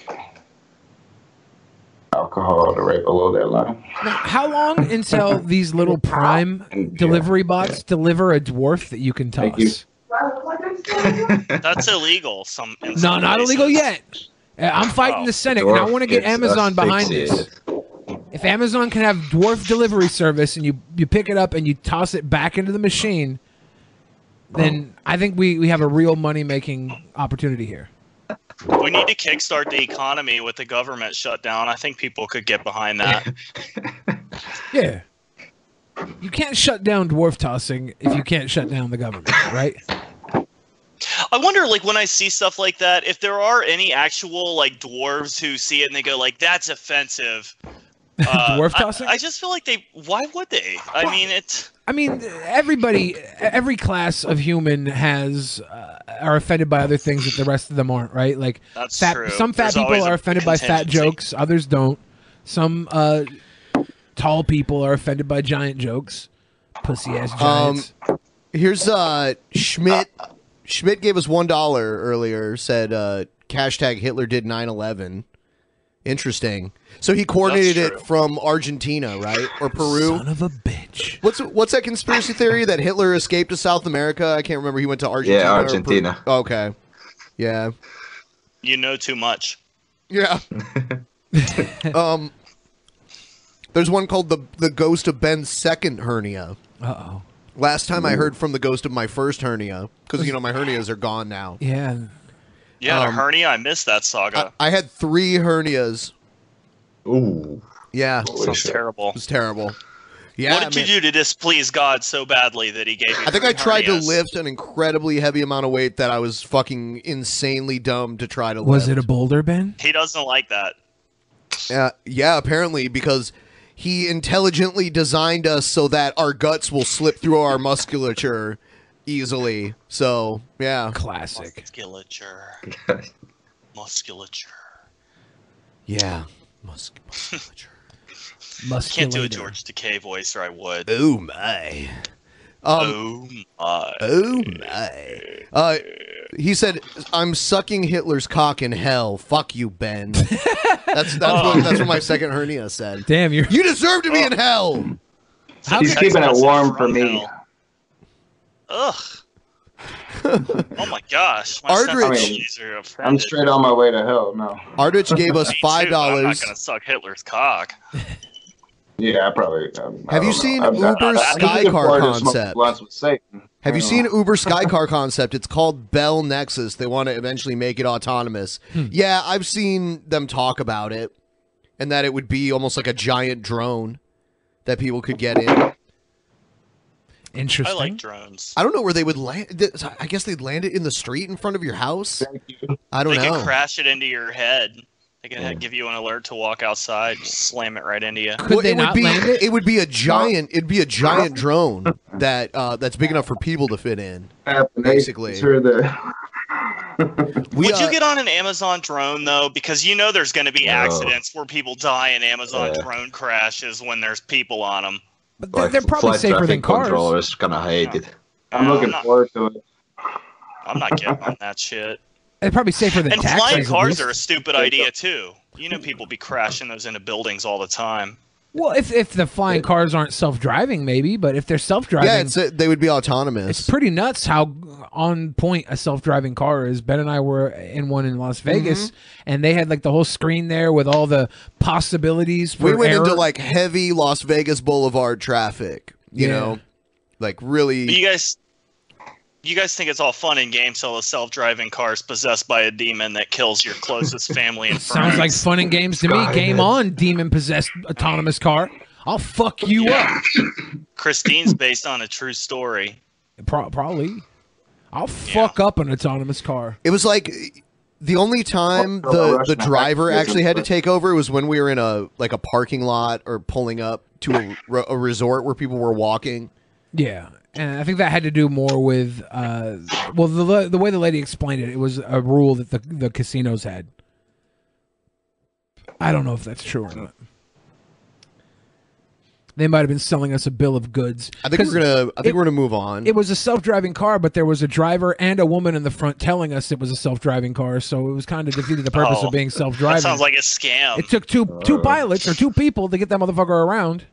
S4: alcohol to right below that line.
S3: How long until these little Prime delivery bots deliver a dwarf that you can toss?
S4: Thank you.
S6: That's illegal. Some in
S3: No,
S6: some
S3: not
S6: places.
S3: illegal yet. Uh, I'm fighting the Senate, and I
S6: Dwarf
S3: want to get
S6: gets
S3: Amazon behind this.
S6: asphyxiated.
S3: If Amazon can have dwarf delivery service, and you you pick it up and you toss it back into the machine, then I think we we have a real money making opportunity here.
S6: We need to kickstart the economy with the government shutdown. I think people could get behind that.
S3: Yeah. You can't shut down dwarf tossing if you can't shut down the government, right?
S6: I wonder, like, when I see stuff like that, if there are any actual like dwarves who see it and they go, like, "That's offensive." Uh,
S3: Dwarf
S6: I-
S3: tossing?
S6: I, just feel like they. Why would they? I mean, it's.
S3: I mean, everybody, uh, every class of human has uh, are offended by other things that the rest of them aren't, right? Like,
S6: That's
S3: fat,
S6: true.
S3: some fat
S6: There's always
S3: people
S6: a
S3: are offended by fat
S6: contingency.
S3: jokes, others don't. Some uh, tall people are offended by giant jokes, pussy ass
S1: Um,
S3: giants.
S1: here's uh Schmidt. Schmidt gave us one dollar earlier. Said uh, hashtag Hitler did 9-11. Interesting. So he coordinated it from Argentina, right, or Peru? Son
S3: of a bitch.
S1: What's what's that conspiracy theory that Hitler escaped to South America? I can't remember. He went to Argentina.
S13: Yeah,
S1: or
S13: Argentina.
S1: Peru. Okay. Yeah.
S6: You know too much.
S1: Yeah. um. There's one called the the ghost of Ben's second hernia.
S3: Uh oh.
S1: Last time I heard from the ghost of my first hernia, because you know my hernias are gone now.
S3: Yeah.
S6: Yeah, the
S1: Um, uh,
S6: hernia. I missed that saga.
S1: I had three hernias.
S13: Ooh.
S1: Yeah.
S6: Sounds terrible.
S1: It's terrible. Yeah.
S6: what did
S1: I mean,
S6: you do to displease God so badly that He gave you?
S1: I think I
S6: three
S1: tried to
S6: hernias?
S1: lift an incredibly heavy amount of weight that I was fucking insanely dumb to try to
S3: Was
S1: lift.
S3: it a boulder, Ben?
S6: He doesn't like that.
S1: Uh, yeah, apparently because he intelligently designed us so that our guts will slip through our musculature easily. So yeah,
S3: classic.
S6: Musculature. Musculature.
S1: Yeah.
S6: Can't do a
S1: Musculature.
S6: George Decay voice, or I would.
S1: Oh my. Um,
S6: oh my.
S1: Oh my. Uh, he said, "I'm sucking Hitler's cock in hell. Fuck you, Ben." that's that's
S6: Oh,
S1: what that's what my second hernia said.
S3: Damn, you
S1: you deserve to be in hell.
S6: How
S4: He's
S6: could-
S4: keeping it warm for me.
S6: Ugh. oh my gosh. My
S1: Ardridge.
S6: sensibilities are offended.
S4: I'm straight on my way to hell. No.
S1: Ardrich gave us
S6: Me too,
S1: five
S6: but I'm
S1: dollars.
S6: not gonna suck Hitler's cock.
S4: Yeah, I probably. Um, I
S1: Have you
S4: don't know.
S1: seen
S4: I'm- I-
S1: Uber
S4: I- I
S1: Sky
S4: need to
S1: Car
S4: flirt or smoke
S1: concept?
S4: blunts with Satan.
S1: Have you
S4: I
S1: seen
S4: don't
S1: Uber Skycar concept? It's called Bell Nexus. They want to eventually make it autonomous. Yeah, I've seen them talk about it, and that it would be almost like a giant drone that people could get in.
S3: Interesting.
S6: I like drones.
S1: I don't know where they would land. th- I guess they'd land it in the street in front of your house. I don't
S6: they
S1: know.
S6: could crash it into your head. They could give you an alert to walk outside, just slam it right into you.
S1: Well, it would be it? would be a giant. It'd be a giant drone that uh, that's big enough for people to fit in.
S4: know.
S1: Basically,
S4: Sure the-
S1: we,
S6: Would
S1: uh,
S6: you get on an Amazon drone though? Because you know there's going to be
S13: No.
S6: accidents where people die in Amazon
S13: Yeah.
S6: drone crashes when there's people on them.
S3: But
S13: Like, flight traffic Controllers gonna hate it.
S6: Uh, I'm looking
S3: not-
S4: forward to it.
S6: I'm not getting on that shit.
S3: They're probably safer than
S6: And
S3: taxis.
S6: flying
S3: at
S6: cars
S3: least.
S6: are a stupid idea too. You know people be crashing those into buildings all the time.
S3: Well, if if the flying cars aren't self driving, maybe, but if they're self driving,
S1: Yeah, it's they would be autonomous.
S3: It's pretty nuts how on point a self driving car is. Ben and I were in one in Las Vegas,
S1: Mhm.
S3: and they had like the whole screen there with all the possibilities. For
S1: we went into
S3: error.
S1: like heavy Las Vegas Boulevard traffic. You
S3: Yeah.
S1: know, like really.
S6: But you guys, you guys think it's all fun and games till the self-driving car is possessed by a demon that kills your closest family and friends.
S3: Sounds like fun and games to me.
S6: Skynet.
S3: Game on, demon possessed autonomous car. I'll fuck you
S6: Christine's based on a true story.
S3: up. Pro- probably. I'll fuck up an autonomous car.
S1: It was like the only time
S3: Well, well,
S1: the
S3: Oh, that's
S1: the
S3: not
S1: driver
S3: activism,
S1: actually had to
S3: but-
S1: take over was when we were in a like a parking lot or pulling up to a, re- a resort where people were walking.
S3: Yeah, and I think that had to do more with uh, well, the la- the way the lady explained it, it was a rule that the the casinos had. I don't know if that's true or not. They might have been selling us a bill of goods.
S1: I think
S3: 'Cause
S1: we're gonna. I think
S3: it-
S1: we're gonna move on.
S3: It was a self-driving car, but there was a driver and a woman in the front telling us it was a self-driving car, so it was kind of defeated the purpose
S6: Oh,
S3: of being self-driving.
S6: That sounds like Uh. a scam.
S3: it took two two pilots or two people to get that motherfucker around.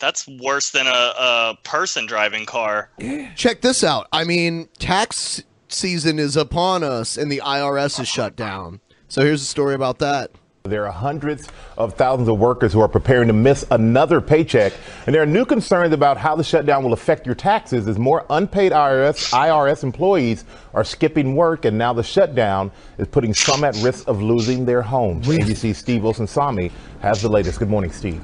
S6: That's worse than a, a person driving car.
S1: Check this out. I mean, tax season is upon us, and the IRS is shut down. So here's a story about that.
S8: There are hundreds of thousands of workers who are preparing to miss another paycheck, and there are new concerns about how the shutdown will affect your taxes as more unpaid IRS, IRS employees are skipping work, and now the shutdown is putting some at risk of losing their homes. ABC Steve Wilson-Sami has the latest. Good morning, Steve.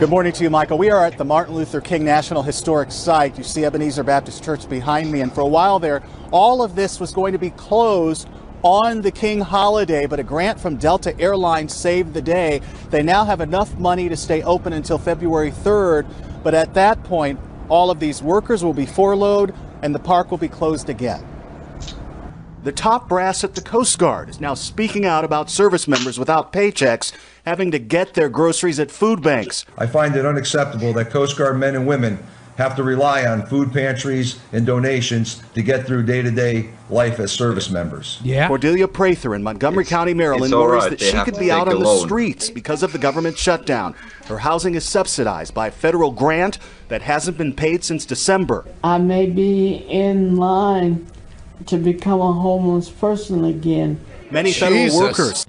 S9: Good morning to you, Michael. We are at the Martin Luther King National Historic Site. You see Ebenezer Baptist Church behind me, and for a while there, all of this was going to be closed on the King holiday, but a grant from Delta Airlines saved the day. They now have enough money to stay open until February 3rd, but at that point, all of these workers will be furloughed and the park will be closed again. The top brass at the Coast Guard is now speaking out about service members without paychecks having to get their groceries at food banks.
S11: I find it unacceptable that Coast Guard men and women have to rely on food pantries and donations to get through day to day life as service members.
S3: Yeah.
S9: Cordelia Prather in Montgomery County, Maryland,
S11: it's all
S9: worries
S11: right.
S9: that
S11: They
S9: she
S11: have
S9: could
S11: to
S9: be out
S11: take
S9: on
S11: a
S9: the
S11: loan.
S9: streets because of the government shutdown. Her housing is subsidized by a federal grant that hasn't been paid since December.
S25: I may be in line to become a homeless person again.
S9: Many federal workers,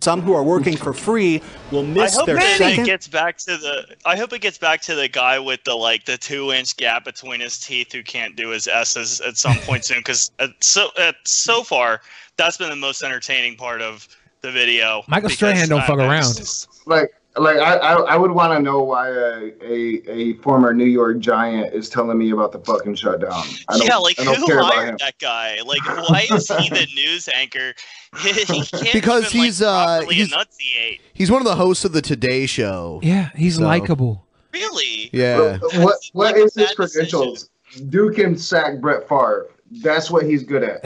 S9: some who are working for free, will miss
S6: I hope
S9: their
S6: it
S9: second.
S6: gets back to the. I hope it gets back to the guy with the like the two inch gap between his teeth who can't do his s's at some point soon. Because so uh, so far that's been the most entertaining part of the video.
S3: Michael
S6: because
S3: Strahan don't
S6: I-
S3: fuck
S6: I
S3: around.
S6: just-
S4: like like I I, I would want to know why a, a a former New York Giant is telling me about the fucking shutdown. I don't,
S6: yeah, like
S4: I don't
S6: who
S4: care about
S6: hired
S4: him.
S6: that guy? Like, why is he the news anchor? he can't
S1: Because
S6: even,
S1: he's,
S6: like,
S1: uh,
S6: properly
S1: he's-
S6: enunciate.
S1: He's one of the hosts of the Today Show.
S3: Yeah, he's
S1: So,
S3: likable.
S6: Really?
S1: Yeah.
S4: What what is his credentials? Duke and sack Brett Favre. That's what he's good at.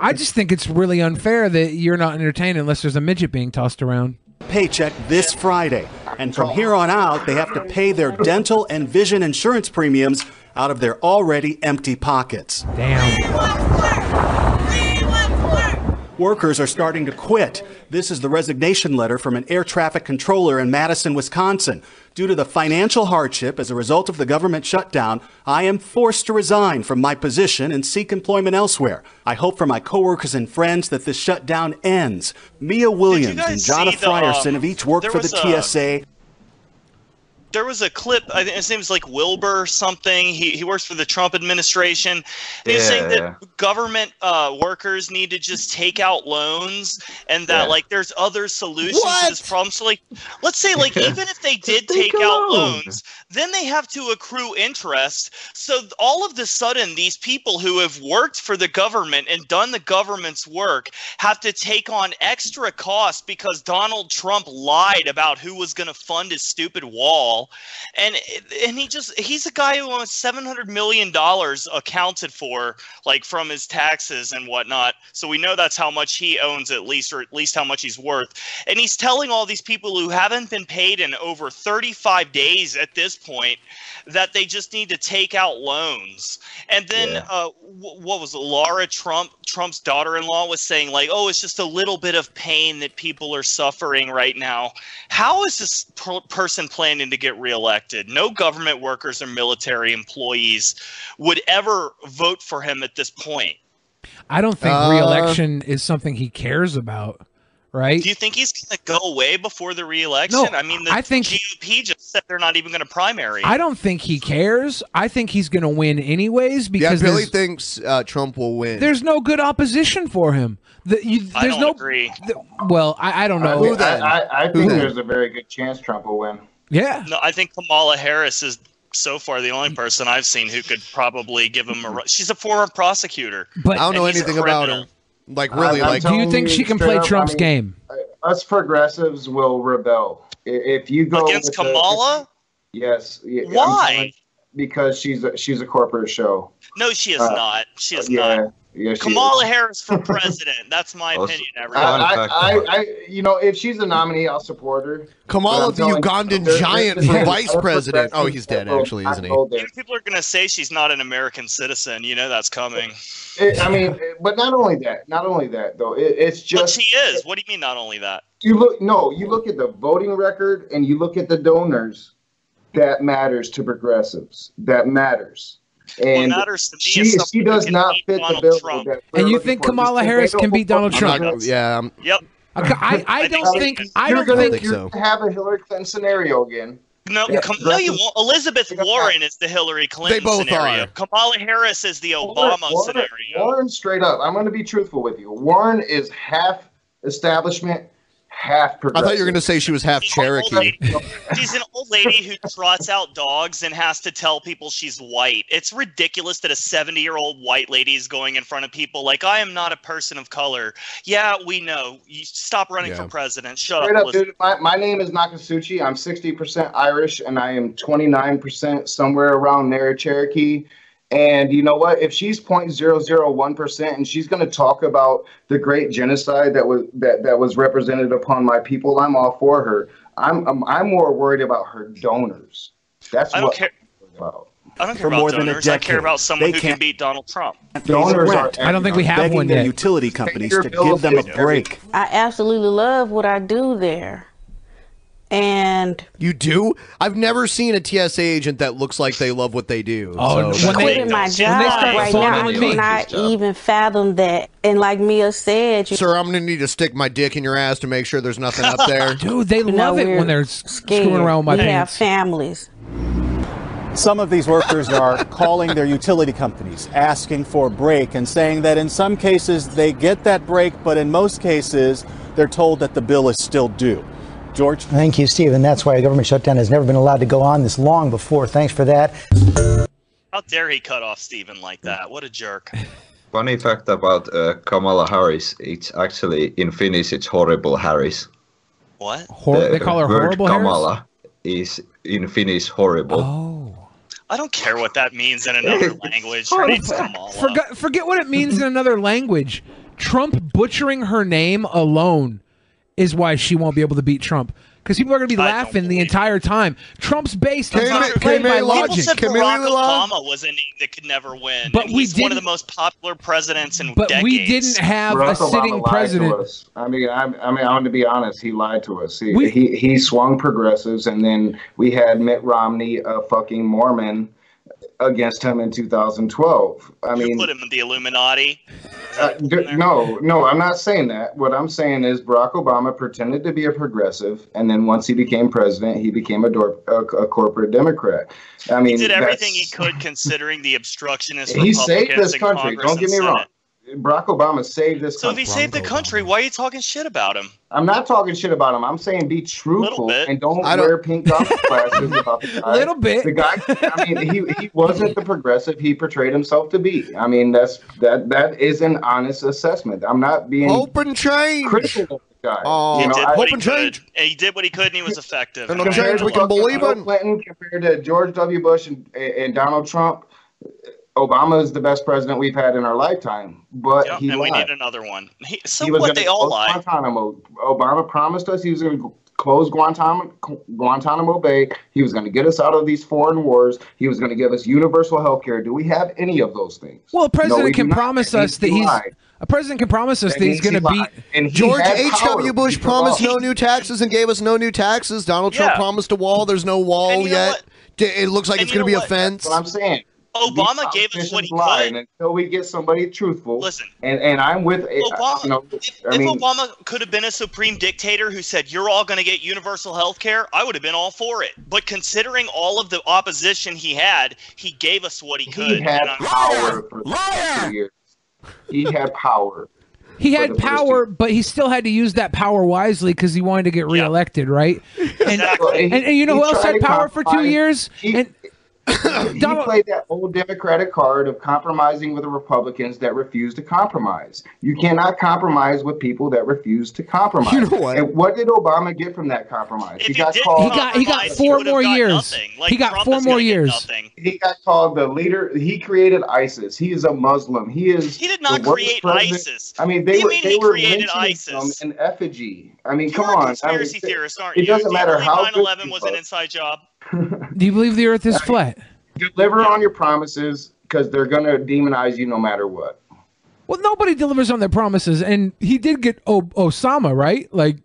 S3: I just think it's really unfair that you're not entertained unless there's a midget being tossed around.
S9: paycheck this Friday. And from here on out, they have to pay their dental and vision insurance premiums out of their already empty pockets.
S3: Damn.
S9: Workers are starting to quit. This is the resignation letter from an air traffic controller in Madison, Wisconsin. Due to the financial hardship as a result of the government shutdown, I am forced to resign from my position and seek employment elsewhere. I hope for my coworkers and friends that this shutdown ends. Mia Williams and
S6: guys
S9: Jonna
S6: see the, um,
S9: Frierson have each worked
S6: there
S9: for the
S6: was a-
S9: TSA.
S6: There was a clip. I think his name's like Wilbur something. He he works for the Trump administration. He was saying
S13: Yeah.
S6: that government uh, workers need to just take out loans, and that
S13: Yeah.
S6: like there's other solutions to this problem. So like, let's say like
S13: Yeah.
S6: even if they did
S13: take
S6: take
S13: a
S6: out
S13: loan.
S6: loans, then they have to accrue interest. So th- all of the sudden, these people who have worked for the government and done the government's work have to take on extra costs because Donald Trump lied about who was going to fund his stupid wall all, and and he just he's a guy who owns seven hundred million dollars accounted for, like from his taxes and whatnot. So we know that's how much he owns at least, or at least how much he's worth. And he's telling all these people who haven't been paid in over thirty five days at this point that they just need to take out loans. And then uh, wh- what was it? Laura Trump, Trump's daughter-in-law, was saying like, "Oh, it's just a little bit of pain that people are suffering right now." How is this per- person planning to get reelected? No government workers or military employees would ever vote for him at this point.
S3: I don't think
S6: Uh,
S3: reelection is something he cares about, right?
S6: Do you think he's going to go away before the reelection? I mean, the
S3: I think-
S6: GOP just said they're not even going to primary.
S3: I don't think he cares. I think he's going to win anyways
S1: Yeah,
S3: because
S1: Billy
S3: there's-
S1: thinks uh, Trump will win.
S3: There's no good opposition for him. The, you, there's
S1: I don't
S3: no.
S6: agree.
S3: Well, I, I don't know.
S4: I, I, I think there's a very good chance Trump will win.
S3: yeah.
S6: No, I think Kamala Harris is so far the only person I've seen who could probably give him a. ru- She's a former prosecutor.
S1: I don't know
S6: and he's a
S1: anything about
S6: criminal.
S1: her. Like really,
S4: I'm- I'm
S1: like
S4: telling straight up, I mean, Us progressives will rebel I- if you go
S6: Against
S4: with the-
S6: Kamala?
S4: yes. y- I'm
S6: Why?
S4: telling- Because she's a, she's a corporate show.
S6: No, she is
S4: Uh,
S6: not. She is
S4: yeah,
S6: not.
S4: yeah, she
S6: Kamala
S4: is.
S6: Harris for president. That's my
S4: Also-
S6: opinion.
S4: I,
S6: Everyone.
S4: I, I, I, you know, if she's a nominee, I'll support her.
S1: Kamala,
S4: But I'm
S1: the
S4: telling you,
S1: Ugandan
S4: there-
S1: giant
S4: there's-
S1: for
S4: there's
S1: vice
S4: other
S1: president. Oh, he's
S4: progressives
S1: dead,
S4: that will
S1: actually,
S4: not
S1: isn't he?
S4: go there.
S6: People are going to say she's not an American citizen. You know that's coming.
S4: It- I mean, but not only that, not only that though. It, it's
S6: but
S4: just
S6: she is. What do you mean? Not only that.
S4: you look no you look at the voting record and you look at the donors that matters to progressives that matters and
S6: matters to me
S4: she,
S6: is
S4: she
S6: something
S4: does
S6: that
S4: not
S6: beat
S4: fit the
S6: Donald
S4: bill
S6: Trump.
S4: that we're
S3: And you
S4: looking
S3: think
S4: for.
S3: Kamala
S4: They
S3: Harris
S4: don't
S3: can beat
S4: vote for
S3: Donald
S4: Trump.
S3: Trump?
S1: yeah. um, I'm-
S6: Yep.
S3: Okay, I, I don't think I
S4: you're
S3: don't
S4: gonna,
S3: think
S4: you're gonna have a Hillary Clinton scenario again
S6: No,
S4: Yeah,
S6: Kam- no, you
S4: progressives-
S6: won't. Elizabeth Warren is the Hillary Clinton
S4: both
S6: scenario.
S4: are.
S6: Kamala Harris is the
S4: Warren-
S6: Obama
S4: Warren-
S6: scenario.
S4: Warren, straight up. I'm going to be truthful with you. Warren is half establishment, half
S1: I
S4: progressive.
S1: thought you were going to say she was half Cherokee.
S6: She's an old lady who trots out dogs and has to tell people she's white. It's ridiculous that a 70 year old white lady is going in front of people like, I am not a person of color. Yeah, we know. You stop running
S4: Yeah.
S6: for president. Shut
S4: Straight
S6: up.
S4: up,
S6: Elizabeth.
S4: dude. My, my name is Nakasuchi. I'm 60% Irish and I am 29% somewhere around there, Cherokee. And you know what? If she's 0.001% and she's going to talk about the great genocide that was that, that was represented upon my people, I'm all for her. I'm I'm, I'm more worried about her donors. That's
S6: I don't
S4: what
S6: care.
S4: I'm worried about.
S6: I don't care
S4: For
S6: about
S4: more than a
S6: donors. I care
S4: decade,
S6: about someone
S4: they
S6: who can
S4: can't-
S6: beat Donald Trump.
S4: Donors are
S9: Rent. I don't think we have begging one the yet. utility companies
S4: your
S9: to
S4: bills
S9: give them a
S4: is
S9: break.
S10: I absolutely love what I do there. And
S1: You do? I've never seen a TSA agent that looks like they love what they do.
S3: Oh,
S1: so
S3: when they-
S10: quitting my
S3: When they
S10: job
S3: start
S10: right
S3: fucking
S10: now, I
S1: with me.
S10: cannot even fathom that. And like Mia said, you
S1: Sir, I'm going to need to stick my dick in your ass to make sure there's nothing up there.
S3: Dude, they
S10: know,
S3: love it
S10: we're
S3: when they're s- screwing
S10: scared.
S3: around with my
S10: we
S3: pants.
S10: have families.
S9: Some of these workers are calling their utility companies, asking for a break, and saying that in some cases they get that break, but in most cases they're told that the bill is still due. George?
S5: Thank you, Steve. And that's why a government shutdown has never been allowed to go on this long before. Thanks for that.
S6: How dare he cut off Stephen like that? What a jerk.
S13: Funny fact about uh, Kamala Harris, it's actually in Finnish, it's horrible Harris.
S6: What?
S3: Hor- they call her
S13: word
S3: horrible Harris? Oh.
S13: Kamala is in Finnish horrible.
S6: I don't care what that means in another language. Her name's Kamala.
S3: Oh, Forget forget what it means in another language. Trump butchering her name alone is why she won't be able to beat Trump. Because people are going to be laughing the entire time. Trump's based on not played by
S6: People
S3: logic.
S6: said Barack Obama was a name that could never win.
S3: But
S6: and
S3: we
S6: he's one of the
S3: didn't-
S6: most popular presidents in
S3: but
S6: decades.
S3: we didn't have a
S4: Barack Obama
S3: sitting
S4: lied to
S3: president.
S4: us. I mean, I, I mean, I'm to be honest. He lied to us. He,
S3: We-
S4: he he swung progressives, and then we had Mitt Romney, a fucking Mormon, against him in 2012. I mean,
S6: Put him in the Illuminati.
S4: uh, d- no, no, I'm not saying that. What I'm saying is Barack Obama pretended to be a progressive, and then once he became president, he became a, dor- a, a corporate Democrat. I
S6: he
S4: mean,
S6: did
S4: that's-
S6: everything he could considering the obstructionist
S4: he saved
S6: Republicans
S4: this
S6: in
S4: country.
S6: Congress
S4: Don't get
S6: and
S4: me
S6: Senate.
S4: wrong. Barack Obama saved this
S6: So if
S4: country.
S6: he saved the country, why are you talking shit about him?
S4: I'm not talking shit about him. I'm saying be truthful and don't,
S6: I don't-
S4: wear pink golf glasses about the guy.
S6: Little bit.
S4: The guy. I mean, he, he wasn't the progressive he portrayed himself to be. I mean, that's that that is an honest assessment. I'm not being
S1: Open change.
S4: critical of the guy.
S6: he
S4: You know,
S6: did
S4: I-
S6: what he could. Oh, And He did what he could, and he was effective.
S4: Compared to fucking Bill
S6: it.
S4: Clinton compared to George W. Bush and, and Donald Trump, Obama is the best president we've had in our lifetime. But
S6: Yep,
S4: he
S6: and we
S4: lied.
S6: need another one. He, so
S4: He was
S6: what?
S4: gonna
S6: They all
S4: close
S6: lie.
S4: Guantanamo. Obama promised us he was going to close Guantanamo, Guantanamo Bay. He was going to get us out of these foreign wars. He was going to give us universal health care. Do we have any of those things?
S3: Well, a president
S4: No, we do
S3: can
S4: not.
S3: promise
S4: And
S3: us that he's
S4: lied.
S3: a president can promise us that,
S4: That
S3: he's going
S4: means
S3: to
S4: he
S3: beat
S4: lied. And he
S1: George
S4: had
S1: H.W.
S4: power.
S1: Bush
S4: He was
S1: promised
S4: wrong.
S1: no new taxes and gave us no new taxes. Donald Trump
S4: Yeah.
S1: promised a wall. There's no wall yet. D- It looks like
S4: And
S1: it's
S4: you
S1: going to
S4: know
S1: be a
S4: what?
S1: fence.
S4: That's what I'm saying.
S6: Obama
S4: These
S6: gave us what he
S4: politicians lie, and until we get somebody truthful. Listen, and and I'm with Obama. I
S6: if
S4: mean,
S6: Obama could have been a supreme dictator who said you're all going to get universal health care, I would have been all for it. But considering all of the opposition he had, he gave us what he could.
S4: he had
S6: and I'm-
S4: power for the past two years. He had power.
S3: He
S4: for
S3: had
S4: the first
S3: power, but he still had to use that power wisely because he wanted to get reelected, right? And, and, and you know
S4: He
S3: who else
S4: tried
S3: had
S4: to
S3: power for two
S4: compromise.
S3: years? and
S4: he played that old Democratic card of compromising with the Republicans that refuse to compromise. You cannot compromise with people that refuse to compromise.
S3: You know what?
S4: And what did Obama get from that compromise? he got
S3: he
S4: called.
S3: got he got four more years. he got four more years.
S4: He got called the leader. He created ISIS. He is a Muslim. He is. He did
S6: not create ISIS.
S4: I mean,
S6: What do
S4: they
S6: you
S4: were
S6: mean
S4: they
S6: he
S4: were
S6: created
S4: lynching them
S6: ISIS?
S4: in effigy. I mean,
S6: You're
S4: come
S6: a
S4: on. I mean,
S6: conspiracy theorist, aren't
S4: it
S6: you?
S4: doesn't
S6: Do you
S4: matter
S6: believe
S4: how
S6: 9/11
S4: good
S6: was
S4: you
S6: an
S4: are.
S6: inside job.
S3: Do you believe the Earth is flat?
S4: Deliver on your promises because they're going to demonize you no matter what.
S3: Well, nobody delivers on their promises, and he did get o- Osama right. Like,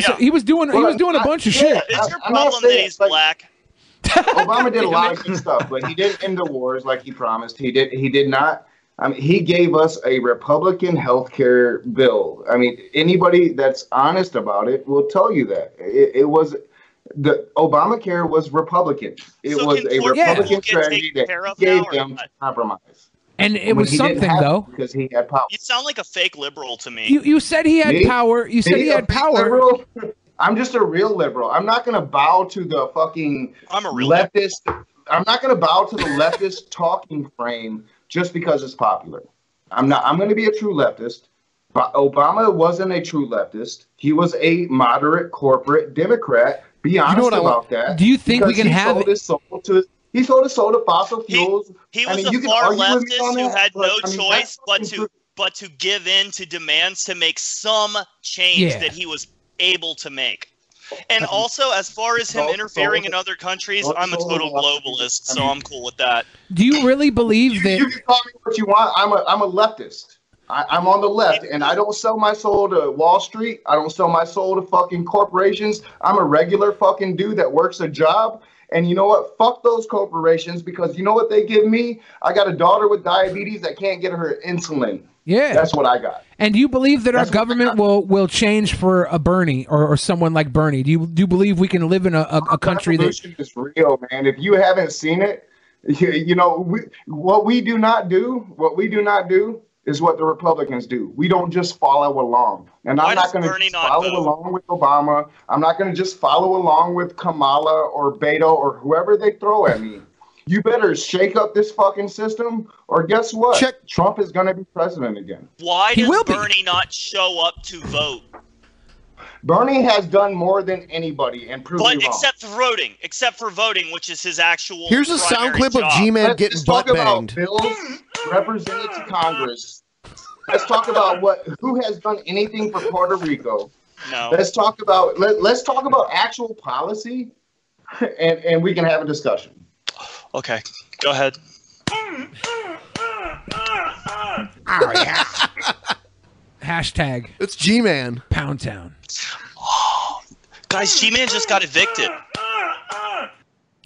S3: so he was doing he
S4: Well,
S3: was doing a
S4: I-
S3: bunch of
S4: yeah,
S3: shit.
S4: I- I'm not saying, like, Obama did a lot of good stuff, but he didn't end the wars like he promised. He did. He did not. I mean, he gave us a Republican health care bill. I mean, anybody that's honest about it will tell you that it, it was the Obamacare was Republican. It was a
S3: poor people
S4: Republican
S3: get
S4: strategy
S3: taken care
S4: that
S3: of
S4: gave
S3: now or
S4: them to compromise.
S3: And
S4: I
S3: it
S4: mean,
S3: was
S4: he didn't
S3: something
S4: have to
S3: though.
S4: because he had power.
S6: You sound like a fake liberal to me.
S3: You you said he had
S4: Me?
S3: power. You said
S4: Me,
S3: he
S4: a
S3: had
S4: fake
S3: power.
S4: liberal? I'm just a real liberal. I'm not going to bow to the fucking leftist. I'm not going to bow to the leftist talking frame just because it's popular. I'm not. I'm going to be a true leftist. But Obama wasn't a true leftist. He was a moderate corporate Democrat. Be honest
S3: what I want-
S4: about that.
S3: Do you think we
S4: Because
S3: can
S4: he
S3: have-
S4: sold his soul to. He sold his soul to fossil fuels.
S6: He
S4: I
S6: was
S4: mean,
S6: a
S4: you can
S6: far
S4: argue with me
S6: leftist
S4: on
S6: who
S4: that,
S6: had
S4: but,
S6: no
S4: I mean, that's
S6: choice but to but to give in to demands to make some change
S4: Yeah.
S6: that he was able to make. And also, as far as him
S4: Well,
S6: interfering
S4: well,
S6: in other countries,
S4: well,
S6: I'm a total
S4: well,
S6: globalist, so I'm cool with that.
S3: Do you really believe that?
S4: You can call me what you want. I'm a I'm a leftist. I, I'm on the left, and I don't sell my soul to Wall Street. I don't sell my soul to fucking corporations. I'm a regular fucking dude that works a job. And you know what? Fuck those corporations because you know what they give me? I got a daughter with diabetes that can't get her insulin.
S3: Yeah.
S4: That's what I got.
S3: And do you believe that our government will will change for a Bernie or, or someone like Bernie? Do you do you believe we can live in a, a, a country that
S4: Revolution is real, man. If you haven't seen it, you, you know we, what we do not do. What we do not do is what the Republicans do. We don't just follow along. And I'm not going to follow along with Obama. I'm not going to just follow along with Kamala or Beto or whoever they throw at me. You better shake up this fucking system, or guess what? Trump is going to be president again.
S6: Why
S4: He
S6: does
S4: will be.
S6: Bernie not show up to vote?
S4: Bernie has done more than anybody, and prove
S6: But
S4: me wrong.
S6: except for voting, except for voting, which is his actual.
S4: Here's a sound
S6: primary
S4: clip of
S6: job.
S4: G-Man Let's getting just talk butt about banged. bills represented to Congress. Let's talk about what who has done anything for Puerto Rico.
S6: No.
S4: Let's talk about let, let's talk about actual policy, and and we can have a discussion.
S6: Okay, go ahead.
S4: Oh,
S3: hashtag?
S1: It's G Man
S3: Pound Town.
S6: Guys, G Man just got evicted.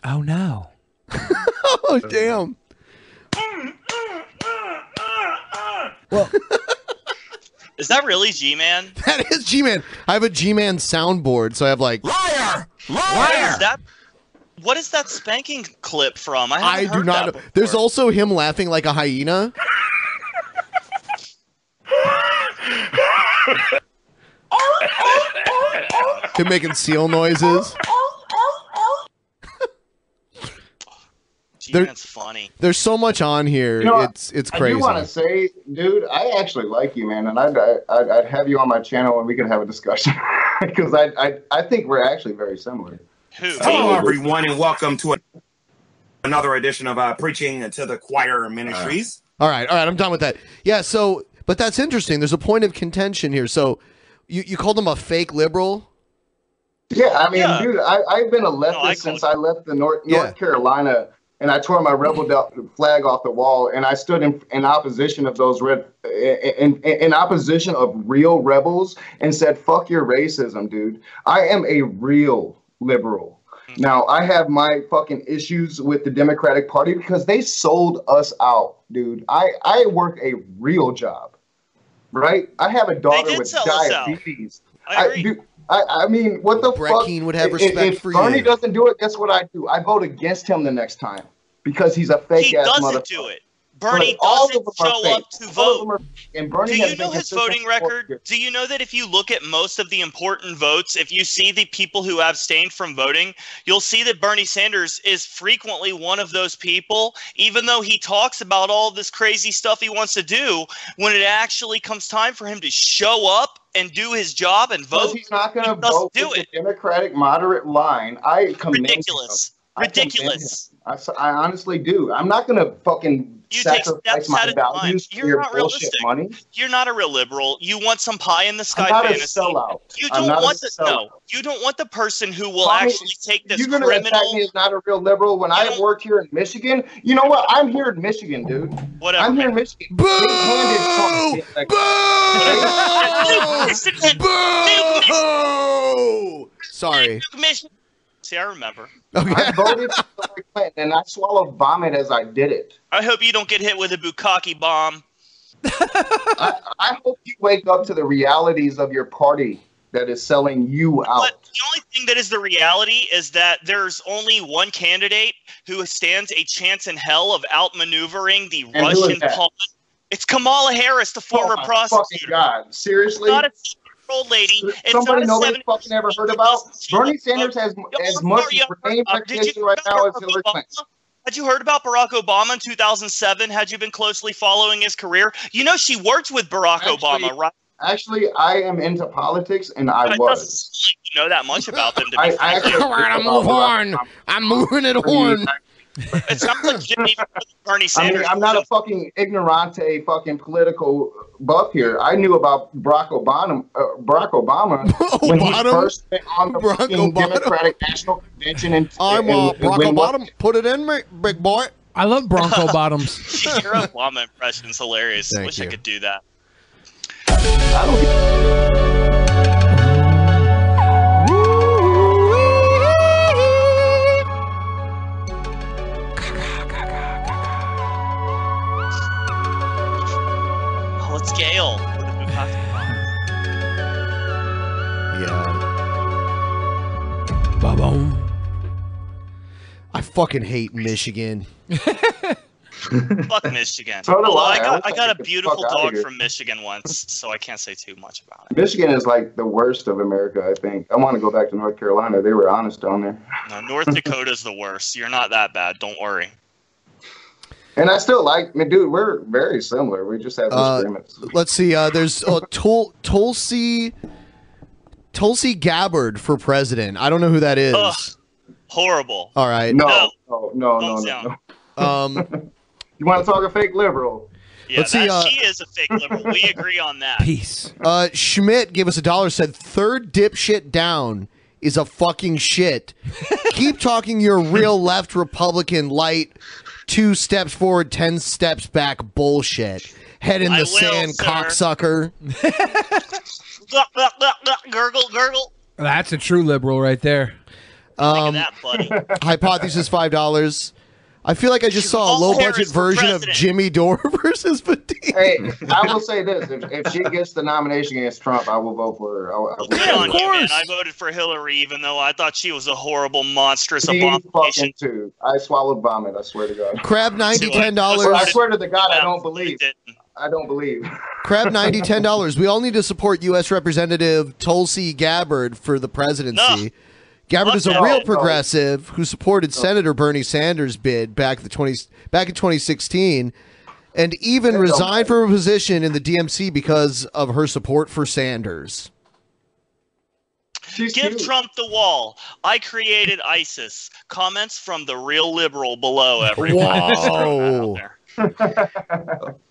S3: Oh no!
S1: oh damn!
S6: Is that really G Man?
S1: That is G Man. I have a G Man soundboard, so I have like liar,
S6: What is that? What is that spanking clip from? I,
S1: I
S6: haven't
S1: do
S6: heard
S1: not.
S6: that
S1: Know. There's
S6: before.
S1: also him laughing like a hyena. him making seal noises. There-
S6: That's funny.
S1: There's so much on here.
S4: You know,
S1: it's it's
S4: I
S1: crazy.
S4: do want to say, dude, I actually like you, man, and I'd, I'd, I'd have you on my channel and we could have a discussion because I, I I think we're actually very similar.
S12: Hello, everyone, and welcome to a- another edition of uh, Preaching to the Choir Ministries.
S1: All right, all right, I'm done with that. Yeah, so but that's interesting. There's a point of contention here. So you, you called him a fake liberal?
S4: Yeah, I mean, dude, uh, I, I've been a leftist since I left the North North
S1: Yeah.
S4: Carolina, and I tore my rebel do- flag off the wall, and I stood in, in opposition of those red, in, in, in opposition of real rebels, and said, "Fuck your racism, dude. I am a real liberal."
S1: Mm-hmm.
S4: Now I have my fucking issues with the Democratic Party because they sold us out, dude. I I work a real job, right? I have a daughter with
S1: sell us out.
S4: diabetes. I, dude, I, I mean, what the
S1: Brett
S4: fuck?
S1: Keane would have
S4: If-
S1: respect
S4: if,
S1: for
S4: Bernie
S1: you.
S4: doesn't do it, guess what I do? I vote against him the next time because he's a fake
S6: He
S4: ass
S6: doesn't
S4: motherfucker.
S6: do it. Bernie
S4: But all
S6: doesn't
S4: of them are
S6: show up
S4: fake.
S6: to
S4: All of
S6: vote.
S4: them are- and Bernie
S6: do
S4: has
S6: you
S4: been
S6: know his
S4: consistent
S6: voting
S4: for four
S6: record? Do you know that if you look at most of the important votes, if you see the people who abstained from voting, you'll see that Bernie Sanders is frequently one of those people, even though he talks about all this crazy stuff he wants to do, when it actually comes time for him to show up and do his job and vote,
S4: he's not going to
S6: doesn't
S4: vote
S6: do
S4: with the Democratic moderate line. I commend
S6: Ridiculous.
S4: Him. Ridiculous. I, commend him. I, s- I honestly do. I'm not going to fucking sacrifice my values for your
S6: not
S4: bullshit
S6: realistic.
S4: money.
S6: You're not a real liberal. You want some pie in the sky
S4: I'm not a
S6: fantasy.
S4: sellout.
S6: You
S4: I'm
S6: don't
S4: not a
S6: want the
S4: sellout.
S6: no. You don't want the person who will
S4: Tommy,
S6: actually take this
S4: You're going to attack
S6: criminal.
S4: me as not a real liberal when I work here in Michigan. You know what? I'm here in Michigan, dude.
S6: Whatever.
S4: I'm here in Michigan. Boo! Boo!
S1: Boo! Sorry.
S6: Michigan. See, I remember.
S4: I voted for Hillary Clinton, and I swallowed vomit as I did it.
S6: I hope you don't get hit with a bukkake bomb.
S4: I hope you wake up to the realities of your party that is selling you out.
S6: thing that is the reality is that there's only one candidate who stands a chance in hell of outmaneuvering the
S4: who is
S6: Russian
S4: that?
S6: pawn.
S4: Oh
S6: It's Kamala Harris, the former
S4: my
S6: prosecutor.
S4: fucking God. Seriously?
S6: It's not a seven-year-old lady. It's
S4: Somebody
S6: not a
S4: nobody's
S6: seven.
S4: fucking ever heard about. Bernie Sanders has as much name recognition right now as Hillary Clinton.
S6: Had you heard about Barack Obama in 2007? Had you been closely following his career? You know she worked with Barack Obama, right?
S4: Actually, I am into politics, and I
S6: But it doesn't
S4: was.
S6: seem like you know that much about them. To be
S4: I,
S6: frank.
S4: I actually
S1: I'm moving
S4: it
S1: horn.
S6: It sounds like you didn't even know Bernie
S4: I
S6: Sanders.
S4: mean, I'm not a fucking ignorante fucking political buff here. I knew about Barack Obama, uh, Barack Obama when he
S1: Bottom?
S4: first went on the
S1: Barack
S4: fucking
S1: Obama?
S4: Democratic National Convention. And,
S1: I'm
S4: and-
S1: uh,
S4: and
S1: Bronco
S4: when-
S1: Bottom. Put it in, me, big boy.
S3: I love Bronco Bottoms.
S6: Your Obama impression's hilarious. I wish I could do that. Oh, it's Gail. with the bukkake bomb.
S1: Yeah.
S3: Ba-boom.
S1: I fucking hate Michigan.
S6: Fuck Michigan.
S1: So do
S6: Although
S1: I.
S6: I,
S1: I
S6: got,
S1: hope
S6: I
S1: I
S6: got
S1: get
S6: a
S1: the
S6: beautiful
S4: fuck outta
S6: dog
S4: here.
S6: from Michigan once, so I can't say too much about
S4: Michigan is like the worst of America, I think. I want to go back to North Carolina. They were honest on there.
S6: it. No, North Dakota's the worst. You're not that bad. Don't worry.
S4: And I still like, I mean, dude, we're very similar. We just have
S1: Uh,
S4: disagreements.
S1: let's see. Uh, there's uh, Tul- Tulsi Tulsi Gabbard for president. I don't know who that is.
S6: Ugh, horrible.
S1: All right.
S4: No, no, Oh, no, no, no.
S6: down.
S4: no.
S1: Um,
S4: you want to talk a fake liberal?
S6: Yeah,
S1: Let's see,
S6: that,
S1: uh,
S6: she is a fake liberal. We agree on that.
S3: Peace.
S1: Uh, Schmidt gave us a dollar. Said third dipshit down is a fucking shit. Keep talking your real left Republican light. Two steps forward, ten steps back. Bullshit. Head in the
S6: I will,
S1: sand,
S6: sir.
S1: cocksucker.
S6: Gluck, gluck, gluck, gluck, Gurgle, gurgle.
S3: That's a true liberal right there.
S1: Um, hypothesis five dollars. I feel like I just saw a low budget version of Jimmy Dore versus Petit.
S4: Hey, I will say this: if, if she gets the nomination against Trump, I will vote for her. I, will- I will
S6: Good on
S4: vote
S6: you,
S4: for her.
S6: man. I voted for Hillary, even though I thought she was a horrible, monstrous
S4: She
S6: abomination.
S4: fucking too. I swallowed vomit. I swear to God.
S1: Crab 90, $10.
S4: I swear to the God, I don't believe. I don't believe.
S1: Crab ninety ten dollars. We all need to support U.S. Representative Tulsi Gabbard for the presidency. Gabbard is a
S4: Fuck
S1: real
S4: no.
S1: progressive who supported Senator Bernie Sanders' bid back the 20, back in 2016 and even resigned from a position in the DMC because of her support for Sanders.
S6: Give Trump the wall. I created ISIS. Comments from the real liberal below everyone. Just throw that out there.
S13: And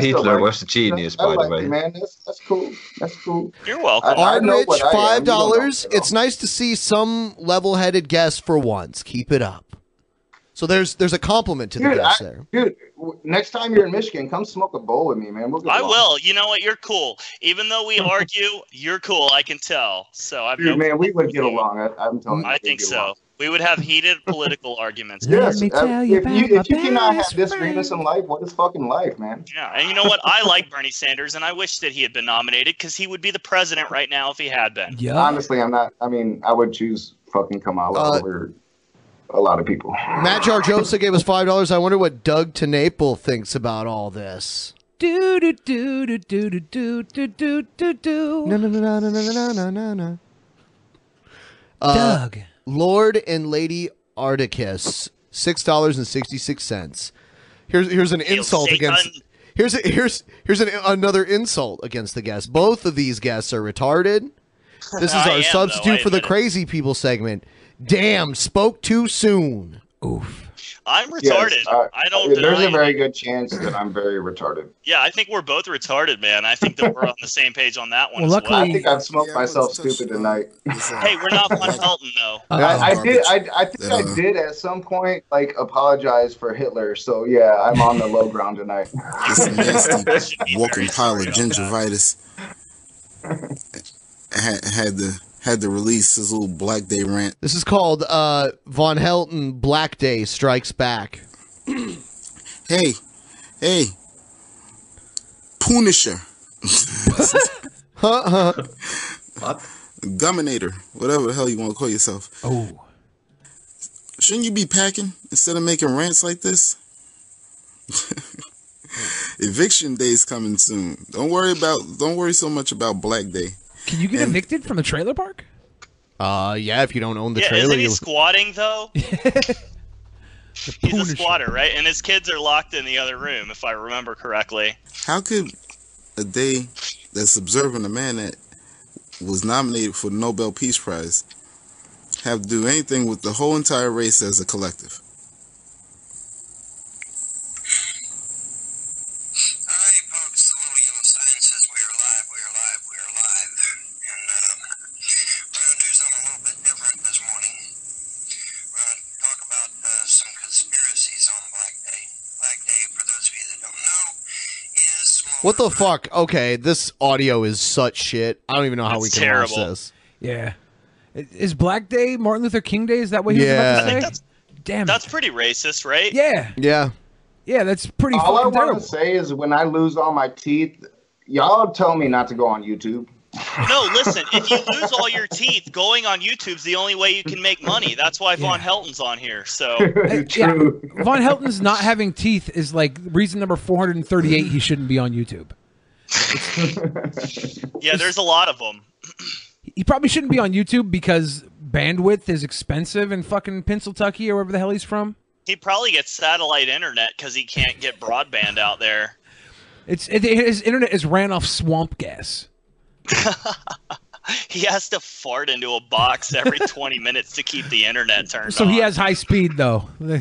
S13: Uh,
S4: still
S13: Hitler
S4: like-
S13: was a genius,
S4: I
S13: by the
S4: like
S13: way.
S4: you, man. That's, that's cool. That's cool.
S6: You're welcome.
S1: Ardrich, five dollars.
S4: It's
S1: It's nice to see some level-headed guests for once. Keep it up. So there's there's a compliment to the
S4: Dude, I,
S1: guests there.
S4: dude, w- next time you're in Michigan, come smoke a bowl with me, man. We'll get
S6: I
S4: along.
S6: will. You know what? You're cool. Even though we argue, you're cool. I can tell. So I've
S4: Dude,
S6: no
S4: man, we would get along. I, I'm telling you.
S6: I think so. We would have heated political arguments.
S4: Yes.
S6: me
S4: uh,
S6: tell you
S4: if you,
S6: about
S4: if you
S6: my
S4: cannot have
S6: best
S4: disagreements in life, what is fucking life, man?
S6: Yeah, and you know what? I like Bernie Sanders, and I wish that he had been nominated because he would be the president right now if he had been.
S4: Honestly, I'm not. I mean, I would choose fucking Kamala
S1: Uh,
S4: over a lot of people.
S1: Matt Jarjosa gave us five dollars. I wonder what Doug Tenaple thinks about all this.
S24: Do do do do do do do do do do do.
S1: No no no no no no no no no. Doug. Uh, Lord and Lady Articus, six dollars and sixty-six cents. Here's here's an insult
S6: Satan.
S1: against. Here's a, here's here's an, another insult against the guests. Both of these guests are retarded. This is
S6: I
S1: our
S6: am, though,
S1: substitute
S6: I
S1: for the
S6: admit it.
S1: crazy people segment. Damn, spoke too soon.
S6: I'm retarded.
S4: Yes,
S6: I don't.
S4: Uh, There's
S6: deny
S4: a
S6: it.
S4: very good chance that I'm very retarded.
S6: Yeah, I think we're both retarded, man. I think that we're on the same page on that one.
S4: Well,
S6: as well.
S4: I think I've smoked myself stupid tonight.
S14: uh,
S6: hey, we're not Von Helton though.
S4: I, I did. I, I think I did at some point like apologize for Hitler. So yeah, I'm on the low ground tonight.
S14: walking pile of gingivitis. had, had to had to release his little Black Day rant.
S1: This is called uh, Von Helton Black Day Strikes Back.
S14: Hey, hey, Punisher,
S1: huh?
S14: What? Dominator, whatever the hell you want to call yourself.
S3: Oh.
S14: Shouldn't you be packing instead of making rants like this? Eviction day's coming soon. Don't worry about. Don't worry so much about Black Day.
S3: Can you get evicted from a trailer park?
S1: Uh, yeah, if you don't own the
S6: yeah,
S1: trailer,
S6: isn't he
S1: you
S6: squatting though? He's a squatter, right? And his kids are locked in the other room, if I remember correctly.
S14: How could a day that's observing a man that was nominated for the Nobel Peace Prize have to do anything with the whole entire race as a collective?
S16: um, uh,
S1: What the fuck? Okay, this audio is such shit. I don't even know how we
S3: That's
S1: can
S3: terrible.
S1: watch this.
S3: Yeah. I- Is Black Day Martin Luther King Day? Is that what he
S1: Yeah.
S3: was
S1: I
S6: Uh,
S3: about
S1: think
S3: to say? Damn
S6: That's pretty racist, right?
S3: Yeah.
S1: Yeah.
S3: Yeah, that's pretty
S4: All I
S3: fucking
S4: want
S3: terrible.
S4: to say is when I lose all my teeth, y'all tell me not to go on YouTube.
S6: No, listen, if you lose all your teeth, going on YouTube's the only way you can make money. That's why Von Helton's on here. So
S3: Uh, Yeah, Von Helton's not having teeth is like reason number 438 he shouldn't be on YouTube.
S6: yeah, there's a lot of them.
S3: He probably shouldn't be on YouTube because bandwidth is expensive in fucking Pennsylvania or wherever the hell he's from.
S6: He probably gets satellite internet because he can't get broadband out there.
S3: It's it, his internet is ran off swamp gas.
S6: He has to fart into a box every 20 minutes to keep the internet turned
S3: So
S6: on.
S3: he has high speed though.
S6: yeah,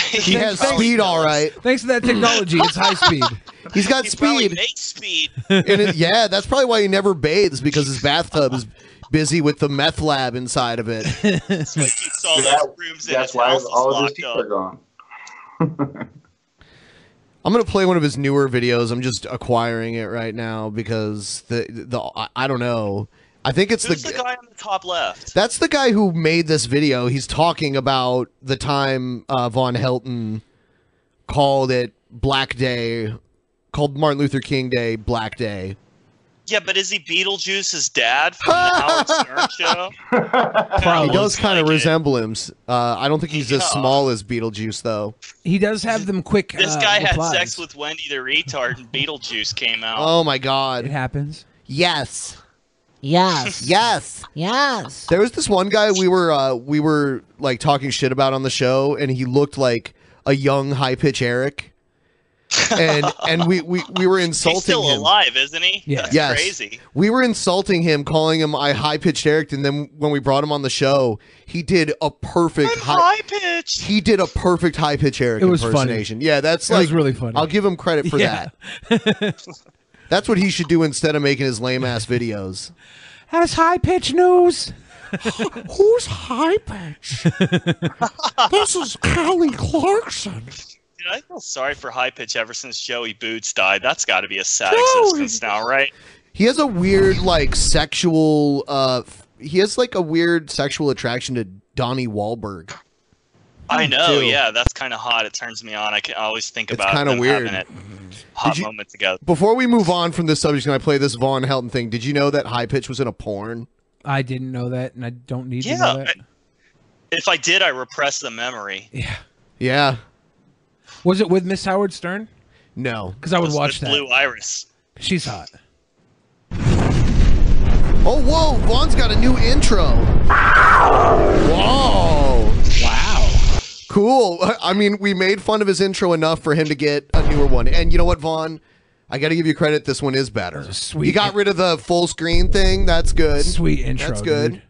S3: He has speed,
S1: all right.
S3: Thanks to that technology, it's high speed.
S1: He's got
S6: Probably
S1: speed.
S6: makes speed.
S1: And it- yeah, that's probably why he never bathes because his bathtub is busy with the meth lab inside of it.
S6: Keeps all those rooms in
S4: That's
S6: his
S4: why
S6: house
S4: all of
S6: locked
S4: his teeth
S6: up.
S4: are gone.
S1: I'm gonna play one of his newer videos. I'm just acquiring it right now because the the I, I don't know. I think it's
S6: Who's the, guy on the top left?
S1: That's the guy who made this video. He's talking about the time uh, Von Helton called it Black Day, called Martin Luther King Day Black Day.
S6: Yeah, but is he Beetlejuice's dad from the Howard Stern show?
S1: he does kind of resemble him. S- Uh, I don't think he's as small as Beetlejuice, though.
S3: He does have them quick.
S6: This
S3: uh,
S6: guy had
S3: replies.
S6: sex with Wendy the retard, and Beetlejuice came out.
S1: Oh my god, it
S3: happens.
S1: Yes, Yes. yes. Yes. There was this one guy we were uh, we were like talking shit about on the show, and he looked like a young high pitch Eric, and and we, we we were insulting
S6: He's still
S1: him.
S6: alive, isn't he? That's
S1: yes.
S6: crazy.
S1: We were insulting him, calling him I high pitched Eric, and then when we brought him on the show, he did a perfect
S6: high pitch.
S1: He did a perfect high pitch Eric
S3: It was funny.
S1: impersonation. Yeah, that's
S3: It
S1: like
S3: was really funny.
S1: I'll give him credit for
S3: Yeah.
S1: that. that's what he should do instead of making his lame ass videos.
S3: That's high pitch news.
S15: Who's high pitch? this is Kelly Clarkson.
S6: Dude, I feel sorry for high pitch ever since Joey Boots died. That's got to be a sad
S1: Joey!
S6: existence now, right?
S1: He has a weird like sexual. uh f- He has like a weird sexual attraction to Donnie Wahlberg.
S6: I know.
S1: too.
S6: Yeah, that's kind of hot. It turns me on. I can always think
S1: It's
S6: about
S1: kinda
S6: them
S1: weird.
S6: having it. Hot moment together.
S1: Before we move on from this subject, can I play this Von Helton thing? Did you know that high pitch was in a porn?
S3: I didn't know that, and I don't need
S6: Yeah,
S3: to know that.
S6: If I did, I repress the memory.
S3: Yeah.
S1: Yeah.
S3: Was it with Miss Howard Stern?
S1: No,
S3: because I would
S6: With
S3: watch that.
S6: Blue Iris.
S3: She's hot.
S1: Oh, whoa! Vaughn's got a new intro. Whoa! Wow. Cool. I mean, we made fun of his intro enough for him to get a newer one. And you know what, Vaughn? I got to give you credit. This one is better. sweet. You got rid of the full screen thing. That's good.
S3: Sweet intro,
S1: That's good.
S3: dude.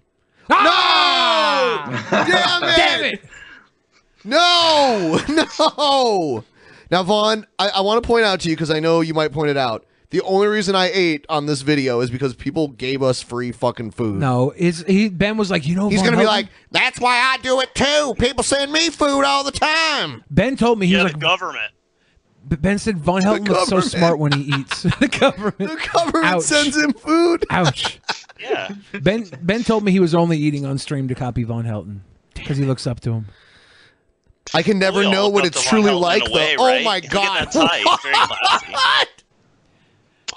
S1: No! Damn it! Damn it! No! No! Now, Vaughn, I, I want to point out to you because I know you might point it out. The only reason I ate on this video is because people gave us free fucking food.
S3: No, is he? Ben was like, you know,
S1: He's
S3: Von
S1: gonna be
S3: Helton-
S1: like, that's why I do it too. People send me food all the time.
S3: Ben told me he was like
S6: government.
S3: But Ben said Von Helton looks so
S1: government.
S3: smart when he eats. the government. The
S1: government sends him food.
S3: Ouch.
S6: yeah.
S3: Ben Ben told me he was only eating on stream to copy Von Helton because he looks up to him.
S1: I can never
S3: We all
S1: know
S3: look
S1: what
S3: up
S1: it's
S3: to Von
S1: truly
S3: Helton in
S1: like,
S3: a
S1: though.
S3: way,
S1: oh
S3: right?
S1: my
S3: You get
S1: god!
S3: that tie. It's very classy.
S1: What?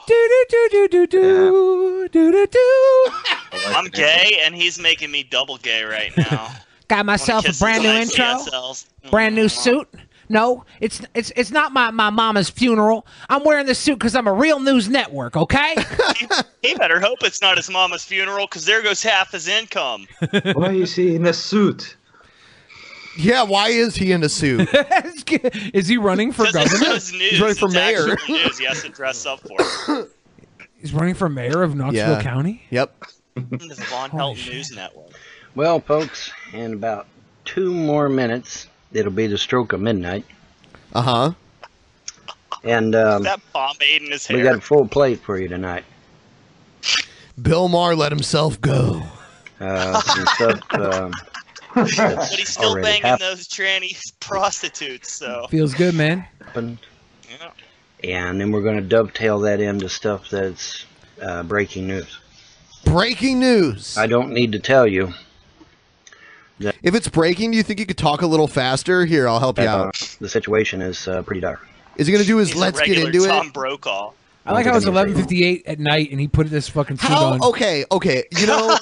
S3: Do do do do do do do do.
S6: I'm gay, and he's making me double gay right now.
S3: Got myself a
S6: kiss
S3: brand new
S6: his
S3: intro,
S6: ICSLs.
S3: brand new suit. No, it's it's it's not my my mama's funeral. I'm wearing this suit because I'm a real news network. Okay.
S6: he better hope it's not his mama's funeral, because there goes half his income.
S1: why is he in a suit? Yeah, why is he in a suit?
S3: is he running for governor?
S6: It's news. It's actual News. He has to dress up for it.
S3: He's running for mayor of Knoxville
S16: Yeah.
S3: County.
S1: Yep.
S6: This is Von Helton News Network.
S16: Well, folks, in about two more minutes, it'll be the stroke of midnight.
S1: Uh huh.
S16: And um,
S6: that pomade in his
S16: we
S6: hair.
S16: got a full plate for you tonight.
S1: Bill Maher let himself go.
S16: Uh, some stuff. Um,
S6: but he's still
S16: already
S6: banging
S16: happened.
S6: those trannies prostitutes. So
S16: Feels
S3: good, man.
S16: happened.
S6: Yeah.
S16: And then we're going to dovetail that into stuff that's uh, breaking news.
S1: Breaking news.
S16: I don't need to tell you.
S1: If it's breaking, do you think you could talk a little faster? Here, I'll help you
S16: that,
S3: Uh-huh.
S16: uh,
S1: out.
S16: the situation is uh, pretty dire.
S1: Is he gonna do his
S16: He's a
S1: let's get
S16: regular
S1: into
S16: Tom
S1: it?
S6: Brokaw.
S3: I like how it's 11:58 at night and he put this fucking suit
S1: How?
S3: on.
S1: Okay, okay. You know,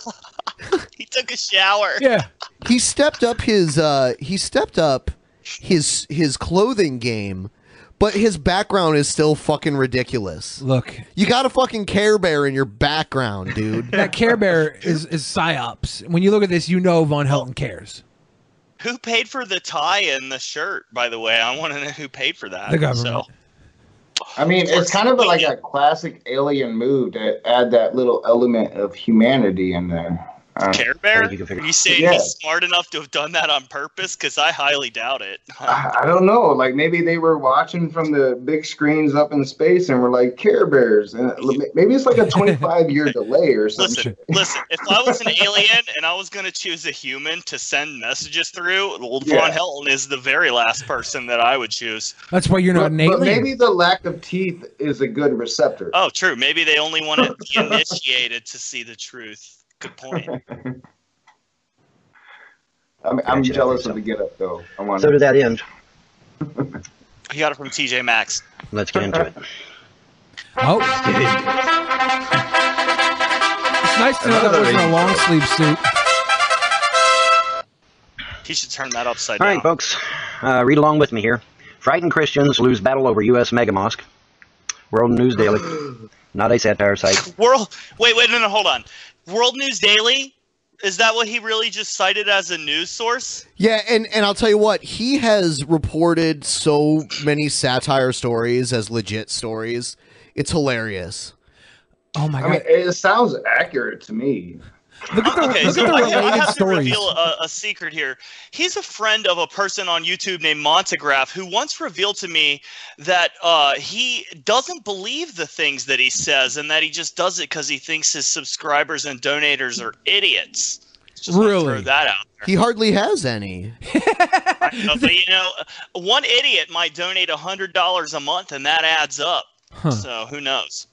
S6: he took a shower.
S3: Yeah.
S1: he stepped up his uh he stepped up his his clothing game, but his background is still fucking ridiculous.
S3: Look,
S1: you got a fucking Care Bear in your background, dude.
S3: That Care Bear is is psyops. When you look at this, you know Von Helton cares.
S6: Who paid for the tie and the shirt? By the way, I want to know who paid for that.
S3: The government.
S6: Uh, So,
S4: I mean, it's kind of like a classic alien move to add that little element of humanity in there. Uh,
S6: Care Bear? Are you saying
S4: Yeah.
S6: he's smart enough to have done that on purpose? Because I highly doubt it.
S4: I I don't know. Like maybe they were watching from the big screens up in space and were like Care Bears, and uh, maybe it's like a 25 year delay or something.
S6: Listen, if I was an alien and I was going to choose a human to send messages through, Von
S4: Yeah.
S6: Helton is the very last person that I would choose.
S3: That's why you're not an
S4: But
S3: alien.
S4: maybe the lack of teeth is a good receptor.
S6: Oh, true. Maybe they only want to be initiated to see the truth. Good point.
S4: I'm, I'm jealous of the get up though. I want
S16: So to that end,
S6: He got it from TJ Maxx.
S16: let's get into it.
S3: Oh. It's nice to know that wasn't a long sleeve suit.
S6: He should turn that upside
S16: All
S6: down.
S16: right, folks, uh, read along with me here. Frightened Christians lose battle over U.S. mega mosque. World News Daily. not a satire site.
S6: World. Wait, wait, no, no, hold on. World News Daily. Is that what he really just cited as a news source?
S1: Yeah, and, and I'll tell you what, he has reported so many satire stories as legit stories. It's hilarious.
S3: Oh my
S4: I mean, it sounds accurate to me.
S3: Look at the,
S6: Okay,
S4: look
S6: so
S4: at the
S6: I, I
S4: related
S6: have
S4: stories.
S6: to reveal a, a secret here. He's a friend of a person on YouTube named Montegraph who once revealed to me that uh, he doesn't believe the things that he says and that he just does it because he thinks his subscribers and donators are idiots. Throw
S1: really?
S6: that out.
S1: He hardly has any.
S6: Uh, but you know, one idiot might donate hundred dollars a month, and that adds up.
S1: Huh.
S6: So who knows?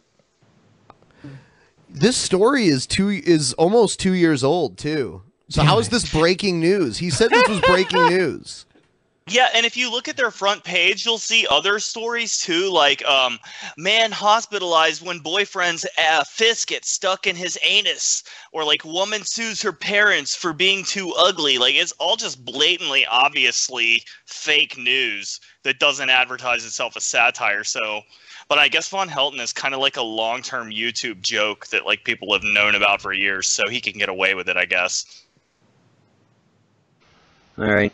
S1: This story is two is almost two years old too. So how is this breaking news? He said this was breaking news.
S6: Yeah, and if you look at their front page, you'll see other stories too, like um, man hospitalized when boyfriend's uh, fist gets stuck in his anus, or like woman sues her parents for being too ugly. Like it's all just blatantly, obviously fake news that doesn't advertise itself as satire. So, but I guess Von Helton is kind of like a long-term YouTube joke that like people have known about for years, so he can get away with it, I guess.
S16: All right.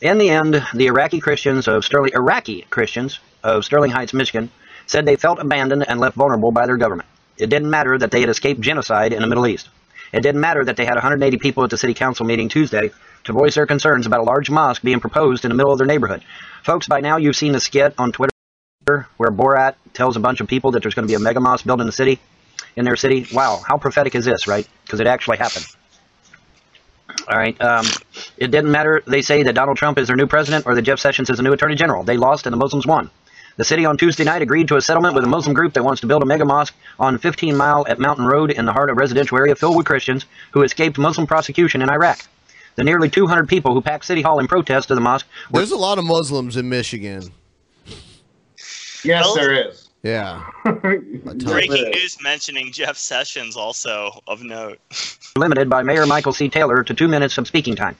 S16: In the end, the Iraqi Christians of Sterling Iraqi Christians of Sterling Heights, Michigan, said they felt abandoned and left vulnerable by their government. It didn't matter that they had escaped genocide in the Middle East. It didn't matter that they had 180 people at the city council meeting Tuesday to voice their concerns about a large mosque being proposed in the middle of their neighborhood. Folks, by now you've seen the skit on Twitter where Borat tells a bunch of people that there's going to be a mega mosque built in the city, in their city. Wow, how prophetic is this, right? Because it actually happened. All right. Um, it didn't matter. They say that Donald Trump is their new president or that Jeff Sessions is the new attorney general. They lost and the Muslims won. The city on Tuesday night agreed to a settlement with a Muslim group that wants to build a mega mosque on 15 Mile at Mountain Road in the heart of residential area filled with Christians who escaped Muslim prosecution in Iraq. The nearly 200 people who packed City Hall in protest of the mosque were
S1: There's a lot of Muslims in Michigan.
S4: Yes, there is.
S1: Yeah. A ton.
S6: Breaking news mentioning Jeff Sessions also of note.
S16: limited by Mayor Michael C. Taylor to two minutes of speaking time.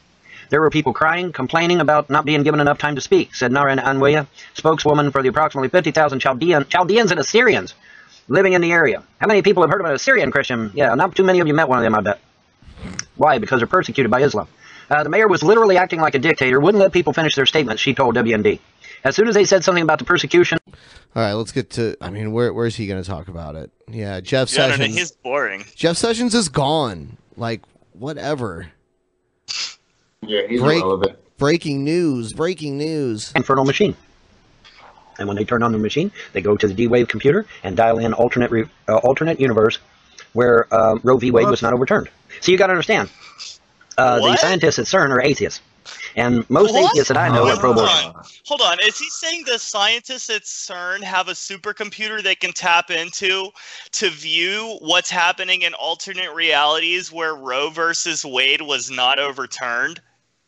S16: There were people crying, complaining about not being given enough time to speak, said Naren Anweya, spokeswoman for the approximately 50,000 Chaldean, Chaldeans and Assyrians living in the area. How many people have heard of an Assyrian Christian? Yeah, not too many of you met one of them, I bet. Why? Because they're persecuted by Islam. Uh, the mayor was literally acting like a dictator, wouldn't let people finish their statements, she told WND. As soon as they said something about the persecution,
S1: All right, let's get to. I mean, where where's he going to talk about it? Yeah, Jeff
S6: Yeah, I don't know,
S1: Sessions.
S6: he's boring.
S1: Jeff Sessions is gone. Like whatever.
S4: Yeah, he's
S1: Break-
S4: irrelevant.
S1: breaking news. Breaking news.
S16: Infernal machine. And when they turn on the machine, they go to the D-Wave computer and dial in alternate re- uh, alternate universe where uh, Roe v. Wade was not overturned. So you got to understand, uh, the
S6: What?
S16: scientists at CERN are atheists, and most atheists that I know are
S6: Wait, hold
S16: pro-abortion.
S6: on. Hold on. Is he saying the scientists at CERN have a supercomputer they can tap into to view what's happening in alternate realities where Roe versus Wade was not overturned?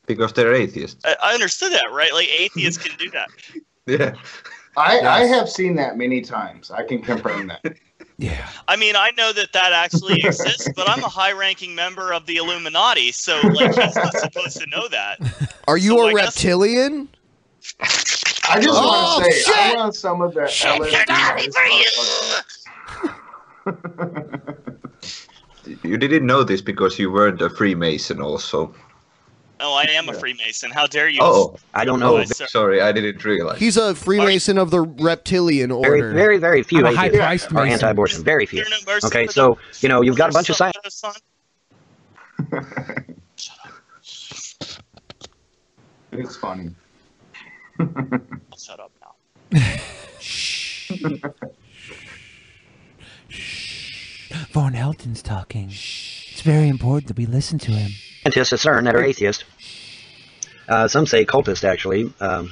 S13: because they're atheists.
S6: I, I understood that, right? Like atheists can do that.
S13: Yeah.
S4: I, I have seen that many times. I can confirm that.
S6: I mean, I know that that actually exists, but I'm a high-ranking member of the Illuminati, so like he's not supposed to know that.
S1: Are you a reptilian?
S4: I just
S1: Oh,
S4: want to say,
S1: shit!
S4: I want some of that.
S1: Shit,
S4: LSD
S1: you're dirty
S4: this
S1: for you!
S4: motherfucker.
S13: You didn't know this because you weren't a Freemason, also.
S6: Oh, I am a Freemason. How dare you?
S13: Oh,
S16: I don't
S6: know.
S13: Oh, sorry, I didn't realize.
S1: He's a Freemason of the reptilian
S16: Very,
S1: order.
S16: very, very few atheists are anti-abortion. Very few. Okay, so you know you've got a bunch of science.
S4: It's funny.
S6: I'll shut up now.
S21: Von Helton's talking. It's very important that we listen to him.
S16: scientists at CERN that are atheist. Uh, some say cultist, actually. Um,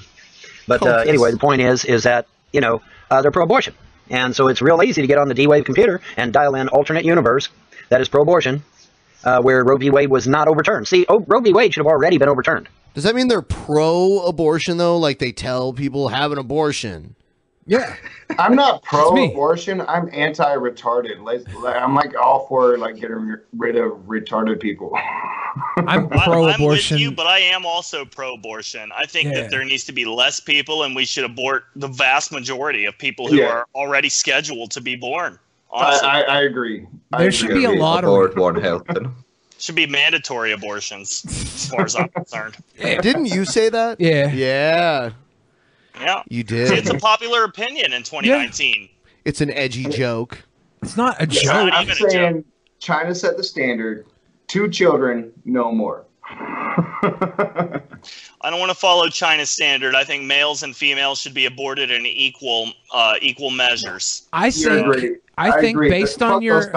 S16: but uh,
S21: Cultist.
S16: anyway, the point is, is that you know uh, they're pro-abortion, and so it's real easy to get on the D-Wave computer and dial in alternate universe that is pro-abortion, uh, where Roe v. Wade was not overturned. See, oh, Roe v. Wade should have already been overturned.
S1: Does that mean they're pro-abortion though? Like they tell people have an abortion?
S3: Yeah.
S4: I'm not pro-abortion. I'm anti-retarded. Like, like, I'm like all for like getting rid of retarded people.
S3: I'm
S6: pro-abortion.
S4: I'm with you,
S6: but I am also pro-abortion. I think
S4: Yeah.
S6: that there needs to be less people, and we should abort the vast majority of people who
S4: Yeah.
S6: are already scheduled to be born.
S4: I,
S6: Honestly,
S4: I, I agree.
S3: There should be a lottery.
S13: Abort one health. then.
S6: should be mandatory abortions, as far as I'm concerned.
S1: Didn't you say that?
S3: Yeah.
S1: Yeah.
S6: Yeah,
S1: You did.
S6: It's a popular opinion in 2019.
S1: It's an edgy joke.
S3: It's not a
S6: It's not
S4: I'm
S6: even a
S4: saying China set the standard. Two children, no more.
S6: I don't want to follow China's standard. I think males and females should be aborted in equal uh, equal measures.
S3: I think I, think based on your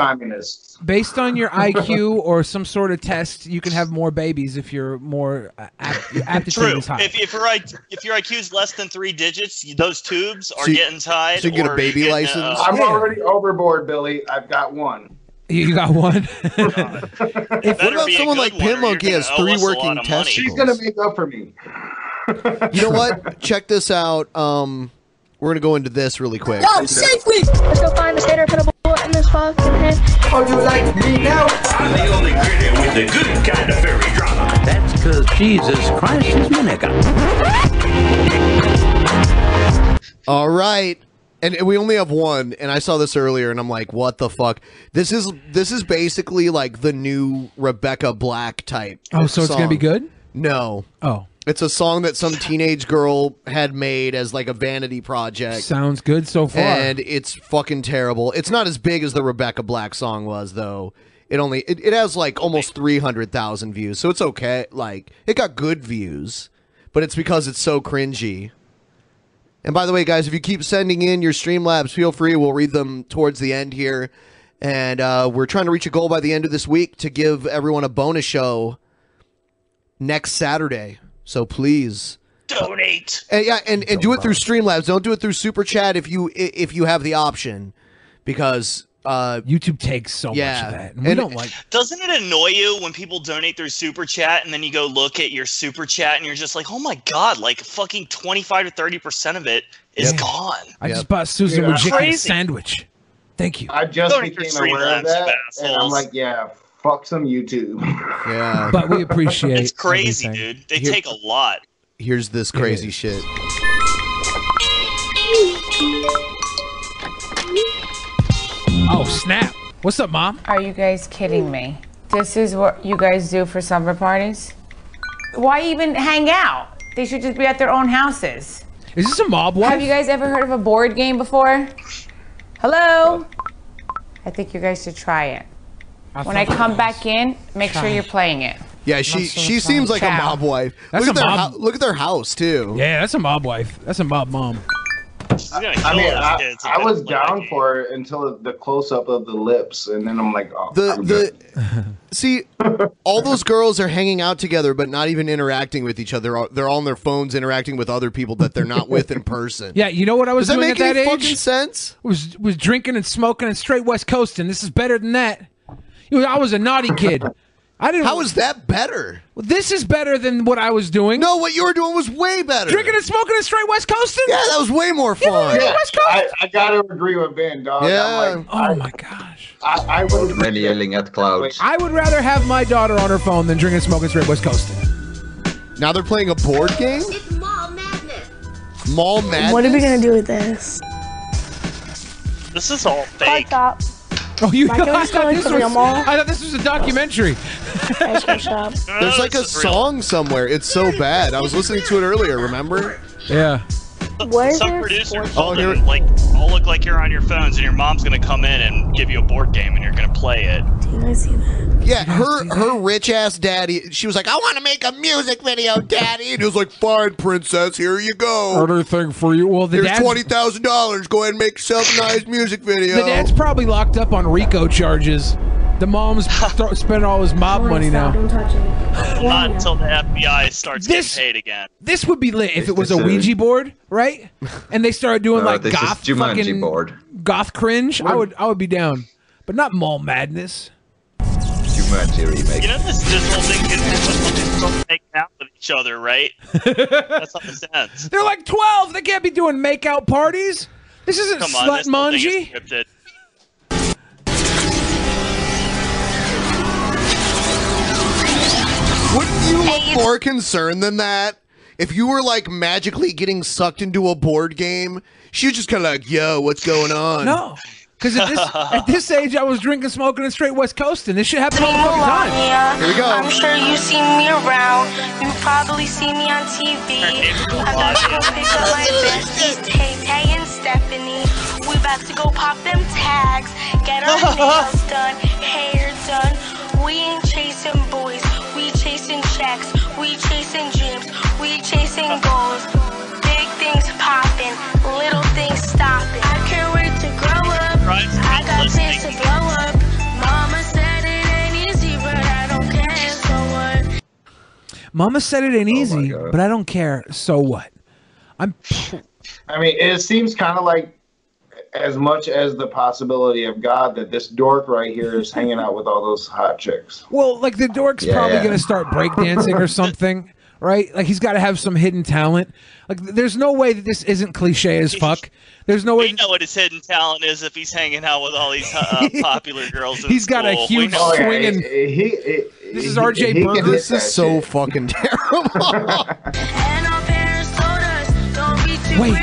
S3: based on your IQ or some sort of test, you can have more babies if you're more uh, apt, your aptitude
S6: True.
S3: is high.
S6: If, if your I, if your IQ is less than three digits, you- those tubes are
S3: So you-
S6: getting tied.
S3: so you get a
S6: or
S3: baby
S6: you're
S3: license?
S6: getting, uh,
S4: I'm already overboard, Billy. I've got one.
S3: You got one.
S1: what about
S4: be a
S1: someone
S4: good
S1: like
S4: one or you're
S1: Pinmonkey has
S4: gonna owe
S1: three
S4: us a lot
S1: working
S4: of money.
S1: testicles?
S4: She's gonna make up for me.
S1: You know what? Check this out. Um, we're gonna go into this really quick.
S20: Oh,
S15: Yo, shake me! Let's go find the standard pinnable bullet in this fucking head. Oh, you like me now?
S2: I'm the only critic with the good kind of fairy drama.
S16: That's because Jesus Christ is my
S1: All right. And and we only have one, and I saw this earlier, and I'm like, "What the fuck? This is this is basically like the new Rebecca Black type."
S3: Oh, so it's gonna be
S1: song.
S3: good?
S1: No.
S3: Oh.
S1: it's a song that some teenage girl had made as like a vanity project.
S3: Sounds good so far.
S1: And it's fucking terrible. It's not as big as the Rebecca Black song was though. It only it, it has like almost 300,000 views. So it's okay. Like it got good views, but it's because it's so cringy. And by the way, guys, if you keep sending in your Streamlabs, feel free. We'll read them towards the end here. And uh, we're trying to reach a goal by the end of this week to give everyone a bonus show next Saturday. So please
S6: donate.
S1: And, yeah, and, and do it through Streamlabs. Don't do it through Super Chat if you i- if you have the option, because uh,
S3: YouTube takes so much of that, and we don't like.
S6: Doesn't it annoy you when people donate through super chat and then you go look at your super chat and you're just like, oh my god, like fucking 25 to 30 percent of it is
S3: Yeah.
S6: gone.
S3: I just bought Susan
S4: Dude, I'm
S3: Wojcicki a
S4: crazy.
S3: sandwich. Thank you.
S4: I just
S6: Don't
S4: became
S6: interfere
S4: aware of
S6: with
S4: that,
S6: us,
S4: and I'm
S6: assholes.
S4: like, yeah, fuck some YouTube.
S1: Yeah,
S3: But we appreciate
S6: It's crazy, dude. They take a lot.
S1: Here's this crazy shit.
S3: Oh snap! What's up, mom?
S19: Are you guys kidding me? This is what you guys do for summer parties? Why even hang out? They should just be at their own houses.
S3: Is this a mob wife?
S19: Have you guys ever heard of a board game before? Hello? I think you guys should try it. when I
S1: thought-
S19: come back in, make sure you're playing it.
S1: Yeah, she
S19: so
S1: she
S19: sorry.
S1: seems like a
S19: Ciao.
S1: mob wife.
S3: That's
S1: look
S3: a
S1: at their
S3: mob-
S1: hou- look at their house too.
S3: Yeah, that's a mob wife. That's a mob mom.
S4: I mean, I, I was down for it until the close up of the lips, and then I'm like, oh,
S1: The
S4: I'm good.
S1: the see, all those girls are hanging out together, but not even interacting with each other. They're all- They're all on their phones interacting with other people that they're not with in person.
S3: Yeah, you know what I was
S1: Does that
S3: doing
S1: make
S3: at
S1: any
S3: that age?
S1: fucking sense?
S3: Was was drinking and smoking and straight West Coasting. This is better than that. You know, I was a naughty kid. I didn't. How
S1: is that better?
S3: Well, this is better than what I was doing.
S1: No, what you were doing was way better.
S3: Drinking and smoking and straight West Coasting.
S1: Yeah, that was way more
S3: You know,
S1: fun.
S3: yeah, West Coast.
S4: I, I gotta agree with Ben, dog.
S1: Yeah.
S4: I'm like,
S3: oh my gosh.
S4: I, I would
S13: Men yelling at clouds.
S3: I would rather have my daughter on her phone than drinking and smoking straight West Coasting.
S1: Now they're playing a board game. Mall madness.
S20: What are we gonna do with this?
S6: This is all fake.
S3: Oh, you
S20: Like, I'm
S3: I,
S20: just going
S3: thought this
S20: to
S3: was,
S20: the mall.
S3: I thought this was a documentary.
S20: Ice cream shop.
S1: There's like a song somewhere. It's so bad. I was listening to it earlier. Remember?
S3: Yeah.
S20: What?
S6: Some producers
S1: Oh,
S6: told
S1: here-
S6: them, like, all look like you're on your phones and your mom's going to come in and give you a board game and you're going to play it.
S20: You guys see that?
S1: Yeah, her her rich ass daddy. She was like, "I want to make a music video, daddy," and he was like, "Fine, princess. Here you go.
S3: Anything for you? Well, Oh, the
S1: Here's
S3: dad's,
S1: twenty oh. thousand dollars. Go ahead and make yourself a nice music video."
S3: the dad's probably locked up on RICO charges. The mom's thro- spending all his mob money now.
S20: touch
S6: Not until the FBI starts getting paid again.
S3: This would be lit if it was a
S6: this a-
S3: Ouija board, right? And they started doing
S13: No,
S3: like
S13: this is
S3: goth
S13: Jumanji
S3: fucking
S13: board.
S3: goth cringe. I would I would be down, but not mall madness.
S13: Jumanji remake.
S6: You know this digital thing can people make out with each other, right? That's how this ends.
S3: They're like twelve. They can't be doing makeout parties. This isn't
S6: Come on, this whole thing
S3: Slutmanji?
S6: is scripted.
S1: Wouldn't you look more concerned than that? If you were like magically getting sucked into a board game, she was just kind of like, yo, what's going on?
S3: No. Because at this, at this age, I was drinking, smoking, and straight West Coasting. This shit happened all the fucking time.
S1: Here we go.
S20: I'm sure you see me around. You probably see me on TV. I got to go pick up my besties, Tay Tay and Stephanie. We about to go pop them tags, get our nails done, hair done. We ain't chasing boys, we chasing checks, we chasing dreams, we chasing goals. Big things popping, little things stopping. I can't wait to grow up. I got plans to blow up. Mama said it ain't easy, but I don't care. So what?
S3: Mama said it ain't
S13: Oh
S3: easy, but I don't care. So what? I'm.
S4: I mean, it seems kind of like as much as the possibility of God that this dork right here is hanging out with all those hot chicks.
S3: Well, like the dork's
S4: Yeah,
S3: probably
S4: yeah.
S3: gonna start breakdancing or something, right? Like he's got to have some hidden talent. Like th- there's no way that this isn't cliche as fuck. There's no way.
S6: We know what his hidden talent is if he's hanging out with all these uh, popular girls. In
S3: He's got a
S6: school. We
S3: huge
S6: know.
S3: swinging. this is RJ Burger.
S1: This is so fucking terrible. Wait.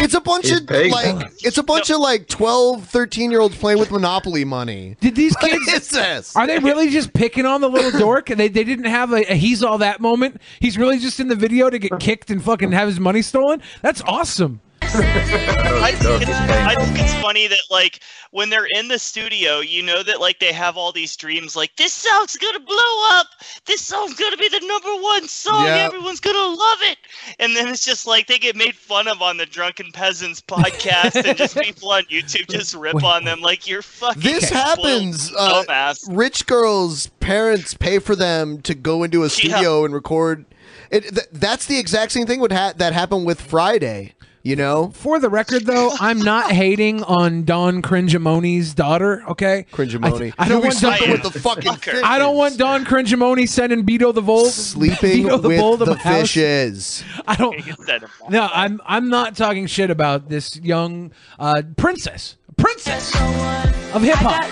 S1: It's a bunch
S20: He's
S1: of
S20: paid.
S1: like it's a bunch of like 12, 13 year olds playing with Monopoly money.
S3: Did these
S1: What
S3: kids?
S1: is this?
S3: Are they really just picking on the little dork? And they, they didn't have a, a he's all that moment. He's really just in the video to get kicked and fucking have his money stolen. That's awesome.
S6: I think, it's, I think it's funny that like when they're in the studio, you know that like they have all these dreams. Like this song's gonna blow up. This song's gonna be the number one song.
S17: Yeah.
S6: Everyone's gonna love it. And then it's just like they get made fun of on the Drunken Peasants podcast, and just people on YouTube just rip on them. Like you're fucking.
S1: This
S6: spoiled
S1: happens. Uh,
S6: dumbass.
S1: rich girls' parents pay for them to go into a studio and record. It, th- that's the exact same thing would ha- that happened with Friday. You know,
S3: For the record, though, I'm not hating on Don Cringamoni's daughter. Okay,
S1: Cringamoni.
S3: I,
S1: You'll
S3: don't
S1: be
S3: want
S1: sleeping
S3: Don,
S1: with the fucking fishes.
S3: I don't want Don Cringamoni sending Beto the Vol
S1: sleeping
S3: Beto the
S1: with
S3: Bull to
S1: the
S3: my house.
S1: fishes.
S3: I don't. No, I'm I'm not talking shit about this young uh, princess, princess of hip hop.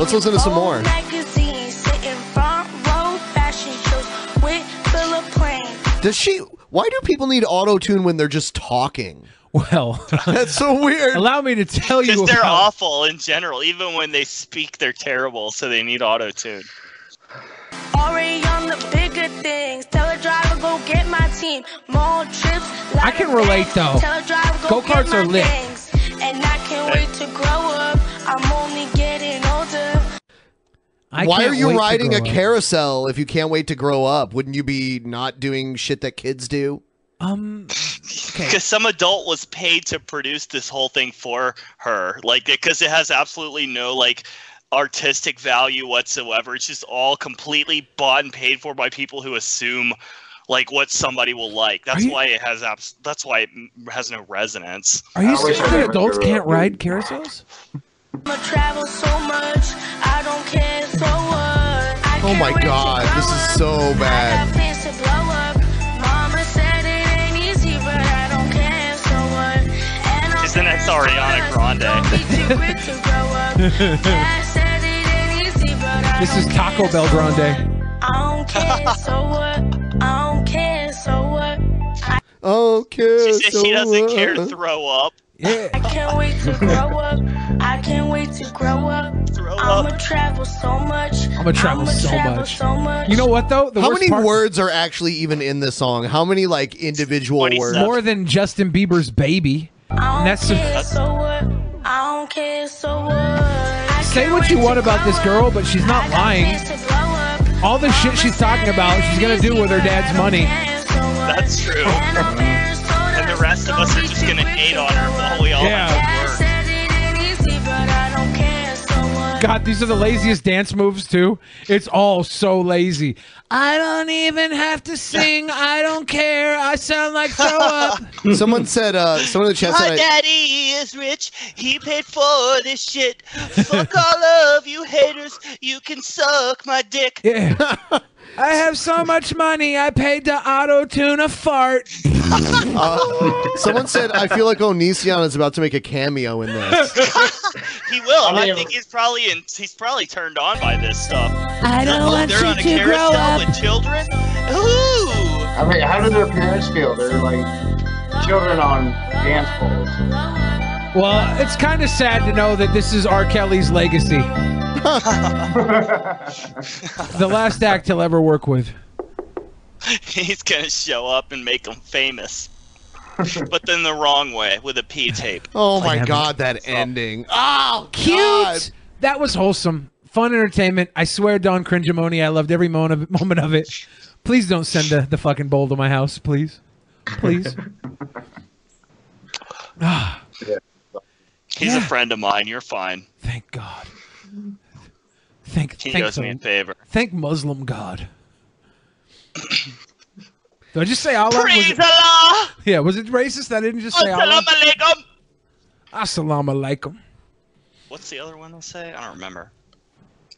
S1: Let's listen to some more.
S20: magazine, sitting front row, fashion shows with Philip Plain.
S1: Does she? Why do people need auto tune when they're just talking?
S3: Well,
S1: that's so weird.
S3: Allow me to tell
S1: you.
S6: They're awful in general. Even when they speak, they're terrible. So they need auto tune.
S20: Already on the bigger things. Tell a driver go get my team. More trips.
S3: I can relate, though.
S20: Tell a driver go
S3: Go-karts
S20: get my
S3: are lit.
S20: things. And I can't wait to grow up. I'm only getting older.
S3: I
S1: Why
S3: can't
S1: are you
S3: wait to
S1: riding
S3: grow
S1: a
S3: up.
S1: carousel if you can't wait to grow up? Wouldn't you be not doing shit that kids do?
S3: Um,
S6: Because some adult was paid to produce this whole thing for her, like because it has absolutely no like artistic value whatsoever. It's just all completely bought and paid for by people who assume like what somebody will like. That's why it has abs- That's why it m- has no resonance.
S3: Are you saying that adults can't ride carousels?
S20: I'ma travel so much. I don't care so what. I
S1: Oh
S20: can't
S1: my
S20: wait to
S1: god,
S20: grow
S1: this is so
S20: I got
S1: bad.
S20: plans to blow up. Mama said it ain't easy, but I don't care so what. And I'm
S6: Isn't that Ariana
S20: too
S6: Grande?
S20: good to grow up. Dad said it ain't easy, but I
S3: This
S20: don't
S3: is Taco Bell Grande.
S20: I don't care, so what? I don't care, so what?
S3: Oh,
S6: She
S1: Okay.
S6: says she doesn't care to throw up.
S20: I can't wait to grow up. I can't wait to grow up. I'ma travel so much.
S1: I'ma travel so much.
S20: so much.
S3: You know what though? The
S1: How
S3: worst
S1: many
S3: part-
S1: words are actually even in this song? How many like individual words?
S3: More than Justin Bieber's baby.
S20: I
S3: And
S20: don't
S3: that's
S20: care, so what? I don't care, so what? I
S3: say what you want about this girl, but she's not lying. All the shit she's talking about, she's gonna do with her dad's money.
S6: That's true. and the rest of us are just gonna hate on her while we all
S3: Yeah.
S6: have to work.
S20: ain't easy, but I don't care, so what?
S3: God, these are the laziest dance moves too. It's all so lazy. I don't even have to sing. I don't care. I sound like throw up.
S1: someone said. Uh, someone in the chat
S17: My
S1: said. I,
S17: daddy is rich. He paid for this shit. Fuck all of you haters. You can suck my dick.
S3: Yeah. I have so much money. I paid to auto tune a fart.
S1: Uh, someone said, I feel like Onision is about to make a cameo in this.
S6: he will. and I, think he's probably in, he's probably turned on by this stuff.
S24: I don't
S6: Oh,
S24: want
S6: they're
S24: you
S6: on a
S24: to grow
S6: carousel
S24: up.
S6: with children. Ooh.
S4: I mean, how do their parents feel? They're like children on dance poles.
S3: Well, it's kind of sad to know that this is R. Kelly's legacy. the last act he'll ever work with.
S6: He's gonna show up and make them famous, but then the wrong way with a P tape. uh,
S1: Oh my god, that ending. Oh,
S3: cute. That was wholesome, fun entertainment. I swear, Don Cringemoni, I loved every moment of, moment of it. Please don't send the, the fucking bowl to my house, please. Please. Ah,
S6: He's a friend of mine. You're fine.
S3: Thank God. Thank,
S6: He
S3: thank
S6: owes me
S3: the-
S6: a favor.
S3: Thank Muslim God. Did I just say Allah? Was
S6: Praise
S3: it-
S6: Allah.
S3: yeah, was it racist? that I didn't just say Allah.
S6: Assalamu alaikum.
S3: Assalamu alaikum.
S6: What's the other one I say? I don't remember.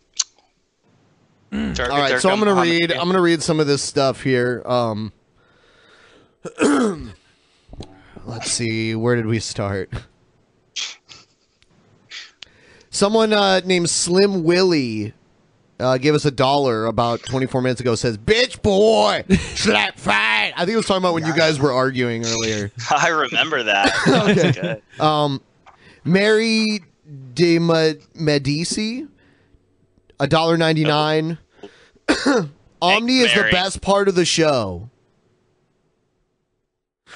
S1: Mm. All right, so I'm gonna read. I'm gonna read some of this stuff here. Um, let's see, where did we start? Someone uh, named Slim Willy uh, gave us a dollar about 24 minutes ago. Says, "Bitch boy, slap fight." I think it was talking about when you guys were arguing earlier.
S6: I remember that. okay.
S1: Um, Mary De Ma- Medici, a dollar ninety nine. Omni is the
S6: Oh. Mary.
S1: best part of the show.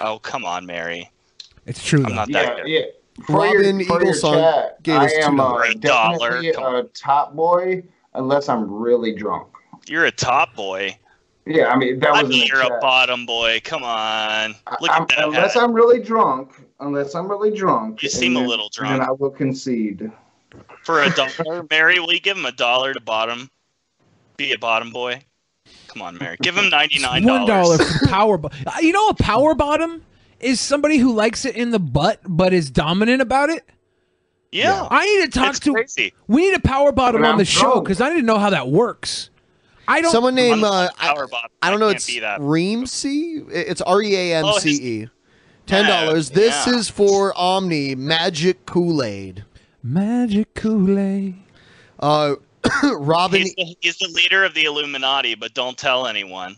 S6: Oh come on, Mary.
S3: It's true.
S6: I'm not that good.
S4: Yeah,
S1: Robin Eaglesong gave us
S4: I am
S1: two
S4: uh,
S1: dollars.
S4: definitely a top boy unless I'm really drunk.
S6: You're a top boy.
S4: Yeah, I mean, that
S6: I
S4: was
S6: mean,
S4: in the
S6: you're a
S4: chat.
S6: bottom boy. Come on. Look
S4: I'm-
S6: at that.
S4: unless
S6: hat.
S4: I'm really drunk, unless I'm really drunk,
S6: You seem
S4: and
S6: a
S4: then-
S6: little
S4: and
S6: drunk.
S4: then I will concede.
S6: For a dollar, Mary, will you give him a dollar to bottom? Be a bottom boy. Come on, Mary. Give him ninety nine
S3: One dollar for power bo- Uh, You know, a power bottom is somebody who likes it in the butt but is dominant about it.
S6: Yeah,
S3: I need to talk
S6: It's
S3: to.
S6: crazy.
S3: We need a power bottom
S6: When
S3: on
S6: I'm
S3: the show
S6: drunk.
S3: because I need to know how that works. I don't.
S1: Someone named uh, I,
S6: power bottom.
S1: I don't know.
S6: can't
S1: It's
S6: be that. Oh,
S1: Reamce. It's R E A M C E. Ten dollars.
S6: Yeah,
S1: This
S6: yeah.
S1: is for Omni Magic Kool Aid.
S3: Magic Kool Aid.
S1: Uh, Robin.
S6: He's the, he's the leader of the Illuminati, but don't tell anyone.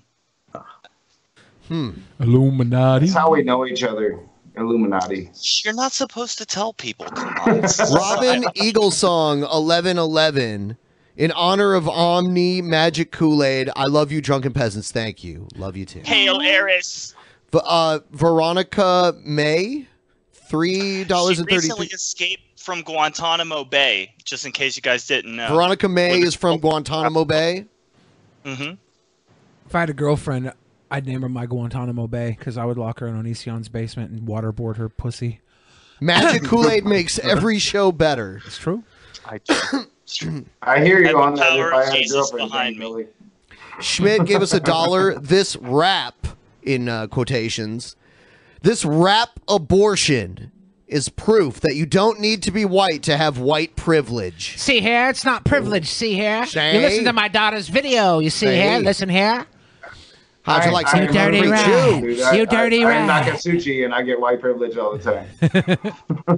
S1: Hmm.
S3: Illuminati.
S4: That's how we know each other. Illuminati.
S6: You're not supposed to tell people. Come on.
S1: Robin Eaglesong, eleven eleven, in honor of Omni Magic Kool Aid. I love you, drunken peasants. Thank you. Love you too.
S6: Hail Eris.
S1: V- uh, Veronica May, three dollars
S6: She
S1: and thirty
S6: recently
S1: three.
S6: escaped from Guantanamo Bay, just in case you guys didn't know.
S1: Veronica May is from Guantanamo Bay.
S6: Mm-hmm.
S3: If I had a girlfriend, I'd name her my Guantanamo Bay because I would lock her in Onision's basement and waterboard her pussy.
S1: Magic Kool Aid makes every show better.
S3: It's true.
S6: I,
S4: I hear you on that.
S6: power
S4: If I
S6: of
S4: had a
S6: Jesus
S4: girlfriend,
S6: behind
S4: dang, Billy.
S1: Schmidt gave us a dollar. This rap, in uh, quotations, this rap abortion is proof that you don't need to be white to have white privilege.
S24: See here, it's not privilege. See here,
S1: Say.
S24: you listen to my daughter's video. You see
S1: Say.
S24: here, listen here.
S1: How'd you
S4: I-
S1: like
S4: I
S1: some
S4: am
S1: dirty
S4: a
S1: rat?
S4: Jew, dude. I-
S1: You dirty
S4: I, I am
S1: rat.
S4: Nakatsuchi, and I get white privilege all the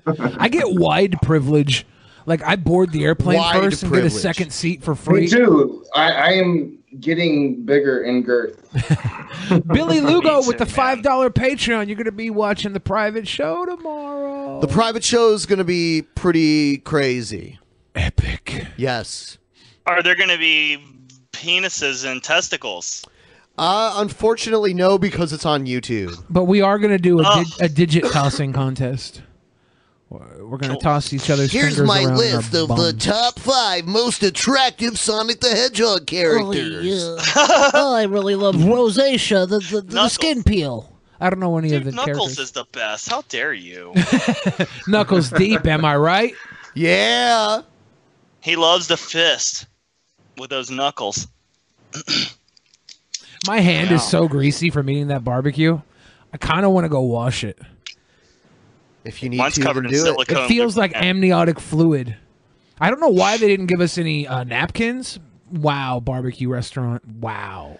S4: time.
S3: I get wide privilege. Like I board the airplane
S4: Wide
S3: first and get a
S4: privilege.
S3: second seat for free.
S4: Me too. I, I am getting bigger in girth.
S3: Billy Lugo with the five dollar Patreon. You're gonna be watching the private show tomorrow.
S1: The private show is going to be pretty crazy.
S3: Epic.
S1: Yes.
S6: Are there going to be penises and testicles?
S1: Uh, unfortunately, no, because it's on YouTube.
S3: But we are gonna do a,
S1: Ugh.
S3: dig- a digit tossing contest. We're gonna toss each other's
S1: Here's
S3: fingers
S1: my
S3: around our
S1: list of the
S3: bums.
S1: top five most attractive Sonic the
S6: Oh,
S1: Hedgehog characters.
S24: oh, I really love rosacea, the, the, the skin peel.
S3: I don't know any of the
S6: Knuckles
S3: characters.
S6: is the best. How dare you?
S3: Knuckles deep, am I right?
S1: Yeah.
S6: he loves the fist with those knuckles.
S3: My hand
S6: Yeah.
S3: is so greasy from eating that barbecue. I kind of want to go wash it.
S1: If you need
S6: Mine's
S1: to,
S6: covered
S1: then
S6: in
S1: do it.
S6: silicone.
S3: It feels like amniotic fluid. I don't know why they didn't give us any uh, napkins, wow barbecue restaurant. Wow.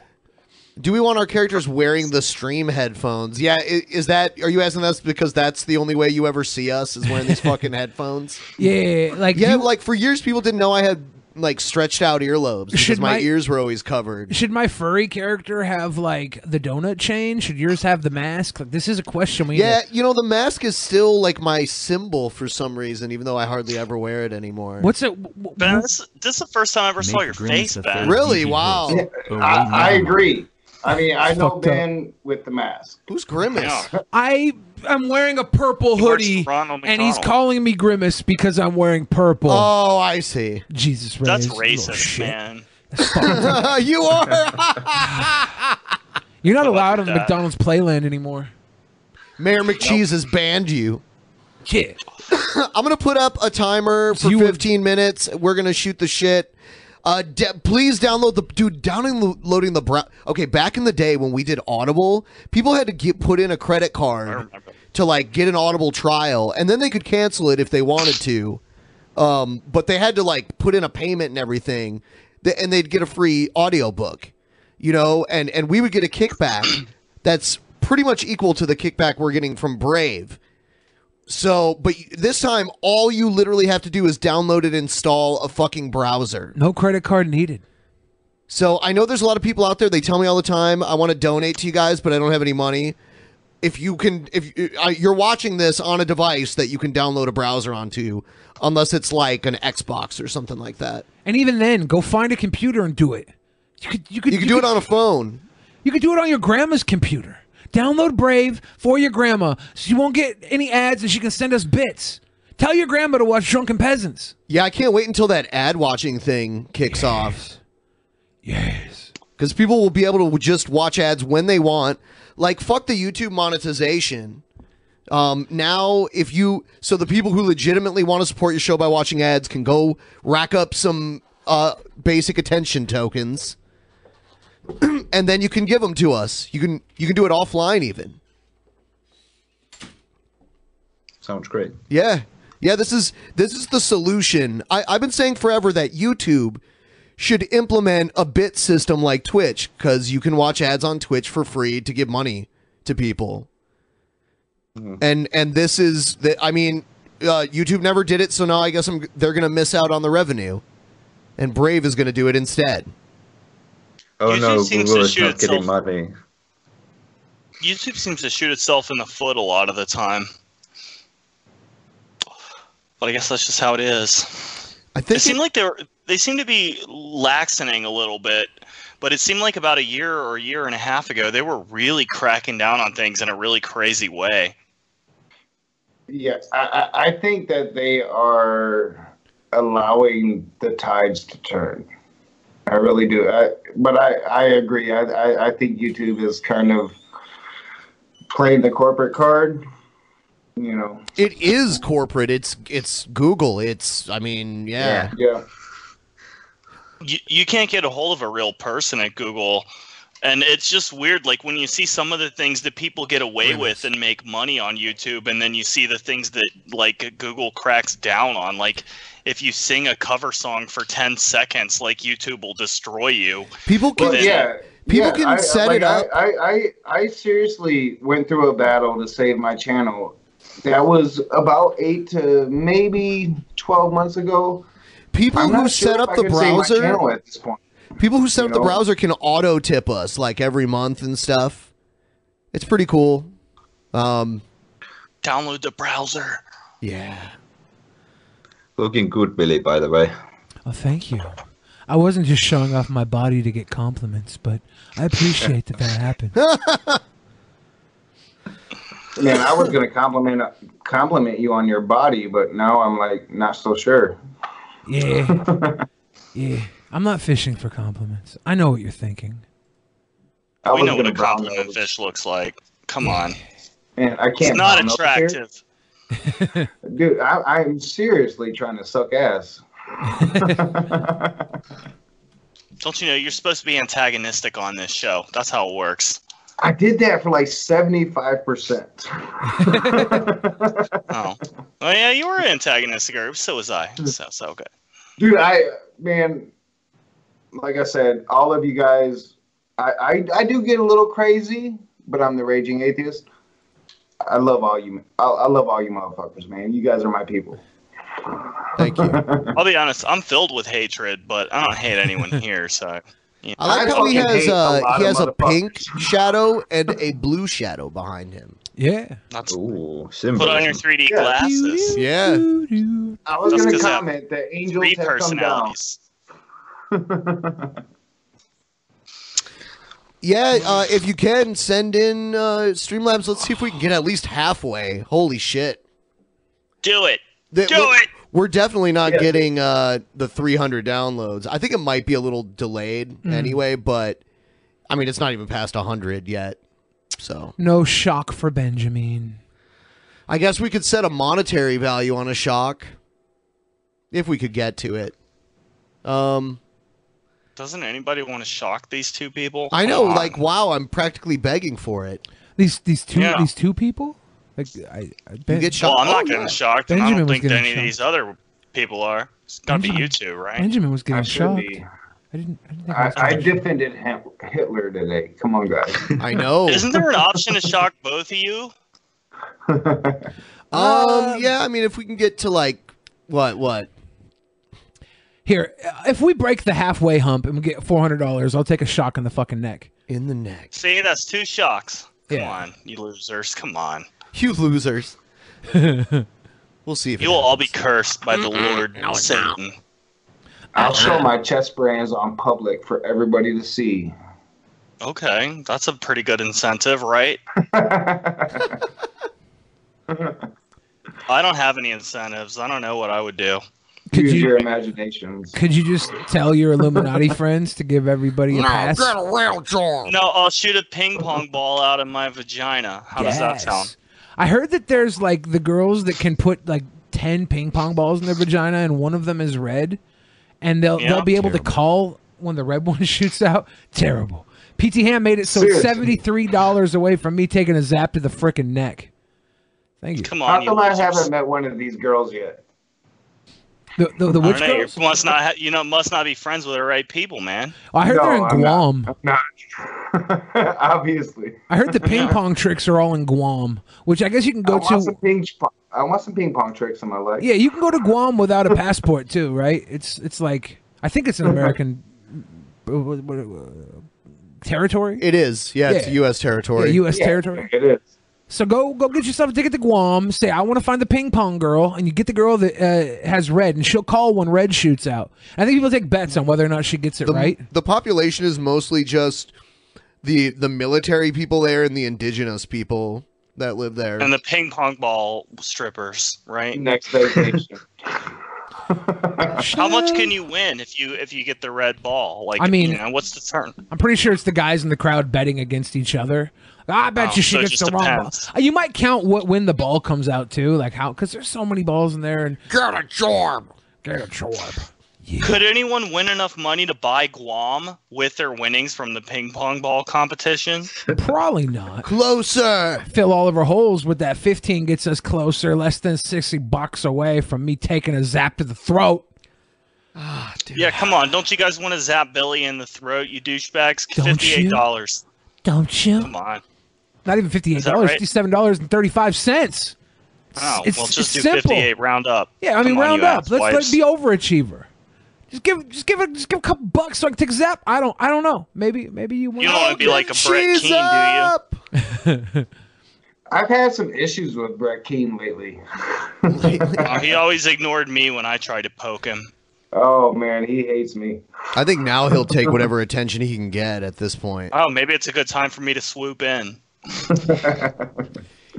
S1: Do we want our characters wearing the stream headphones? Yeah, i- is that? Are you asking us because that's the only way you ever see us is wearing these fucking headphones?
S3: Yeah, like
S1: yeah, like for years people didn't know I had like stretched out earlobes because
S3: Should
S1: my,
S3: my-
S1: ears were always covered.
S3: Should my furry character have like the donut chain? Should yours have the mask? Like this is a question we need to-
S1: Yeah, you know the mask is still like my symbol for some reason, even though I hardly ever wear it anymore.
S3: What's it?
S6: Ben, this, this is the first time I ever saw your face, Ben.
S1: Really? Wow.
S4: I, I agree. I mean, I know
S3: Fucked up.
S4: Ben with the mask.
S1: Who's Grimace?
S3: I am wearing a purple hoodie, and he's calling me grimace because I'm wearing purple.
S1: Oh, I see.
S3: Jesus,
S6: That's
S3: Reyes, you little
S6: racist,
S3: shit.
S6: man.
S1: you are.
S3: You're not allowed on
S1: that.
S3: McDonald's Playland anymore.
S1: Mayor McCheese has banned you.
S3: Yeah.
S1: I'm gonna put up a timer for 15 minutes. We're gonna shoot the shit. Uh, de- please download the dude. Downloading the brown. Okay, back in the day when we did Audible, people had to get put in a credit card to like get an Audible trial, and then they could cancel it if they wanted to. Um, but they had to like put in a payment and everything, th- and they'd get a free audiobook, you know, and and we would get a kickback that's pretty much equal to the kickback we're getting from Brave. So, but y- this time, all you literally have to do is download and install a fucking browser.
S3: No credit card needed.
S1: So, I know there's a lot of people out there. They tell me all the time, I want to donate to you guys, but I don't have any money. If you can, if y- uh, you're watching this on a device that you can download a browser onto, unless it's like an Xbox or something like that.
S3: And even then, go find a computer and do it. You could you could,
S1: do it on a phone.
S3: You could do it on your grandma's computer. Download Brave for your grandma so you won't get any ads and she can send us bits. Tell your grandma to watch Drunken Peasants.
S1: Yeah, I can't wait until that ad watching thing kicks off.
S3: Yes.
S1: Because people will be able to just watch ads when they want. Like, fuck the YouTube monetization. Um, now, if you. So the people who legitimately want to support your show by watching ads can go rack up some uh, basic attention tokens. and then you can give them to us. You can you can do it offline even.
S13: Sounds great.
S1: Yeah. Yeah, this is this is the solution. I, I've been saying forever that YouTube should implement a bit system like Twitch, because you can watch ads on Twitch for free to give money to people.
S13: Mm-hmm.
S1: And and this is that I mean, uh, YouTube never did it, so now I guess I'm, they're gonna miss out on the revenue, and Brave is gonna do it instead.
S13: Oh
S6: YouTube
S13: no,
S6: seems
S13: Google
S6: to
S13: is
S6: shoot
S13: not getting
S6: itself.
S13: money.
S6: YouTube seems to shoot itself in the foot a lot of the time. But I guess that's just how it is.
S1: I think
S6: it seemed like they were, they seem to be laxening a little bit, but it seemed like about a year or a year and a half ago they were really cracking down on things in a really crazy way.
S4: Yes, I, I, I think that they are allowing the tides to turn. I really do. I, but I, I agree. I, I, I think YouTube is kind of playing the corporate card. You know.
S1: It is corporate. It's it's Google. It's I mean, yeah.
S4: Yeah.
S6: you, you can't get a hold of a real person at Google. And it's just weird, like when you see some of the things that people get away with and make money on YouTube, and then you see the things that like Google cracks down on. Like if you sing a cover song for ten seconds, like YouTube will destroy you.
S1: People
S6: But then-
S4: yeah. yeah, I- like, I, I, I, I seriously went through a battle to save my channel. That was about eight to maybe twelve months ago.
S1: People
S4: I'm
S1: who
S4: not sure
S1: set
S4: if
S1: up
S4: I
S1: the
S4: can save my
S1: browser-
S4: channel at this point.
S1: People who set up the
S4: know?
S1: browser can auto tip us like every month and stuff. It's pretty cool. Um,
S6: Download the browser.
S1: Yeah.
S13: Looking good, Billy, by the way.
S3: Oh, thank you. I wasn't just showing off my body to get compliments, but I appreciate that that happened.
S4: Man, I was gonna compliment compliment you on your body, but now I'm like not so sure.
S3: Yeah. yeah. I'm not fishing for compliments. I know what you're thinking.
S4: I
S6: we
S4: was
S6: know what a
S4: gonna
S6: compliment fish looks like. Come on,
S4: Man, I
S6: it's
S4: can't.
S6: not
S4: brown nose
S6: attractive.
S4: here. dude. I, I'm seriously trying to suck ass.
S6: Don't you know you're supposed to be antagonistic on this show? That's how it works.
S4: I did that for like seventy five percent.
S6: Oh, well, yeah, you were antagonistic, or so was I. So so good.
S4: Dude, I man, like I said, all of you guys, I, I, I do get a little crazy, but I'm the raging atheist. I love all you. I, I love all you motherfuckers, man. You guys are my people.
S6: Thank you. I'll be honest. I'm filled with hatred, but I don't hate anyone here. So you know.
S1: I like how he has uh, he has a pink shadow and a blue shadow behind him.
S3: Yeah.
S6: That's
S13: Ooh,
S6: Put on your 3D glasses.
S1: Yeah.
S4: I was
S6: Just
S4: going to
S6: 'cause I have
S4: comment that angels
S6: three
S4: have come down.
S6: personalities.
S1: Yeah, uh, if you can send in uh, Streamlabs, let's see if we can get at least halfway. Holy shit!
S6: Do it.
S1: That-
S6: Do
S1: we're,
S6: it.
S1: We're definitely not
S6: Yeah.
S1: getting uh, the 300 downloads. I think it might be a little delayed
S3: Mm.
S1: anyway, but I mean, it's not even past 100 yet. So
S3: No shock for Benjamin.
S1: I guess we could set a monetary value on a shock if we could get to it. Um,
S6: Doesn't anybody want to shock these two people?
S1: I know,
S6: Come on.
S1: like, wow, I'm practically begging for it.
S3: These these two
S6: Yeah.
S3: these two people. Like I, I
S1: You get
S6: Well, I'm not
S1: Oh,
S6: getting
S1: yeah.
S6: shocked, and I
S3: Benjamin
S6: don't
S3: was
S6: think that
S3: getting
S6: any of these other people are. It's gotta be you two, right?
S3: Benjamin was getting
S6: I should
S3: shocked.
S6: be.
S3: I didn't. I didn't think I
S4: I,
S3: was
S4: I
S3: getting shocked.
S4: defended Him- Hitler today. Come on, guys.
S1: I know.
S6: Isn't there an option to shock both of you?
S1: Um, yeah, I mean, if we can get to like what what
S3: Here, uh, if we break the halfway hump and we get four hundred dollars, I'll take a shock in the fucking neck.
S1: In the neck.
S6: See, that's two shocks. Come on, you losers. Come on.
S1: you losers. we'll see if it
S6: You will all be cursed by the Lord
S1: No, it's not.
S6: Satan.
S4: I'll show my chest brands on public for everybody to see.
S6: Okay, that's a pretty good incentive, right? I don't have any incentives. I don't know what I would do.
S4: Use your imaginations.
S3: Could you just tell your Illuminati friends to give everybody a pass?
S1: real job.
S6: No, I'll shoot a ping pong ball out of my vagina. How does that
S3: Yes.
S6: sound?
S3: I heard that there's like the girls that can put like ten ping pong balls in their vagina, and one of them is red, and they'll
S6: Yeah.
S3: they'll be able to call when the red one shoots out. Terrible. PT Ham made it so it's
S4: Seriously.
S3: seventy three dollars away from me taking a zap to the frickin' neck. Thank you.
S6: Come
S4: How
S6: on, you
S4: come I
S6: losers.
S4: haven't met one of these girls yet?
S3: The the, the
S6: I
S3: witch
S6: don't know, you
S3: girls?
S6: must not ha- you know must not be friends with the right people, man.
S3: Oh, I heard they're in Guam.
S4: Obviously.
S3: I heard the ping pong tricks are all in Guam, which I guess you can go
S4: I want some
S3: to.
S4: ping pong. I want some ping pong tricks in my life.
S3: Yeah, you can go to Guam without a passport too, right? It's it's like I think it's an
S1: Uh-huh.
S3: American uh, what- what- uh, territory.
S1: It is, yeah, it's
S3: Yeah.
S1: U.S. territory.
S3: Yeah, U.S. territory.
S4: It is.
S3: So go go get yourself a ticket to Guam. Say I want to find the ping pong girl, and you get the girl that uh, has red, and she'll call when red shoots out. I think people take bets on whether or not she gets it
S1: The,
S3: right.
S1: the population is mostly just the the military people there and the indigenous people that live there.
S6: And the ping pong ball strippers, right?
S4: Next vacation.
S6: How much can you win if you if you get the red ball? Like
S3: I mean-
S6: you know, what's the turn?
S3: I'm pretty sure it's the guys in the crowd betting against each other. "Ah, I bet
S6: Oh,
S3: you she
S6: so it
S3: gets
S6: just
S3: the wrong ball.
S6: depends.
S3: Uh, You might count what when the ball comes out too, like how because there's so many balls in there and
S1: get a chorb,
S3: get a chorb.
S6: Could anyone win enough money to buy Guam with their winnings from the ping pong ball competition?
S3: Probably not.
S1: Closer.
S3: Fill all of our holes with that 15 gets us closer, less than 60 bucks away from me taking a zap to the throat. Ah,
S6: Yeah, come on! Don't you guys want to zap Billy in the throat, you douchebags?
S3: Don't you?
S6: Fifty-eight dollars.
S3: Don't you?
S6: Come on!
S3: Not even $58,
S6: right?
S3: $57.35.
S6: Oh,
S3: It's-
S6: well,
S3: it's
S6: just do
S3: simple.
S6: fifty-eight. Round up.
S3: Yeah, I mean,
S6: Come on,
S3: round
S6: you
S3: up. Let's
S6: asswipes.
S3: let be overachiever. Just give, just give, a, just give a couple bucks so I can take a zap. I don't, I don't know. Maybe, maybe you win.
S6: You don't want to be like a Brett Keane, do you?
S4: I've had some issues with Brett Keane lately.
S6: Oh, he always ignored me when I tried to poke him.
S4: Oh man, he hates me.
S1: I think now he'll take whatever attention he can get at this point.
S6: Oh, maybe it's a good time for me to swoop in.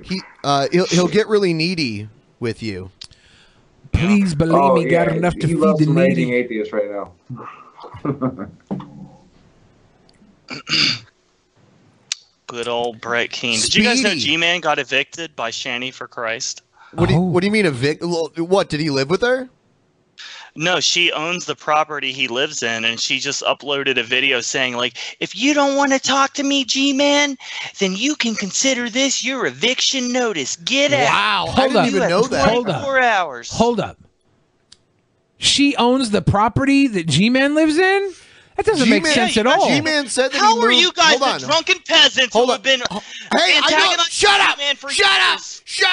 S1: He uh, he'll he'll get really needy with you.
S3: Please believe
S4: oh,
S3: me, got
S4: yeah,
S3: enough to
S4: he
S3: feed
S4: loves
S3: the
S4: raging
S3: needy.
S4: atheist right now.
S6: Good old Brett Keane. Did you guys know
S1: Speedy.
S6: G-Man got evicted by Shanny for Christ?
S1: What
S3: Oh.
S1: do you, what do you mean a vic? What did he live with her?
S6: No, she owns the property he lives in, and she just uploaded a video saying, like, if you don't want to talk to me, G-Man, then you can consider this your eviction notice. Get out.
S1: Wow, I Hold didn't up. even
S6: You have
S1: know that.
S3: Hold up.
S6: 24 hours.
S3: Hold up. She owns the property that G Man lives in? That doesn't make
S1: G-Man-
S3: sense at all.
S1: G-Man said that
S6: How
S1: he
S6: are
S1: moved-
S6: you guys
S1: hold on.
S6: the drunken peasants who have been
S1: Hey, I know.
S6: antagonizing
S1: Shut up!
S6: Batman for
S1: Shut up!
S6: years?
S1: Shut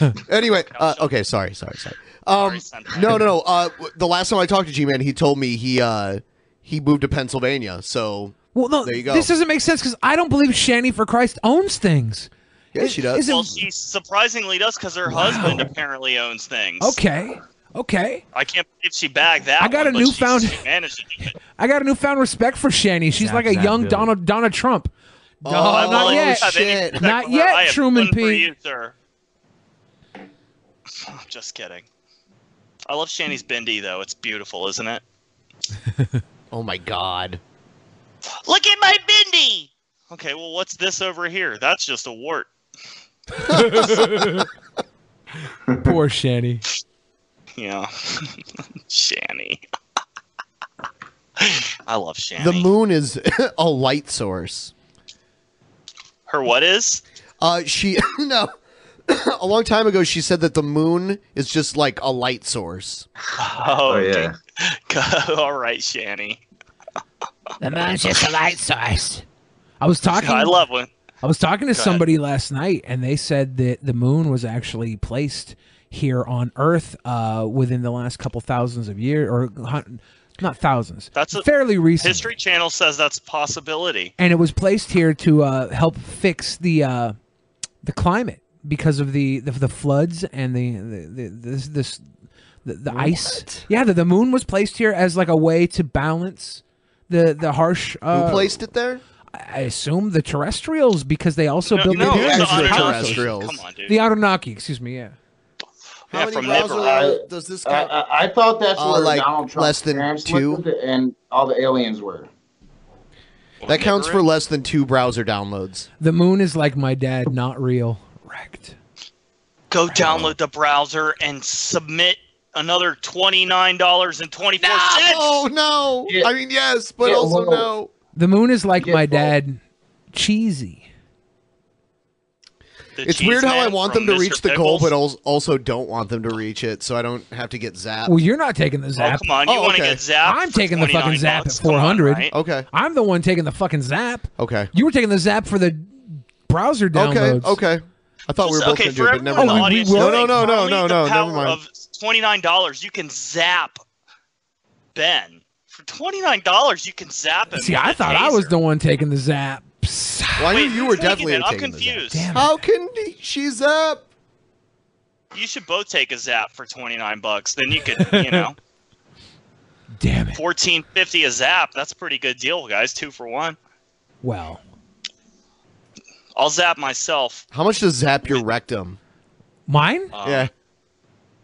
S1: up! anyway, uh, okay, sorry, sorry, sorry. Um, no, no, no. Uh, w- the last time I talked to G-Man, he told me he uh, he moved to Pennsylvania. So
S3: Well, no,
S1: there you go.
S3: This doesn't make sense because I don't believe Shani for Christ owns things.
S1: yeah, she does.
S6: well, she surprisingly does because her husband apparently owns things.
S3: Okay, okay.
S6: I can't believe she bagged that.
S3: I got
S6: one,
S3: a
S6: but she-
S3: newfound-
S6: She managed to do it.
S3: I got a newfound respect for Shani. She's
S6: Zap,
S3: like a
S6: zap,
S3: young
S6: dude.
S3: Donald Donna Trump.
S6: Oh,
S3: No,
S6: I
S3: not
S6: don't
S3: yet.
S6: have any respect
S3: Not
S6: for her. I
S3: yet,
S6: have
S3: Truman
S6: none for
S3: P.
S6: you, sir. Just kidding. I love Shani's bindi though. It's beautiful, isn't it?
S1: Oh my god.
S6: Look at my bindi. Okay, well, what's this over here? That's just a wart.
S3: Poor Shani.
S6: Yeah. Shanny. I love Shanny.
S1: The moon is a light source.
S6: Her what is?
S1: Uh, she no. a long time ago, she said that the moon is just like a light source.
S6: Oh, yeah. All right, Shanny.
S3: The moon's just a light source. I was talking.
S6: I love when
S3: I was talking
S6: Go
S3: to
S6: ahead.
S3: somebody last night, and they said that the moon was actually placed here on Earth uh, within the last couple thousands of years, or hun- not thousands.
S6: That's a,
S3: fairly recent.
S6: History Channel says that's a possibility.
S3: and it was placed here to uh, help fix the uh, the climate because of the the, the floods and the the the, this, this, the, the ice. Yeah, the, the moon was placed here as like a way to balance the the harsh. Uh,
S1: Who placed it there?
S3: I assume the terrestrials because they also built
S1: no,
S3: the
S1: it's the
S3: Anunnaki.
S1: extraterrestrials. Come on, dude.
S3: The Anunnaki, excuse me, yeah.
S1: How many miles away does this?
S4: I, I, I thought that's
S1: Uh,
S4: where
S1: like,
S4: Donald Trump's
S1: less than
S4: parents
S1: two?
S4: lived and all the aliens were.
S1: That counts for less than two browser downloads.
S3: The moon is like my dad, not real.
S6: Go download the browser and submit another twenty nine dollars and twenty four cents.
S1: Oh no! I mean yes, but
S6: Yeah,
S1: also
S6: well-
S1: no.
S3: The moon is like my dad, cheesy.
S1: It's
S3: cheese
S1: weird how
S3: man
S1: I want
S3: from
S1: them to
S3: Mr.
S1: reach the goal,
S3: Pickles?
S1: but als- also don't want them to reach it, so I don't have to get zapped.
S3: Well, you're not taking the zap.
S1: Oh, come on, you wanna get zapped
S3: I'm
S1: for
S3: taking the fucking
S1: 29
S3: zap
S1: bucks,
S3: at
S1: come on,
S3: 400.
S1: right? Okay.
S3: I'm the one taking the fucking zap.
S1: Okay.
S3: You were taking the zap for the browser downloads.
S1: Okay. Okay. I thought we were
S3: Just-
S1: both
S3: okay,
S1: going to do it,
S3: for
S1: but never
S3: everyone in the
S1: mind.
S3: audience
S1: no,
S3: who
S1: no,
S3: thinks
S1: no, no,
S3: only
S1: no,
S3: the
S1: no. Never
S6: power
S1: mind.
S6: of twenty nine dollars, you can zap Ben. For twenty nine dollars, you can zap him.
S3: See,
S6: with
S3: I
S6: a
S3: thought I was the one taking the zaps.
S1: Well, I knew
S6: Wait,
S1: you
S6: who's
S1: were
S6: taking
S1: definitely
S6: it? I'm
S1: taking
S6: confused.
S1: The zap. How can he- she's up?
S6: taser. You should both take a zap for twenty nine bucks. Then you could, you know.
S3: Damn
S6: it. Fourteen fifty a zap. That's a pretty good deal, guys. Two for one.
S3: Well,
S6: I'll zap myself.
S1: how much does zap your rectum?
S3: Mine?
S1: yeah.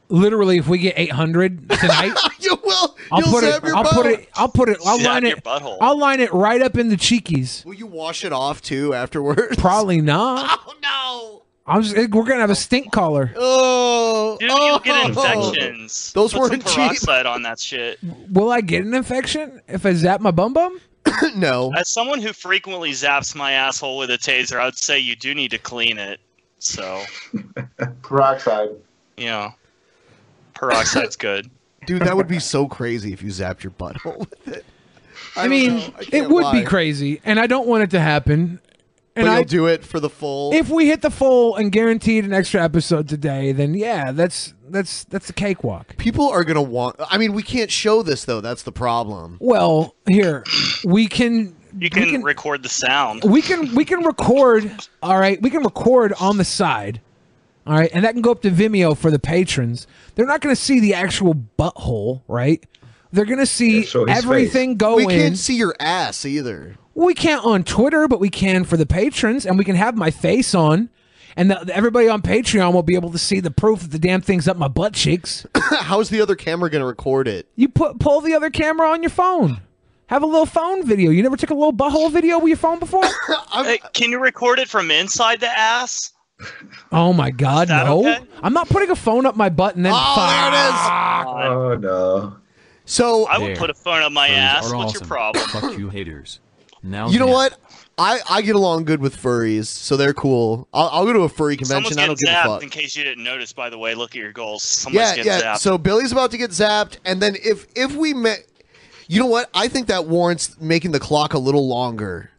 S3: Literally, if we get 800 tonight,
S1: you will.
S3: I'll
S1: You'll
S3: put it.
S1: zap your
S3: I'll put
S1: butt.
S3: it. I'll put it. I'll
S1: Zap
S3: line
S1: your
S3: it.
S1: butthole.
S3: I'll line it right up in the cheekies.
S1: Will you wash it off too afterwards?
S3: Probably not.
S1: Oh no.
S3: I'm just. We're gonna have a stink collar.
S1: Oh.
S6: Dude, you'll get
S1: oh.
S6: infections.
S1: Those
S6: Put
S1: weren't
S6: some
S1: cheap.
S6: peroxide on that shit.
S3: Will I get an infection if I zap my bum bum?
S1: no.
S6: As someone who frequently zaps my asshole with a taser, I'd say you do need to clean it. So,
S4: Peroxide.
S6: you know, peroxide's good.
S1: Dude, that would be so crazy if you zapped your butthole with it.
S3: I, mean, it
S1: can't
S3: would
S1: lie.
S3: be crazy, and I don't want it to happen.
S1: But
S3: And
S1: you'll
S3: I,
S1: do it for the full.
S3: if we hit the full and guaranteed an extra episode today, then yeah, that's that's that's a cakewalk.
S1: People are gonna want. I mean, we can't show this though. That's the problem.
S3: Well, here we can
S6: You can, record the sound.
S3: we can we can record. All right, we can record on the side. All right, and that can go up to Vimeo for the patrons. They're not going to see the actual butthole, right? They're going to see everything go
S1: We
S3: in.
S1: can't see your ass either.
S3: We can't on Twitter, but we can for the patrons, and we can have my face on, and the, everybody on Patreon will be able to see the proof that the damn thing's up my butt cheeks.
S1: How's the other camera gonna record it?
S3: You put pull the other camera on your phone. Have a little phone video. You never took a little butthole video with your phone before?
S6: Hey, can you record it from inside the ass?
S3: oh my god, no! I'm not putting a phone up my butt and then.
S6: Oh, there it is.
S3: Oh
S13: no!
S1: So
S6: I would put a phone up my ass.
S8: are
S6: What's your
S8: awesome.
S6: problem?
S8: Fuck you haters. Now
S1: You know what? I, I get along good with furries, so they're cool. I'll, I'll go to a furry
S6: Someone's
S1: convention. I
S6: getting
S1: don't give a
S6: zapped.
S1: fuck.
S6: In case you didn't notice, by the way, look at your goals. Someone's
S1: Yeah,
S6: getting
S1: yeah.
S6: zapped.
S1: So Billy's about to get zapped, and then if if we met, You know what? I think that warrants making the clock a little longer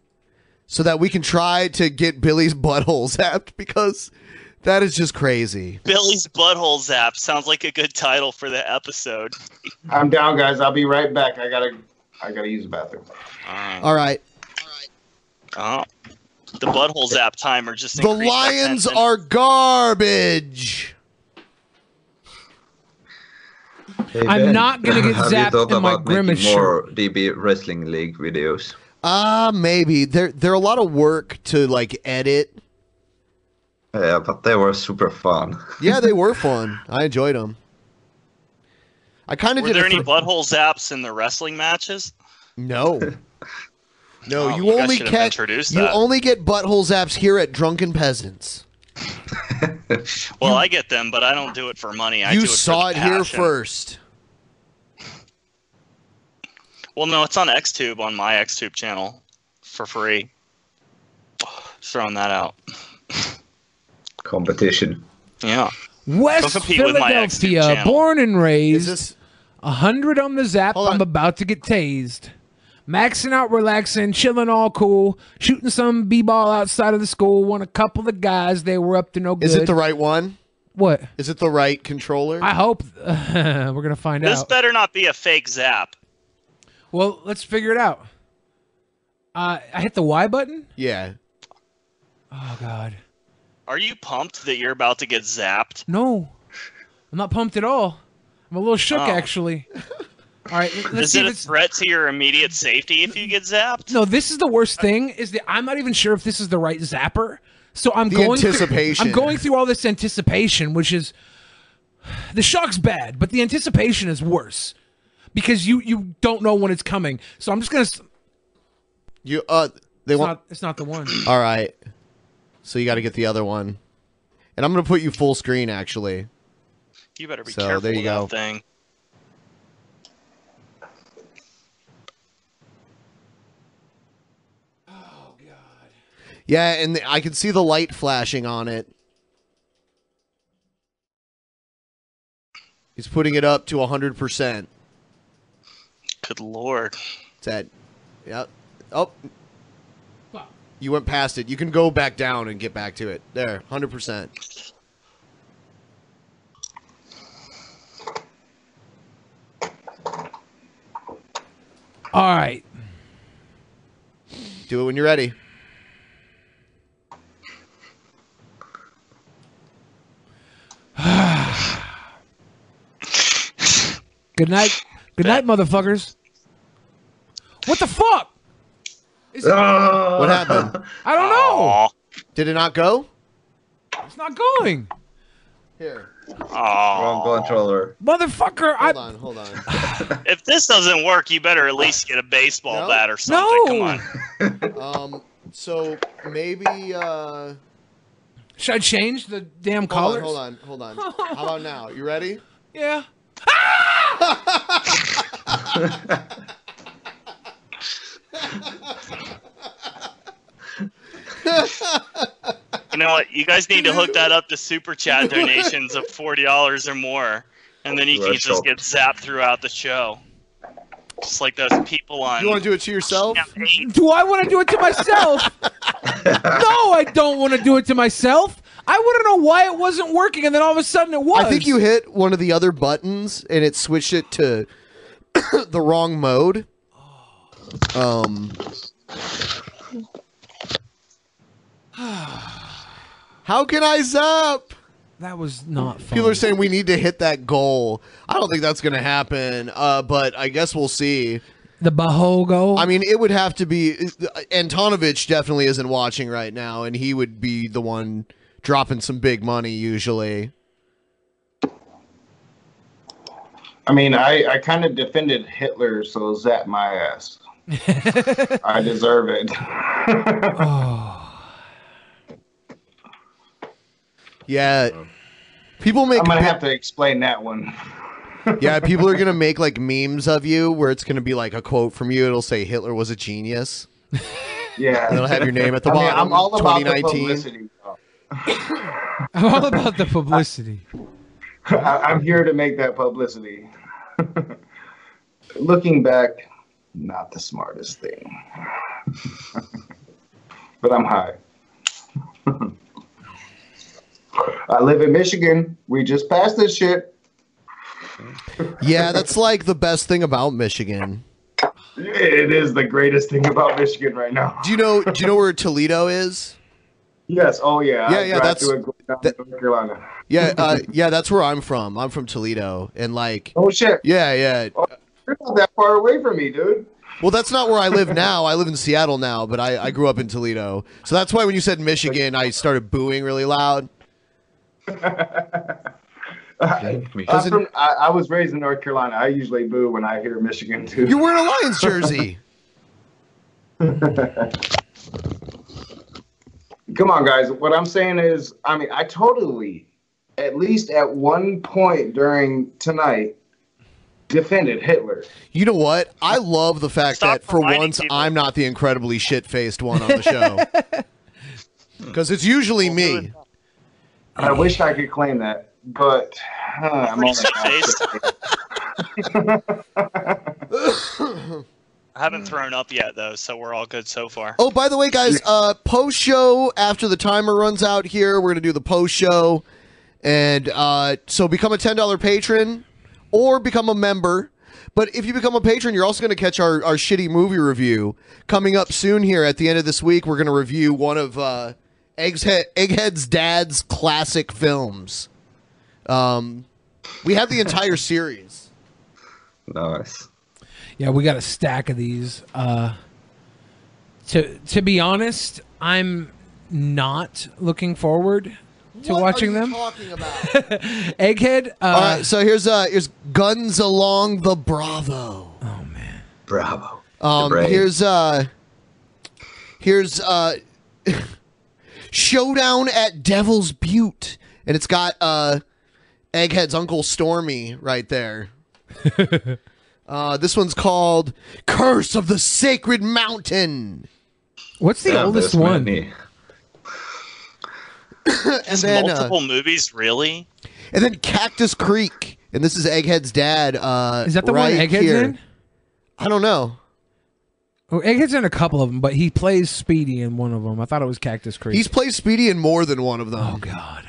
S1: so that we can try to get Billy's butthole zapped because that is just crazy.
S6: Billy's butthole zap sounds like a good title for the episode.
S4: I'm down, guys. I'll be right back. I gotta, I gotta use the bathroom.
S1: All right.
S6: Oh, Uh, the butthole zap timer just.
S1: The
S6: increased by 10
S1: Lions
S6: cents.
S1: are garbage.
S3: I'm not gonna get
S13: Have
S3: zapped
S13: you thought
S3: in my
S13: about making
S3: grimace shirt.
S13: more DB wrestling league videos.
S1: Uh maybe. There there are a lot of work to like edit.
S13: Yeah, but they were super fun.
S1: Yeah, they were fun. I enjoyed them. I kind of
S6: Were
S1: did
S6: there
S1: a
S6: any
S1: fr-
S6: butthole zaps in the wrestling matches?
S1: No. No,
S6: Oh,
S1: you,
S6: you guys
S1: only
S6: should have
S1: catch
S6: introduced
S1: you
S6: that.
S1: only get butthole zaps here at Drunken Peasants.
S6: Well, I get them, but I don't do it for money. I
S1: you
S6: do it for
S1: saw
S6: the
S1: it here
S6: passion.
S1: first.
S6: Well, no, it's on XTube on my XTube channel for free. Just throwing that out.
S13: Competition.
S6: Yeah.
S3: West
S6: Don't compete with my ex-tube
S3: Philadelphia,
S6: channel.
S3: born and raised. A hundred on the zap. I'm about to get tased. Maxing out, relaxing, chilling, all cool. Shooting some b-ball outside of the school. Won a couple of guys. They were up to no good.
S1: Is it the right one?
S3: What?
S1: Is it the right controller?
S3: I hope we're gonna find
S6: This
S3: out.
S6: better not be a fake zap.
S3: well, let's figure it out. Uh, I hit the Y button.
S1: Yeah.
S3: Oh God.
S6: Are you pumped that you're about to get zapped?
S3: No, I'm not pumped at all. I'm a little shook
S6: Oh.
S3: actually. All right, let's
S6: Is
S3: see
S6: it
S3: if
S6: a
S3: it's
S6: threat to your immediate safety if you get zapped?
S3: No, this is the worst thing. Is that I'm not even sure if this is the right zapper. So I'm
S6: The
S3: going through-
S6: anticipation.
S3: I'm going through all this anticipation, which is the shock's bad, but the anticipation is worse because you you don't know when it's coming. So I'm just gonna. s-
S1: You uh they
S3: it's
S1: want
S3: Not, it's not the one.
S1: All right. So you got to get the other one. And I'm going to put you full screen actually.
S6: You better be
S1: So,
S6: careful
S1: there you
S6: with that
S1: go.
S6: thing.
S1: Yeah, and I can see the light flashing on it. He's putting it up to 100%.
S6: Good lord.
S1: It's at Yep. Oh. You went past it. You can go back down and get back to it. There, 100%.
S3: All right.
S1: Do it when you're ready.
S3: Good night. Good night, motherfuckers. What the fuck? Is- Ah.
S1: What happened?
S3: I don't know.
S1: Did it not go?
S3: It's not going.
S1: Here.
S13: Wrong controller.
S3: Motherfucker, I
S1: Hold on, hold on.
S6: If this doesn't work, you better at least get a baseball bat or something. Come on.
S1: Um so maybe uh
S3: Should I change the damn
S1: hold on,
S3: colors?
S1: hold on, hold on. How about now? You ready?
S3: Yeah.
S6: You know what? You guys need to hook that up to super chat donations of forty dollars or more, and then you can just
S1: Workshop.
S6: get zapped throughout the show, just like those people on.
S1: You want to do it to yourself?
S3: Do I want to do it to myself? no, I don't want to do it to myself. I want to know why it wasn't working, and then all of a sudden it was.
S1: I think you hit one of the other buttons and it switched it to the wrong mode. Um, how can I zap?
S3: That was not fun.
S1: People are saying we need to hit that goal. I don't think that's going to happen, uh, but I guess we'll see.
S3: The butthole goal?
S1: I mean, it would have to be. uh, Antonovich definitely isn't watching right now, and he would be the one dropping some big money usually.
S4: I mean, I, I kind of defended Hitler, so zap my ass. I deserve it.
S1: Oh. Yeah. People make
S4: I'm gonna
S1: bi-
S4: have to explain that one.
S1: yeah, people are gonna make like memes of you where it's gonna be like a quote from you. It'll say Hitler was a genius.
S4: Yeah,
S1: And it'll have your name at the
S4: I mean, I'm
S1: bottom.
S4: all about the
S1: 2019.
S4: publicity. though.
S3: I'm all about the publicity.
S4: I, I'm here to make that publicity. Looking back, Not the smartest thing. but I'm high. I live in Michigan. We just passed this shit.
S1: Yeah, that's like the best thing about Michigan.
S4: It is the greatest thing about Michigan right now.
S1: Do you know? Do you know where Toledo is?
S4: Yes. Oh yeah.
S1: Yeah,
S4: I
S1: yeah,
S4: drive
S1: that's-
S4: through it going down to North Carolina.
S1: Yeah, uh, yeah, that's where I'm from. I'm from Toledo, and like,
S4: oh shit, Oh.
S1: yeah, yeah.
S4: You're not that far away from me, dude.
S1: Well, that's not where I live now. I live in Seattle now, but I, I grew up in Toledo, so that's why when you said Michigan, I started booing really loud.
S4: Uh, I'm from, I, I was raised in North Carolina. I usually boo when I hear Michigan too.
S1: You're wearing a Lions jersey.
S4: Come on, guys. What I'm saying is, I mean, I totally, at least at one point during tonight, defended Hitler.
S1: You know what? I love the fact that for once I'm not the incredibly shit faced one on the show. Because it's usually me.
S4: I wish I could claim that, but huh, I'm only
S6: I haven't thrown up yet though, so we're all good so far.
S1: Oh, by the way, guys, uh, post show after the timer runs out here, we're gonna do the post show, and uh, so become a ten dollar patron or become a member. But if you become a patron, you're also gonna catch our, our shitty movie review coming up soon. Here at the end of this week, we're gonna review one of uh, Egghead, Egghead's dad's classic films. Um, we have the entire series.
S13: Nice.
S3: Yeah, we got a stack of these. Uh, to to be honest, I'm not looking forward to watching them. Egghead. Uh,
S1: All right, so here's uh, here's Guns Along the Bravo.
S13: Bravo.
S1: Um,
S13: brave.
S1: here's uh, here's uh, showdown at Devil's Butte, and it's got uh, Egghead's uncle Stormy right there. uh, this one's called Curse of the Sacred Mountain.
S3: What's the
S13: Yeah,
S3: oldest
S13: there's
S3: one?
S13: many.
S1: and
S6: Just
S1: then uh,
S6: multiple movies, really?
S1: and then Cactus Creek, and this is Egghead's dad. Uh,
S3: Is that the
S1: right
S3: one Egghead's
S1: here.
S3: in?
S1: I don't know.
S3: Oh, Egghead's in a couple of them, but he plays Speedy in one of them. I thought it was Cactus Creek.
S1: He's played Speedy in more than one of them. Oh
S3: God.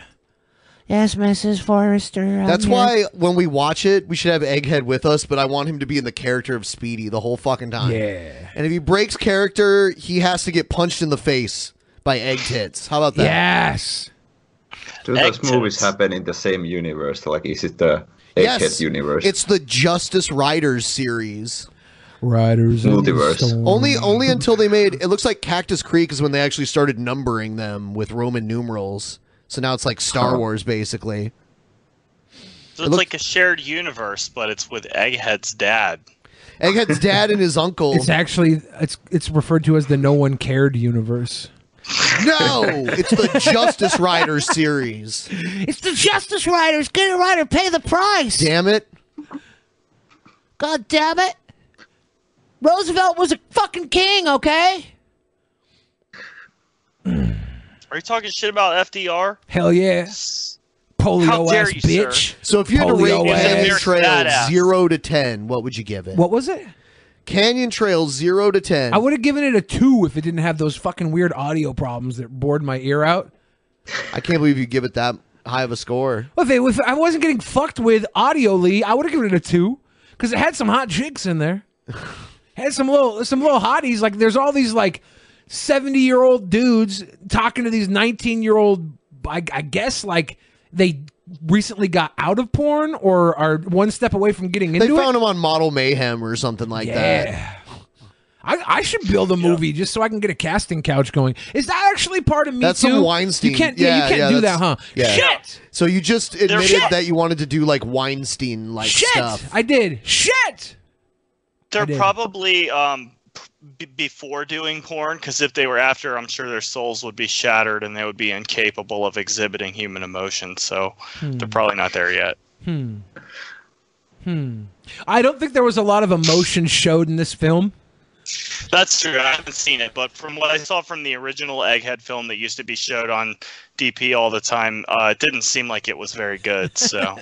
S21: Yes, Mrs. Forrester. I'm
S1: That's
S21: here.
S1: why when we watch it, we should have Egghead with us, but I want him to be in the character of Speedy the whole fucking time.
S3: Yeah.
S1: And if he breaks character, he has to get punched in the face by egg tits. How about that?
S3: Yes.
S13: Do those movies happen in the same universe? Like, is it the Egghead
S1: Yes.
S13: universe?
S1: It's the Justice Riders series.
S3: Riders. of the
S13: Multiverse.
S3: Storm.
S1: Only only until they made it looks like Cactus Creek is when they actually started numbering them with Roman numerals. So now it's like Star
S13: Huh.
S1: Wars basically.
S6: So it's like a shared universe, but it's with Egghead's dad.
S1: Egghead's dad and his uncle.
S3: It's actually it's it's referred to as the No One Cared universe.
S1: No, it's the Justice Riders series.
S21: It's the Justice Riders. Get it right or pay the price.
S1: Damn it.
S21: God damn it. Roosevelt was a fucking king, okay?
S6: Are you talking shit about FDR?
S3: Hell yeah. Polio
S6: How dare
S3: ass
S6: you, sir.
S3: bitch.
S1: So if you had to rate
S3: Polio ass.
S1: Canyon Trail
S3: Badass.
S1: zero to ten, what would you give it?
S3: What was it?
S1: Canyon Trail zero to ten.
S3: I would have given it a two if it didn't have those fucking weird audio problems that bored my ear out.
S1: I can't believe you give it that high of a score.
S3: Well, If, it, if I wasn't getting fucked with audioly, I would have given it a two because it had some hot chicks in there. had some little some little hotties. Like there's all these like seventy year old dudes talking to these nineteen year old. I, I guess like they recently got out of porn or are one step away from getting into
S1: They
S3: it.
S1: found him on Model Mayhem or something like that.
S3: Yeah. I, I should build a movie just so I can get a casting couch going. Is that actually part of me
S1: That's
S3: too?
S1: some Weinstein.
S3: You can't, yeah, you can't do that,
S1: that's-
S3: huh?
S1: yeah.
S3: Shit!
S1: So you just
S3: They're
S1: admitted
S3: shit.
S1: that you wanted to do like Weinstein like
S3: Shit!
S1: stuff.
S3: I did. Shit!
S6: They're
S3: did.
S6: probably um, b- before doing porn, because if they were after, I'm sure their souls would be shattered and they would be incapable of exhibiting human emotion. So they're probably not there yet.
S3: Hmm. Hmm. I don't think there was a lot of emotion showed in this film.
S6: That's true. I haven't seen it, but from what I saw from the original Egghead film that used to be showed on DP all the time, uh, it didn't seem like it was very good. So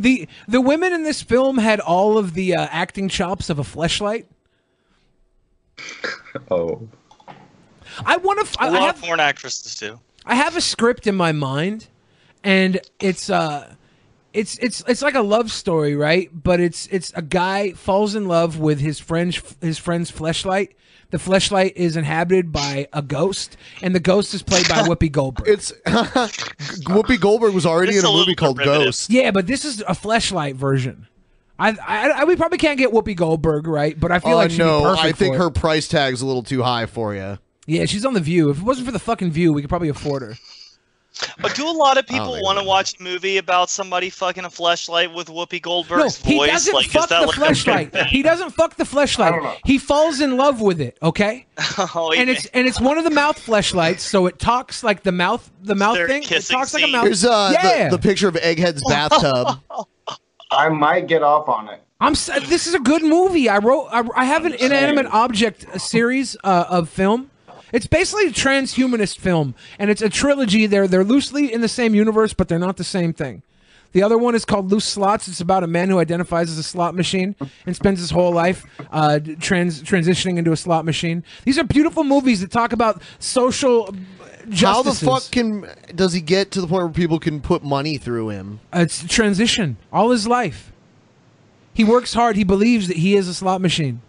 S3: the The women in this film had all of the uh, acting chops of a fleshlight.
S13: Oh.
S3: I want to.
S6: I
S3: I I
S6: love
S3: have
S6: porn actresses too.
S3: I have a script in my mind, and it's uh, it's it's it's like a love story, right? But it's it's a guy falls in love with his friend's his friend's fleshlight. The fleshlight is inhabited by a ghost, and the ghost is played by Whoopi Goldberg.
S1: It's Whoopi Goldberg was already in a movie called Ghost.
S3: Yeah, but this is a fleshlight version. I, I, I we probably can't get Whoopi Goldberg right, but I feel
S1: Uh,
S3: like she'd be
S1: no,
S3: perfect
S1: I think
S3: for it.
S1: her price tag's a little too high for you.
S3: Yeah, she's on the View. If it wasn't for the fucking View, we could probably afford her.
S6: But do a lot of people
S3: think
S6: want to watch a movie about somebody fucking a flashlight with Whoopi Goldberg's
S3: he
S6: voice?
S3: doesn't
S6: like,
S3: fuck
S6: is that
S3: the
S6: like
S3: flashlight.
S6: A big
S3: He doesn't fuck the flashlight. He falls in love with it. Okay,
S6: thing? Oh,
S3: and
S6: yeah.
S3: it's and it's one of the mouth flashlights, so it talks like the mouth the mouth thing. It talks like a mouth.
S1: Here's uh,
S3: yeah.
S1: the, the picture of Egghead's bathtub.
S4: I might get off on it.
S3: I'm. s- This is a good movie. I wrote. I, I have an inanimate object uh, series uh, of film. It's basically a transhumanist film, and it's a trilogy. They're they're loosely in the same universe, but they're not the same thing. The other one is called Loose Slots. It's about a man who identifies as a slot machine and spends his whole life uh, d- trans transitioning into a slot machine. These are beautiful movies that talk about social
S1: How the
S3: justices.
S1: fuck can does he get to the point where people can put money through him?
S3: Uh, It's transition all his life. He works hard. He believes that he is a slot machine.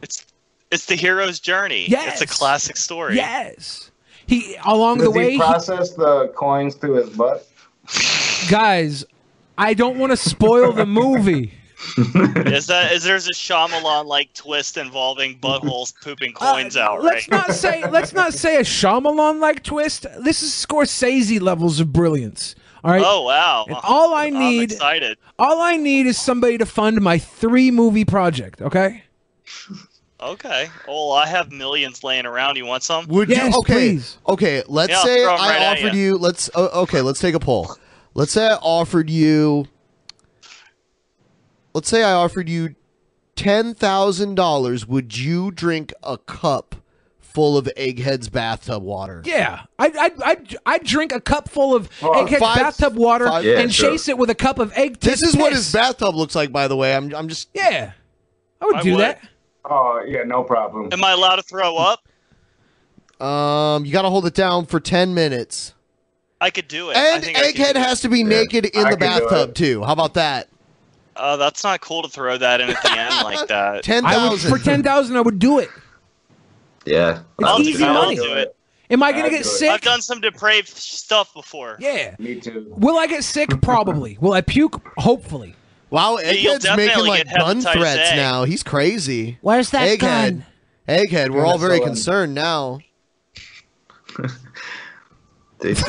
S6: It's the hero's journey.
S3: Yes.
S6: It's a classic story.
S3: Yes. He along
S4: Does
S3: the way,
S4: he
S3: he-
S4: process the coins through his butt?
S3: guys, I don't want to spoil the movie.
S6: is that is there's a Shyamalan like twist involving buttholes pooping coins out?
S3: Uh,
S6: Right?
S3: Let's not say let's not say a Shyamalan like twist. This is Scorsese levels of brilliance. All right.
S6: Oh wow.
S3: And all I
S6: I'm
S3: need,
S6: excited.
S3: all I need is somebody to fund my three movie project. Okay.
S6: Okay. Oh, I have millions laying around. You want some?
S1: Would you? Okay, okay. Let's
S6: Yeah, I'll
S1: say
S6: throw 'em right
S1: I
S6: at
S1: offered
S6: ya.
S1: you. Let's uh, okay. Let's take a poll. Let's say I offered you. Let's say I offered you ten thousand dollars. Would you drink a cup full of Egghead's bathtub water?
S3: Yeah, I I I I drink a cup full of
S1: Well,
S3: egghead
S1: Oh, five-
S3: bathtub water
S1: five- Yeah,
S3: and
S1: sure.
S3: chase it with a cup of egg.
S1: This
S3: tit
S1: is what
S3: piss.
S1: his bathtub looks like, by the way. I'm I'm just
S3: Yeah, I would do that.
S4: Oh yeah, no problem.
S6: Am I allowed to throw up?
S1: Um, you got to hold it down for ten minutes.
S6: I could do it. I
S1: And
S6: think I could
S1: Egghead
S6: do it.
S1: has to be naked in
S6: I
S1: the
S6: could do
S1: bathtub
S6: it.
S1: too. How about that?
S6: Uh, that's not cool to throw that in at the end like that.
S3: I would- for ten thousand. I would do it.
S13: Yeah.
S3: It's
S6: I'll
S3: easy
S6: do it. I'll
S3: money.
S6: do it.
S3: Am I gonna
S6: I'll
S3: get
S6: do it.
S3: sick?
S6: I've done some depraved stuff before.
S3: Yeah.
S4: Me too.
S3: Will I get sick? Probably. Will I puke? Hopefully.
S1: Wow,
S3: Yeah, you'll
S1: Egghead's making
S3: definitely
S1: like
S3: get
S1: gun
S3: hepatitis
S1: threats
S3: A.
S1: now. He's crazy.
S21: Where's that
S1: Egghead?
S21: gun?
S1: Egghead, we're all very
S13: Minnesota.
S1: concerned now.
S13: This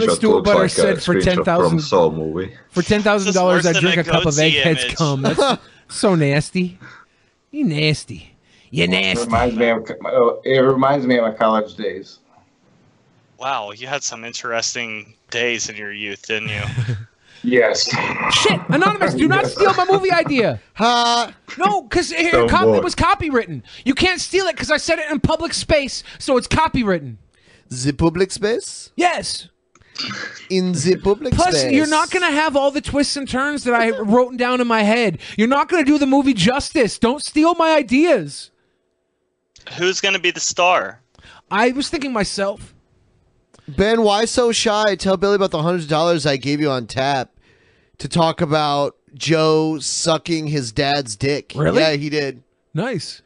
S13: screenshot looks
S3: Stuhlbutter
S13: like
S3: said
S13: a
S3: for
S13: screenshot
S3: 10,000
S13: from Saw movie.
S3: For ten thousand dollars, I
S13: This is worse
S3: drink
S13: than
S3: a
S13: a
S3: cup of
S13: goatee
S3: egghead's
S13: image.
S3: cum. That's so nasty. You nasty. You
S4: It
S3: nasty.
S4: reminds me of oh, it reminds me of my college days.
S6: Wow, you had some interesting days in your youth, didn't you?
S4: Yes.
S3: Shit, anonymous, do not steal my movie idea.
S1: Uh,
S3: no, because it,
S6: Don't
S3: cop- it
S6: worry.
S3: was copywritten. You can't steal it because I said it in public space, so it's copywritten.
S1: The public space?
S3: Yes.
S1: In the public
S3: Plus,
S1: space.
S3: you're not going to have all the twists and turns that I wrote down in my head. You're not going to do the movie justice. Don't steal my ideas.
S6: Who's gonna be the star?
S3: I was thinking myself.
S1: Ben, why so shy? Tell Billy about the hundred dollars I gave you on tap to talk about Joe sucking his dad's dick.
S3: Really?
S1: Yeah, he did.
S3: Nice.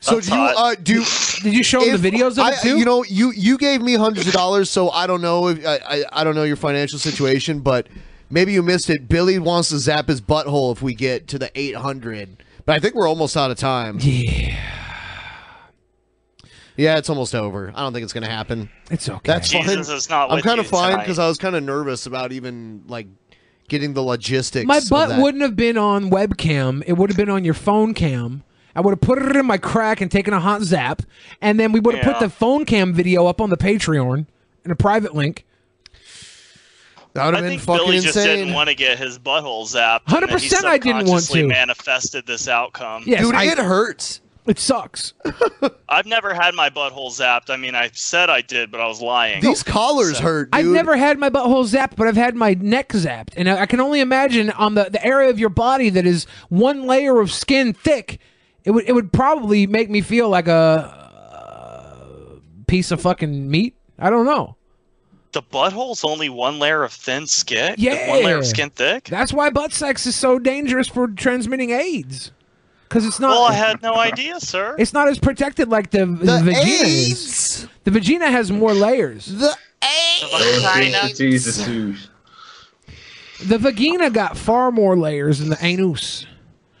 S1: So
S3: That's
S1: do you
S3: hot.
S1: uh, do?
S3: Did you show him the videos of it,
S1: I,
S3: too?
S1: You know, you you gave me hundreds of dollars, so I don't know if I, I I don't know your financial situation, but maybe you missed it. Billy wants to zap his butthole if we get to the eight hundred, but I think we're almost out of time.
S3: Yeah.
S1: Yeah, it's almost over. I don't think it's gonna happen.
S3: It's okay.
S1: That's
S6: Jesus
S1: fine.
S6: is not
S1: I'm
S6: with
S1: kind of
S6: you
S1: fine
S6: tonight.
S1: because I was kind of nervous about even like getting the logistics.
S3: My
S1: of
S3: butt
S1: that.
S3: wouldn't have been on webcam. It would have been on your phone cam. I would have put it in my crack and taken a hot zap, and then we would have
S1: Yeah.
S3: put the phone cam video up on the Patreon in a private link.
S1: That would
S6: I think Billy just didn't want to get his butthole zapped. and then he
S3: 100% I didn't want
S6: subconsciously
S3: to.
S6: manifested this outcome.
S1: hurts.
S3: It sucks.
S6: I've never had my butthole zapped. I mean, I said I did, but I was lying. So-
S3: I've never had my butthole zapped, but I've had my neck zapped, and I, I can only imagine on the the area of your body that is one layer of skin thick. It would it would probably make me feel like a uh, piece of fucking meat. I don't know.
S6: The butthole's only one layer of thin skin. One layer of
S3: Yeah.
S6: skin thick.
S3: That's why butt sex is so dangerous for transmitting AIDS. Because it's not.
S6: Well, I had no idea, sir.
S3: It's not as protected like the, the, vagina is. The vagina has more layers. The
S13: Jesus.
S3: the vagina got far more layers than the anus.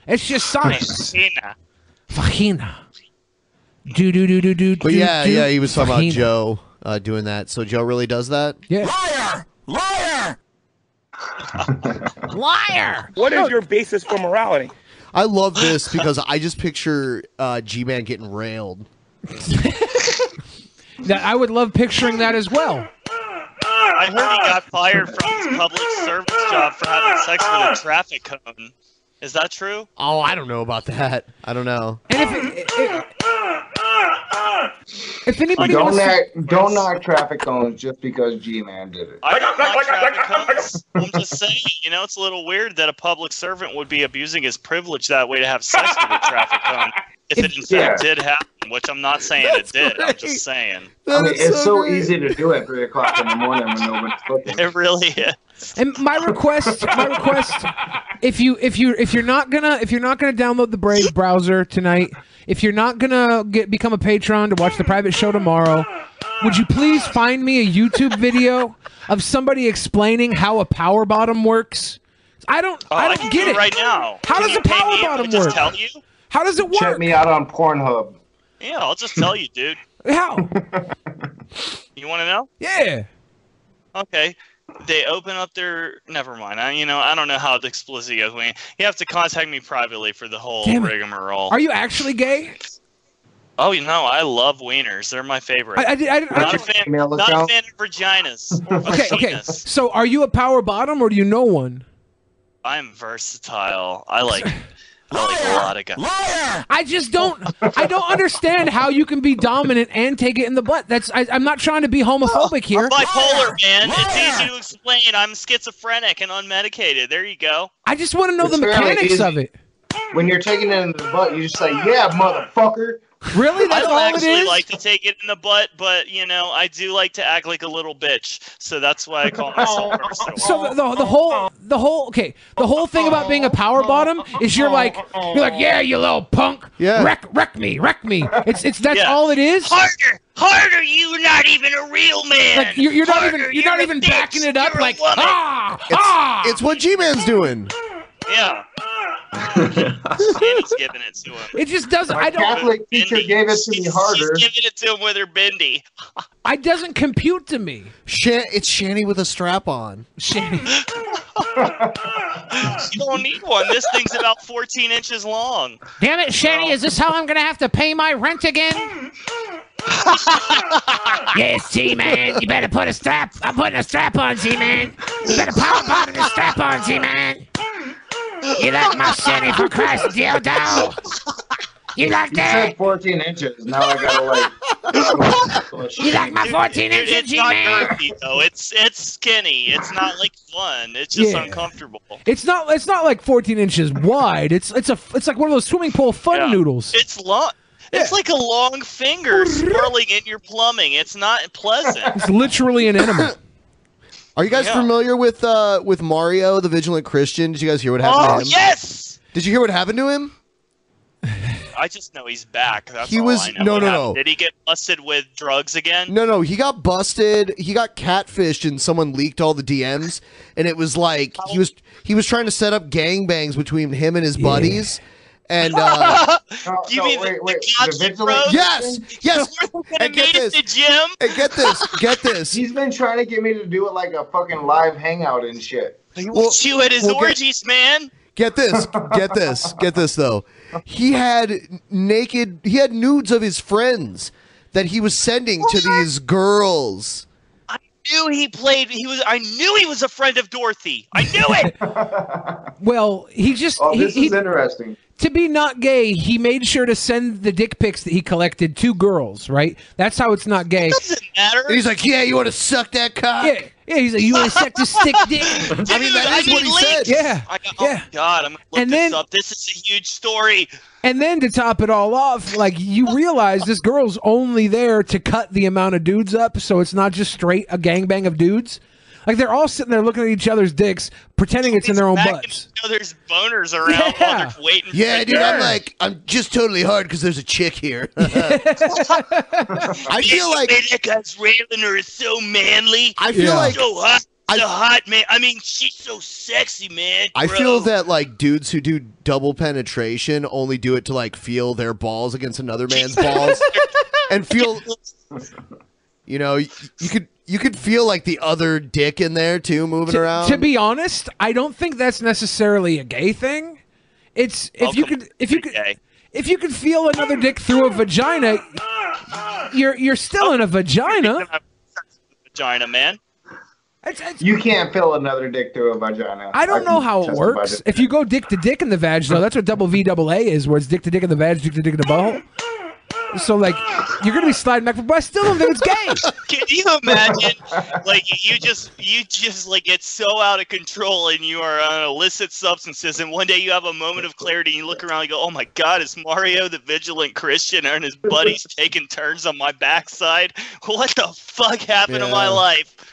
S3: It's just science.
S6: Vagina.
S3: vagina. Do do do do do.
S1: But
S3: do,
S1: yeah,
S3: do.
S1: yeah, he was talking about
S3: Vagina.
S1: Joe uh, doing that. So Joe really does that?
S3: Yeah.
S11: Liar! Liar!
S3: Liar!
S11: What is your basis for morality?
S1: I love this because I just picture uh, G Man getting railed.
S3: That I would love picturing that as well.
S6: I heard he got fired from his public service job for having sex with a traffic cone. Is that true?
S1: Oh, I don't know about that. I don't know.
S3: If
S4: Don't
S3: anybody wants to-
S4: knock, don't knock traffic cones just because G Man did it.
S6: I don't like traffic cones. I'm just saying, you know, it's a little weird that a public servant would be abusing his privilege that way to have sex with a traffic cone. If it in fact
S4: Yeah.
S6: did happen, which I'm not saying it did, I'm just saying.
S4: I mean, it's so, easy to do at three o'clock in the morning when no one's looking.
S6: It really is.
S3: And my request, my request, if you if you if you're not gonna if you're not gonna download the Brave browser tonight, if you're not gonna get become a patron to watch the private show tomorrow, would you please find me a YouTube video of somebody explaining how a power bottom works? I don't
S6: Oh,
S3: I
S6: I
S3: don't
S6: can
S3: get
S6: do
S3: it.
S6: it right now.
S3: How
S6: Can
S3: does
S6: you
S3: a power
S6: pay me if I
S3: bottom
S6: just
S3: work?
S6: tell you?
S3: How does it work?
S4: Check me out on Pornhub.
S6: Yeah, I'll just tell you, dude.
S3: How?
S6: You want to know?
S3: Yeah.
S6: Okay. They open up their. Never mind. I, you know, I don't know how explicit goes. We you have to contact me privately for the whole
S3: Damn it.
S6: rigmarole.
S3: Are you actually gay?
S6: Oh, you know, I love wieners. They're my favorite.
S3: I- I did- I did- I
S6: not a
S3: did-
S6: fan,
S3: Email
S6: not a
S3: account?
S6: fan of vaginas. Or
S3: Okay, okay.
S6: vaginas.
S3: So are you a power bottom or do you know one?
S6: I'm versatile. I like. I like a lot of guys.
S3: I just don't. I don't understand how you can be dominant and take it in the butt. That's. I, I'm not trying to be homophobic here.
S6: Bipolar, man. It's easy to explain. I'm schizophrenic and unmedicated. There you go.
S3: I just want to know
S4: It's
S3: the
S4: fairly
S3: mechanics
S4: easy.
S3: of it.
S4: When you're taking it in the butt, you just say, "Yeah, motherfucker."
S3: Really,
S6: I don't actually like to take it in the butt, but you know, I do like to act like a little bitch. So that's why I call myself versatile.
S3: So the, the, the whole the whole okay the whole thing about being a power bottom is you're like you're like yeah you little punk
S1: Yeah.
S3: wreck wreck me wreck me it's it's that's all it is
S17: Harder, harder! You're not even a real man.
S3: like you're, you're not
S17: Harder,
S3: even you're not even backing it up like ah
S1: It's, it's what G Man's doing.
S6: Yeah. Sandy's giving it to him.
S3: it just doesn't I don't
S4: Catholic teacher gave it to me harder.
S6: She's giving it to him with her bendy.
S3: I doesn't compute to me
S1: Shan- it's Shanny with a strap on.
S3: Shanny.
S6: You don't need one. This thing's about 14 inches long.
S21: Damn it, Shanny, is this how I'm gonna have to pay my rent again? yes, G Man, you better put a strap. I'm putting a strap on, G Man. You better power bottom the strap on, G Man. You like my Shanny for Christ, dildo? You like
S4: You
S21: that?
S4: said 14 inches. Now I gotta like.
S21: You like my 14
S6: Dude,
S21: inch
S6: it's
S21: G
S6: not
S21: Man?
S6: girthy though. It's it's skinny. It's not like fun. It's just
S3: Yeah.
S6: uncomfortable.
S3: It's not. It's not like 14 inches wide. It's it's a. It's like one of those swimming pool fun noodles.
S6: It's long. It's like a long finger swirling in your plumbing. It's not pleasant.
S3: It's literally an enema.
S1: Are you guys
S6: Yeah.
S1: familiar with uh, with Mario, the Vigilant Christian? Did you guys hear what happened
S6: Oh,
S1: to him?
S6: yes!
S1: Did you hear what happened to him?
S6: I just know he's back. That's
S1: He
S6: all
S1: was-
S6: I know.
S1: no,
S6: What
S1: no,
S6: happened?
S1: no.
S6: Did he get busted with drugs again?
S1: No, no, he got busted. He got catfished, and someone leaked all the DMs. And it was like he was he was trying to set up gangbangs between him and his buddies. And uh,
S4: You mean wait, wait. The vigilant.
S1: yes, yes, and get this,
S6: Jim.
S1: and get this, get this.
S4: He's been trying to get me to do it like a fucking live hangout and shit.
S6: He
S1: wants
S6: you at his
S1: well, get-
S6: orgies, man.
S1: Get this, get this, get this though. He had naked, he had nudes of his friends that he was sending to these girls.
S6: knew he played. He was. I knew he was a friend of Dorothy. I knew it.
S3: Well, he just.
S4: Oh,
S3: he-
S4: this
S3: he-
S4: is interesting.
S3: To be not gay, he made sure to send the dick pics that he collected to girls. Right. That's how it's not gay.
S6: doesn't matter.
S1: And he's like, "Yeah, you want to suck that cock?"
S3: Yeah. Yeah, he's like, you want to suck the stick dick?
S6: Dude, I need links.
S3: Yeah.
S6: I got, oh
S3: yeah.
S6: God, I'm gonna look
S3: And
S6: this
S3: then-
S6: up. This is a huge story.
S3: And then to top it all off, like you realize this girl's only there to cut the amount of dudes up, so it's not just straight a gangbang of dudes. Like they're all sitting there looking at each other's dicks, pretending it's in their own
S6: Back
S3: butts.
S6: in each other's boners around while they're waiting. for
S1: Yeah,
S6: the
S1: dude, I'm
S6: turn.
S1: like, I'm just totally hard because there's a chick here. I feel like
S6: that guy's railing her is so manly.
S1: I feel Yeah. like-
S6: so hot.
S1: I-
S6: so hot man. I mean, she's so sexy, man.
S1: I
S6: bro.
S1: feel that like dudes who do double penetration only do it to like feel their balls against another man's balls and feel you know, y- you could you could feel like the other dick in there too moving around.
S3: To be honest, I don't think that's necessarily a gay thing. It's if you could if you could if you could feel another dick through a vagina, you're you're still in a vagina.
S6: vagina, man.
S4: You can't fill another dick through a vagina.
S3: I don't
S4: can
S3: know how it
S4: testify
S3: works.
S4: to-
S3: If you go dick to dick in the vag, though, that's what double V double A is, where it's dick to dick in the vag, dick to dick in the butthole. So like, you're gonna be sliding back, but I still don't think it's gay.
S6: Can you imagine? like you just you just like get so out of control, and you are on illicit substances, and one day you have a moment of clarity, and you look around and go, "Oh my God, it's Mario the Vigilant Christian and his buddies taking turns on my backside? What the fuck happened to my
S4: Yeah.
S6: life?"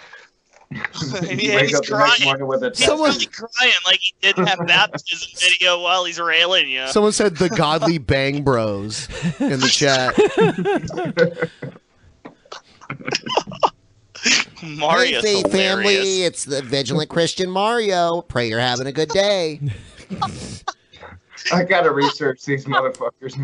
S6: And
S4: You wake
S6: he's
S4: up the next
S6: crying.
S4: morning with a
S6: He's really crying like he did that baptism video while he's railing you.
S1: Someone said the godly bang bros in the chat.
S6: Mario's
S1: hey, Faith
S6: hilarious.
S1: family, it's the vigilant Christian Mario. Pray you're having a good day.
S4: I gotta research these motherfuckers.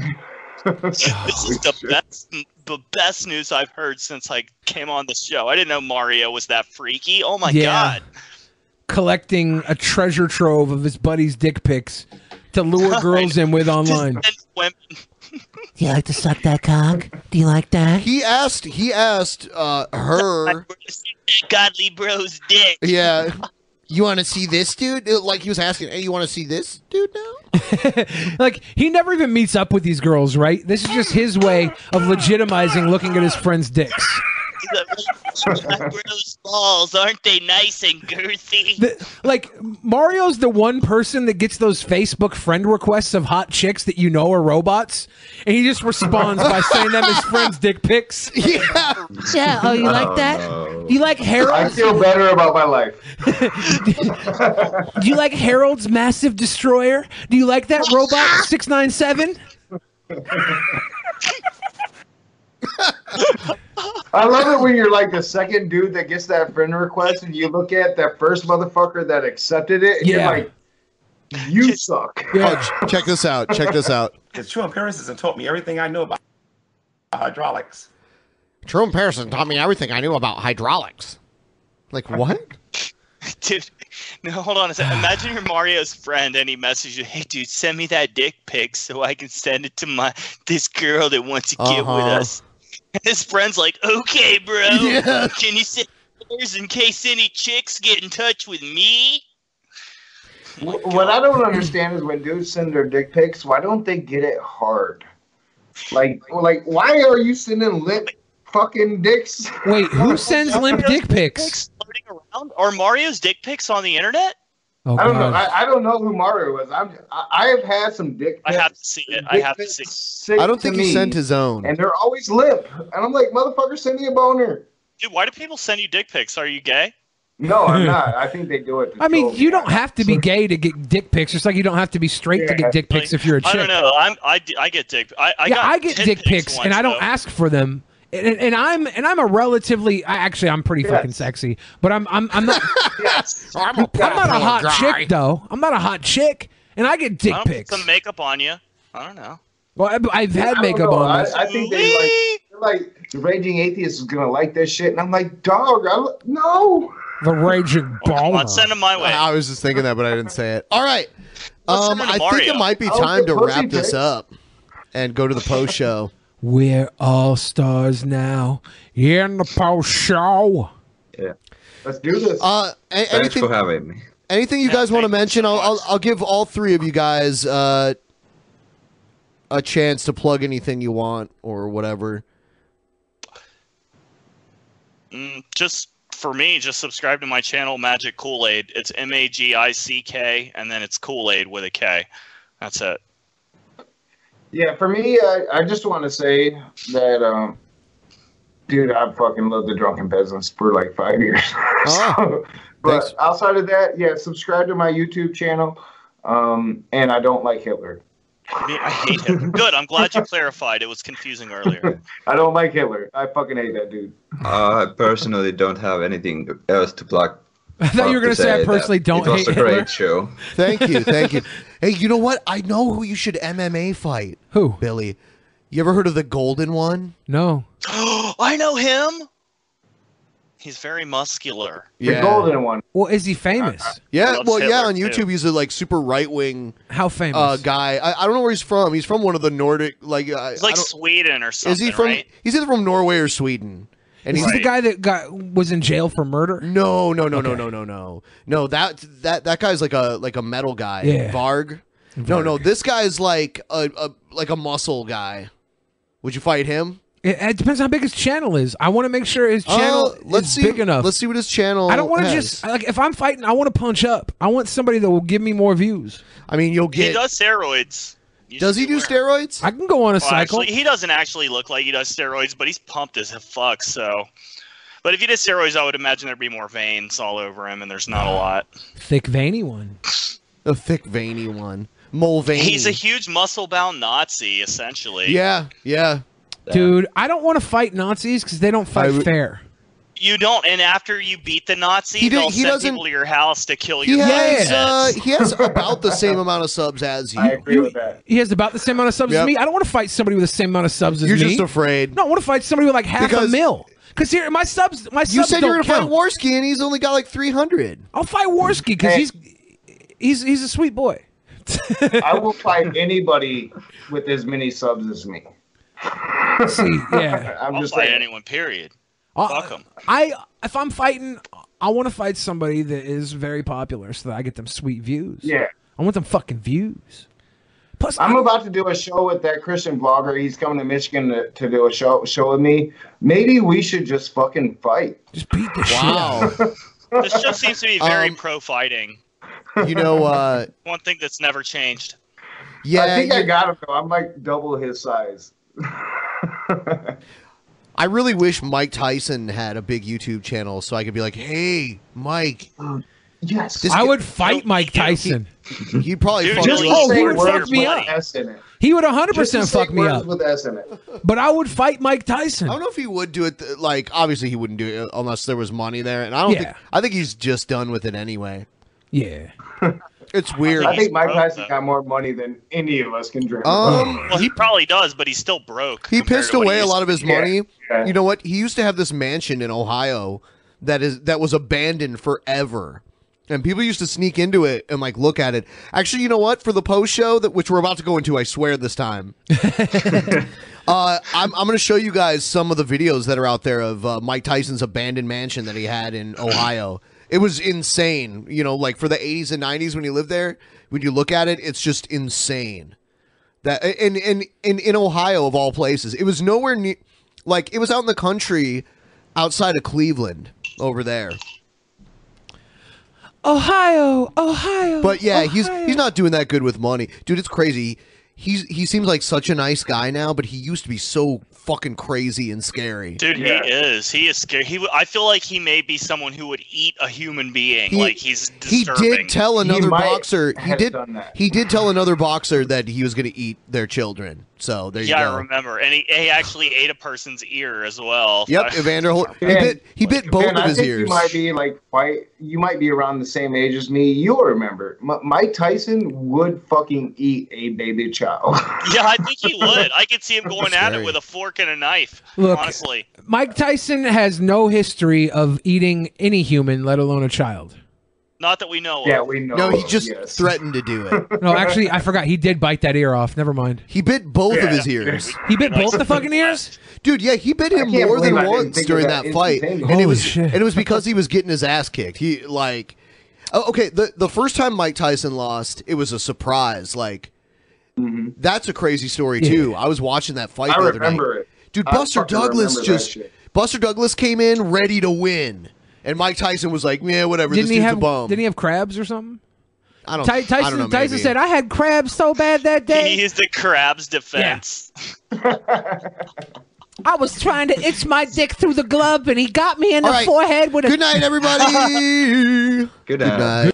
S6: this is the best the best news I've heard since I came on the show. I didn't know Mario was that freaky. Oh my
S3: Yeah.
S6: god.
S3: Collecting a treasure trove of his buddy's dick pics to lure girls in with online.
S1: Do you like to suck that cock? Do you like that? He asked. He asked uh, her.
S6: Godly bros dick.
S1: Yeah. You want to see this dude? Uh, Like he was asking, "Hey, you want to see this dude?"
S3: Like he never even meets up with these girls, right? This is just his way of legitimizing looking at his friends' dicks.
S6: Those balls, aren't they nice and girthy?
S3: The- like Mario's the one person that gets those Facebook friend requests of hot chicks that you know are robots, and he just responds by sending them his friends' dick pics.
S1: Yeah.
S26: Yeah. Oh, you like that?
S3: You like Harold?
S4: I feel better about my life.
S3: Do you like Harold's massive destroyer? Do you like that robot six nine seven?
S4: I love it when you're like the second dude that gets that friend request, and you look at that first motherfucker that accepted it, and
S1: Yeah.
S4: you're like, "You suck."
S1: Oh, ch- check this out. Check this out.
S5: His true appearances and taught me everything I know about hydraulics.
S1: Jerome Pearson taught me everything I knew about hydraulics. Like what?
S6: Dude, no, hold on a second. Imagine you're Mario's friend and he messages you, "Hey, dude, send me that dick pic so I can send it to my this girl that wants to get with
S1: Uh-huh.
S6: us." And his friend's like, "Okay, bro,
S1: Yeah.
S6: can you send yours in case any chicks get in touch with me?"
S4: Wh- What I don't understand is when dudes send their dick pics, why don't they get it hard? Like, like, why are you sending limp fucking dicks?
S3: Wait, who sends limp dick pics?
S6: Around- Are Mario's dick pics on the internet?
S3: Oh,
S4: I don't know.
S3: God.
S4: I, I don't know who Mario was. I'm. I, I have had some dick.
S6: I have to see it. I have to see.
S4: It.
S1: I don't think he sent his own.
S4: And they're always limp. And I'm like, motherfucker, send me a boner.
S6: Dude, why do people send you dick pics? Are you gay?
S4: No, I'm not. I think they do it. to
S3: I mean, you don't have to be gay to get dick pics. Just like you don't have to be straight to get dick pics if you're a chick.
S6: I don't know. I'm, I, d- I get dick. I, I
S3: yeah,
S6: got
S3: I get
S6: tit
S3: dick pics, and
S6: once,
S3: I don't
S6: though.
S3: ask for them. And, and- and I'm and I'm a relatively I actually I'm pretty
S6: Yes.
S3: fucking sexy, but I'm I'm I'm not
S1: I'm,
S3: not a hot chick though. I'm not a hot chick, and I get dick
S6: I don't
S3: pics.
S6: Put some makeup on you. I don't know.
S3: Well, I, I've
S4: I
S3: had
S4: don't
S3: makeup
S4: know.
S3: on.
S4: I,
S3: this.
S4: I think they like, they're like the raging atheist is gonna like this shit, and I'm like, dog, I, li- no.
S3: the raging bomber.
S6: send him my way.
S1: I was just thinking that, but I didn't say it. All right.
S6: Let's
S1: Um,
S6: send him to
S1: I think
S6: Mario.
S1: it might be
S6: Oh,
S1: time
S6: the
S1: to
S6: pussy
S1: wrap this
S6: pics.
S1: up and go to the post show.
S3: We're all stars now in the post show.
S13: Yeah.
S4: Let's do this.
S1: Uh, a-
S13: Thanks
S1: anything,
S13: for having me.
S1: anything you guys want to mention? I'll, I'll I'll give all three of you guys uh, a chance to plug anything you want or whatever.
S6: Mm, just for me, just subscribe to my channel, Magic Kool Aid. It's M A G I C K, and then it's Kool Aid with a K. That's it.
S4: Yeah, for me, I, I just want to say that, um, dude, I fucking love the Drunken Peasants for like five years.
S3: Oh,
S4: So, but outside of that, yeah, subscribe to my YouTube channel. Um, and I don't like Hitler.
S6: I, mean, I hate him. Good. I'm glad you clarified. It was confusing earlier.
S4: I don't like Hitler. I fucking hate that dude.
S13: Uh, I personally don't have anything else to plug.
S3: I thought you were
S13: going to
S3: say I
S13: that
S3: personally don't
S13: It was
S3: hate
S13: a great
S3: Hitler.
S13: show.
S1: Thank you, thank you. Hey, you know what? I know who you should MMA fight. Who? Billy. You ever heard of the Golden One?
S3: No.
S6: I know him. He's very muscular.
S4: one.
S3: Well, is he famous?
S1: Yeah,
S3: loves
S1: well, yeah.
S3: Hitler,
S1: On
S3: too.
S1: YouTube, he's a like super right wing.
S3: How famous?
S1: Uh, guy. I, I don't know where he's from. He's from one of the Nordic like. I,
S6: He's like
S1: I don't-
S6: Sweden or something,
S1: is he from?
S6: right?
S1: He's either from Norway or Sweden. And
S3: Is
S1: he's
S3: he the guy that got was in jail for murder?
S1: No, no, no, no, no, no, no, no. That that that guy's like a like a metal guy.
S3: Yeah.
S1: Varg. No, no. This guy's like a, a like a muscle guy. Would you fight him?
S3: It, it depends how big his channel is. I want to make sure his channel
S1: Uh, let's
S3: is
S1: see,
S3: big enough.
S1: Let's see what his channel.
S3: I don't want to
S1: has.
S3: just like if I'm fighting, I want to punch up. I want somebody that will give me more views.
S1: I mean, you'll
S6: He does steroids. You
S1: Does he
S6: should
S1: do
S6: beware.
S1: steroids?
S3: I can go on
S6: Well,
S3: a cycle.
S6: Actually, he doesn't actually look like he does steroids, but he's pumped as fuck. So, but if he did steroids, I would imagine there'd be more veins all over him, and there's not a lot.
S3: thick veiny one.
S1: A thick veiny one. Mole veiny.
S6: He's a huge muscle-bound Nazi, essentially.
S1: Yeah, yeah.
S3: Dude, I don't want to fight Nazis because they don't fight fair.
S6: You don't, and after you beat the Nazi,
S1: He did-
S6: they'll
S1: he
S6: send
S1: doesn't-
S6: people to your house to kill
S1: He
S6: your
S1: has
S6: pets.
S1: uh, he has about the same amount of subs as you. I agree with
S4: that.
S3: He has about the same amount of subs
S1: Yep.
S3: as me. I don't want to fight somebody with the same amount of subs as
S1: You're
S3: me.
S1: just afraid.
S3: No, I want to fight somebody with like half a
S1: Because-
S3: mil. Because here, my subs, my subs
S1: You said you
S3: don't
S1: were gonna
S3: count.
S1: fight Worski, and he's only got like three hundred.
S3: I'll fight Worski because he's he's he's a sweet boy.
S4: I will fight anybody with as many subs as me.
S3: See, yeah.
S4: I'm
S6: I'll
S4: just
S6: fight
S4: saying.
S6: anyone. Period.
S3: Uh,
S6: Fuck 'em.
S3: I if I'm fighting, I want to fight somebody that is very popular so that I get them sweet views.
S4: Yeah.
S3: I want them fucking views. Plus,
S4: I'm about to do a show with that Christian blogger. He's coming to Michigan to, to do a show show with me. Maybe we should just fucking fight.
S3: Just beat the
S1: Wow.
S6: This show seems to be
S1: Um,
S6: very pro-fighting.
S1: you know, uh,
S6: One thing that's never changed.
S1: yeah.
S4: I think I
S1: you-
S4: got him though. I'm like double his size.
S1: I really wish Mike Tyson had a big YouTube channel so I could be like, hey, Mike.
S4: Yes.
S3: I would fight Mike Tyson.
S1: He, would probably
S3: Dude,
S1: fuck
S3: just
S1: you
S3: say
S1: up.
S3: Oh, he would words fuck me with up.
S4: S in it.
S3: He would 100%
S4: Just to say
S3: fuck me
S4: words
S3: up.
S4: With S in it.
S3: But I would fight Mike Tyson.
S1: I don't know if he would do it. th- like, obviously, he wouldn't do it unless there was money there. And I don't
S3: Yeah.
S1: think. I think he's just done with it anyway.
S3: Yeah.
S1: It's weird.
S4: I think Mike Tyson got more money than any of us can dream.
S1: Um,
S4: of.
S6: Well, he probably does, but he's still broke.
S1: He
S6: compared
S1: pissed
S6: to what
S1: away a
S6: used
S1: lot
S6: to
S1: of his
S6: be.
S1: money.
S4: Yeah.
S1: You know what? He used to have this mansion in Ohio that is that was abandoned forever. And people used to sneak into it and like look at it. Actually, you know what? For the post show that which we're about to go into, I swear this time. uh, I'm I'm going to show you guys some of the videos that are out there of uh, Mike Tyson's abandoned mansion that he had in Ohio. It was insane. You know, like for the 80s and 90s when he lived there. When you look at it, it's just insane. That and and in in Ohio of all places, it was nowhere near. Like it was out in the country, outside of Cleveland, over there.
S3: Ohio, Ohio.
S1: But yeah, he's
S3: Ohio.
S1: he's not doing that good with money, dude. It's crazy. He's he seems like such a nice guy now, but he used to be so fucking crazy and scary.
S6: Dude, he is. He is scary. He, w- I feel like he may be someone who would eat a human being.
S1: He-
S6: like he's
S1: he
S6: disturbing.
S1: did tell another
S6: might
S1: boxer. He
S6: have
S1: did.
S6: done that.
S1: He did tell another boxer that he was going to eat their children. So there
S6: Yeah,
S1: you go.
S6: I remember, and he, he actually ate a person's ear as well.
S1: Yep, Evander. Holt- He
S4: Man,
S1: bit. He bit both
S4: Man,
S1: of
S4: I
S1: his
S4: think
S1: ears.
S4: You might be like quite. You might be around the same age as me. You'll remember. M- Mike Tyson would fucking eat a baby child.
S6: Yeah, I think he would. I could see him going at it
S4: Scary.
S6: with a fork and a knife.
S3: Look,
S6: honestly,
S3: Mike Tyson has no history of eating any human, let alone a child.
S6: not that we know.
S4: Yeah,
S6: of.
S4: we know.
S1: No, he just threatened to do it.
S3: No, actually, I forgot. He did bite that ear off. Never mind.
S1: He bit both of his
S3: Yeah.
S1: ears.
S3: He bit both the fucking ears?
S1: Dude, yeah, he bit him
S3: can't
S1: more than
S3: believe I didn't
S1: once
S3: think of
S1: during
S3: that
S1: that, fight. And
S3: instantaneous.
S1: it was
S3: Holy shit.
S1: and it was because he was getting his ass kicked. He like Oh, okay, the the first time Mike Tyson lost, it was a surprise. Like
S4: Mm-hmm.
S1: that's a crazy story too. I was watching that fight
S4: I
S1: the other
S4: remember
S1: night.
S4: it.
S1: Dude,
S4: I
S1: Buster
S4: fucking
S1: Douglas
S4: remember that
S1: just
S4: shit.
S1: Buster Douglas came in ready to win. And Mike Tyson was like, "Yeah, whatever.
S5: Didn't
S1: this
S5: he
S1: dude's
S5: have
S1: a bum."
S5: Didn't he have crabs or something?
S1: I don't.
S5: Ty- Tyson,
S1: I don't know,
S5: Tyson
S1: maybe.
S5: said, "I had crabs so bad that day."
S6: He used the crab's defense.
S5: I was trying to itch my dick through the glove, and he got me in the
S1: All right.
S5: forehead with a.
S1: Good night, everybody.
S27: Good
S1: night.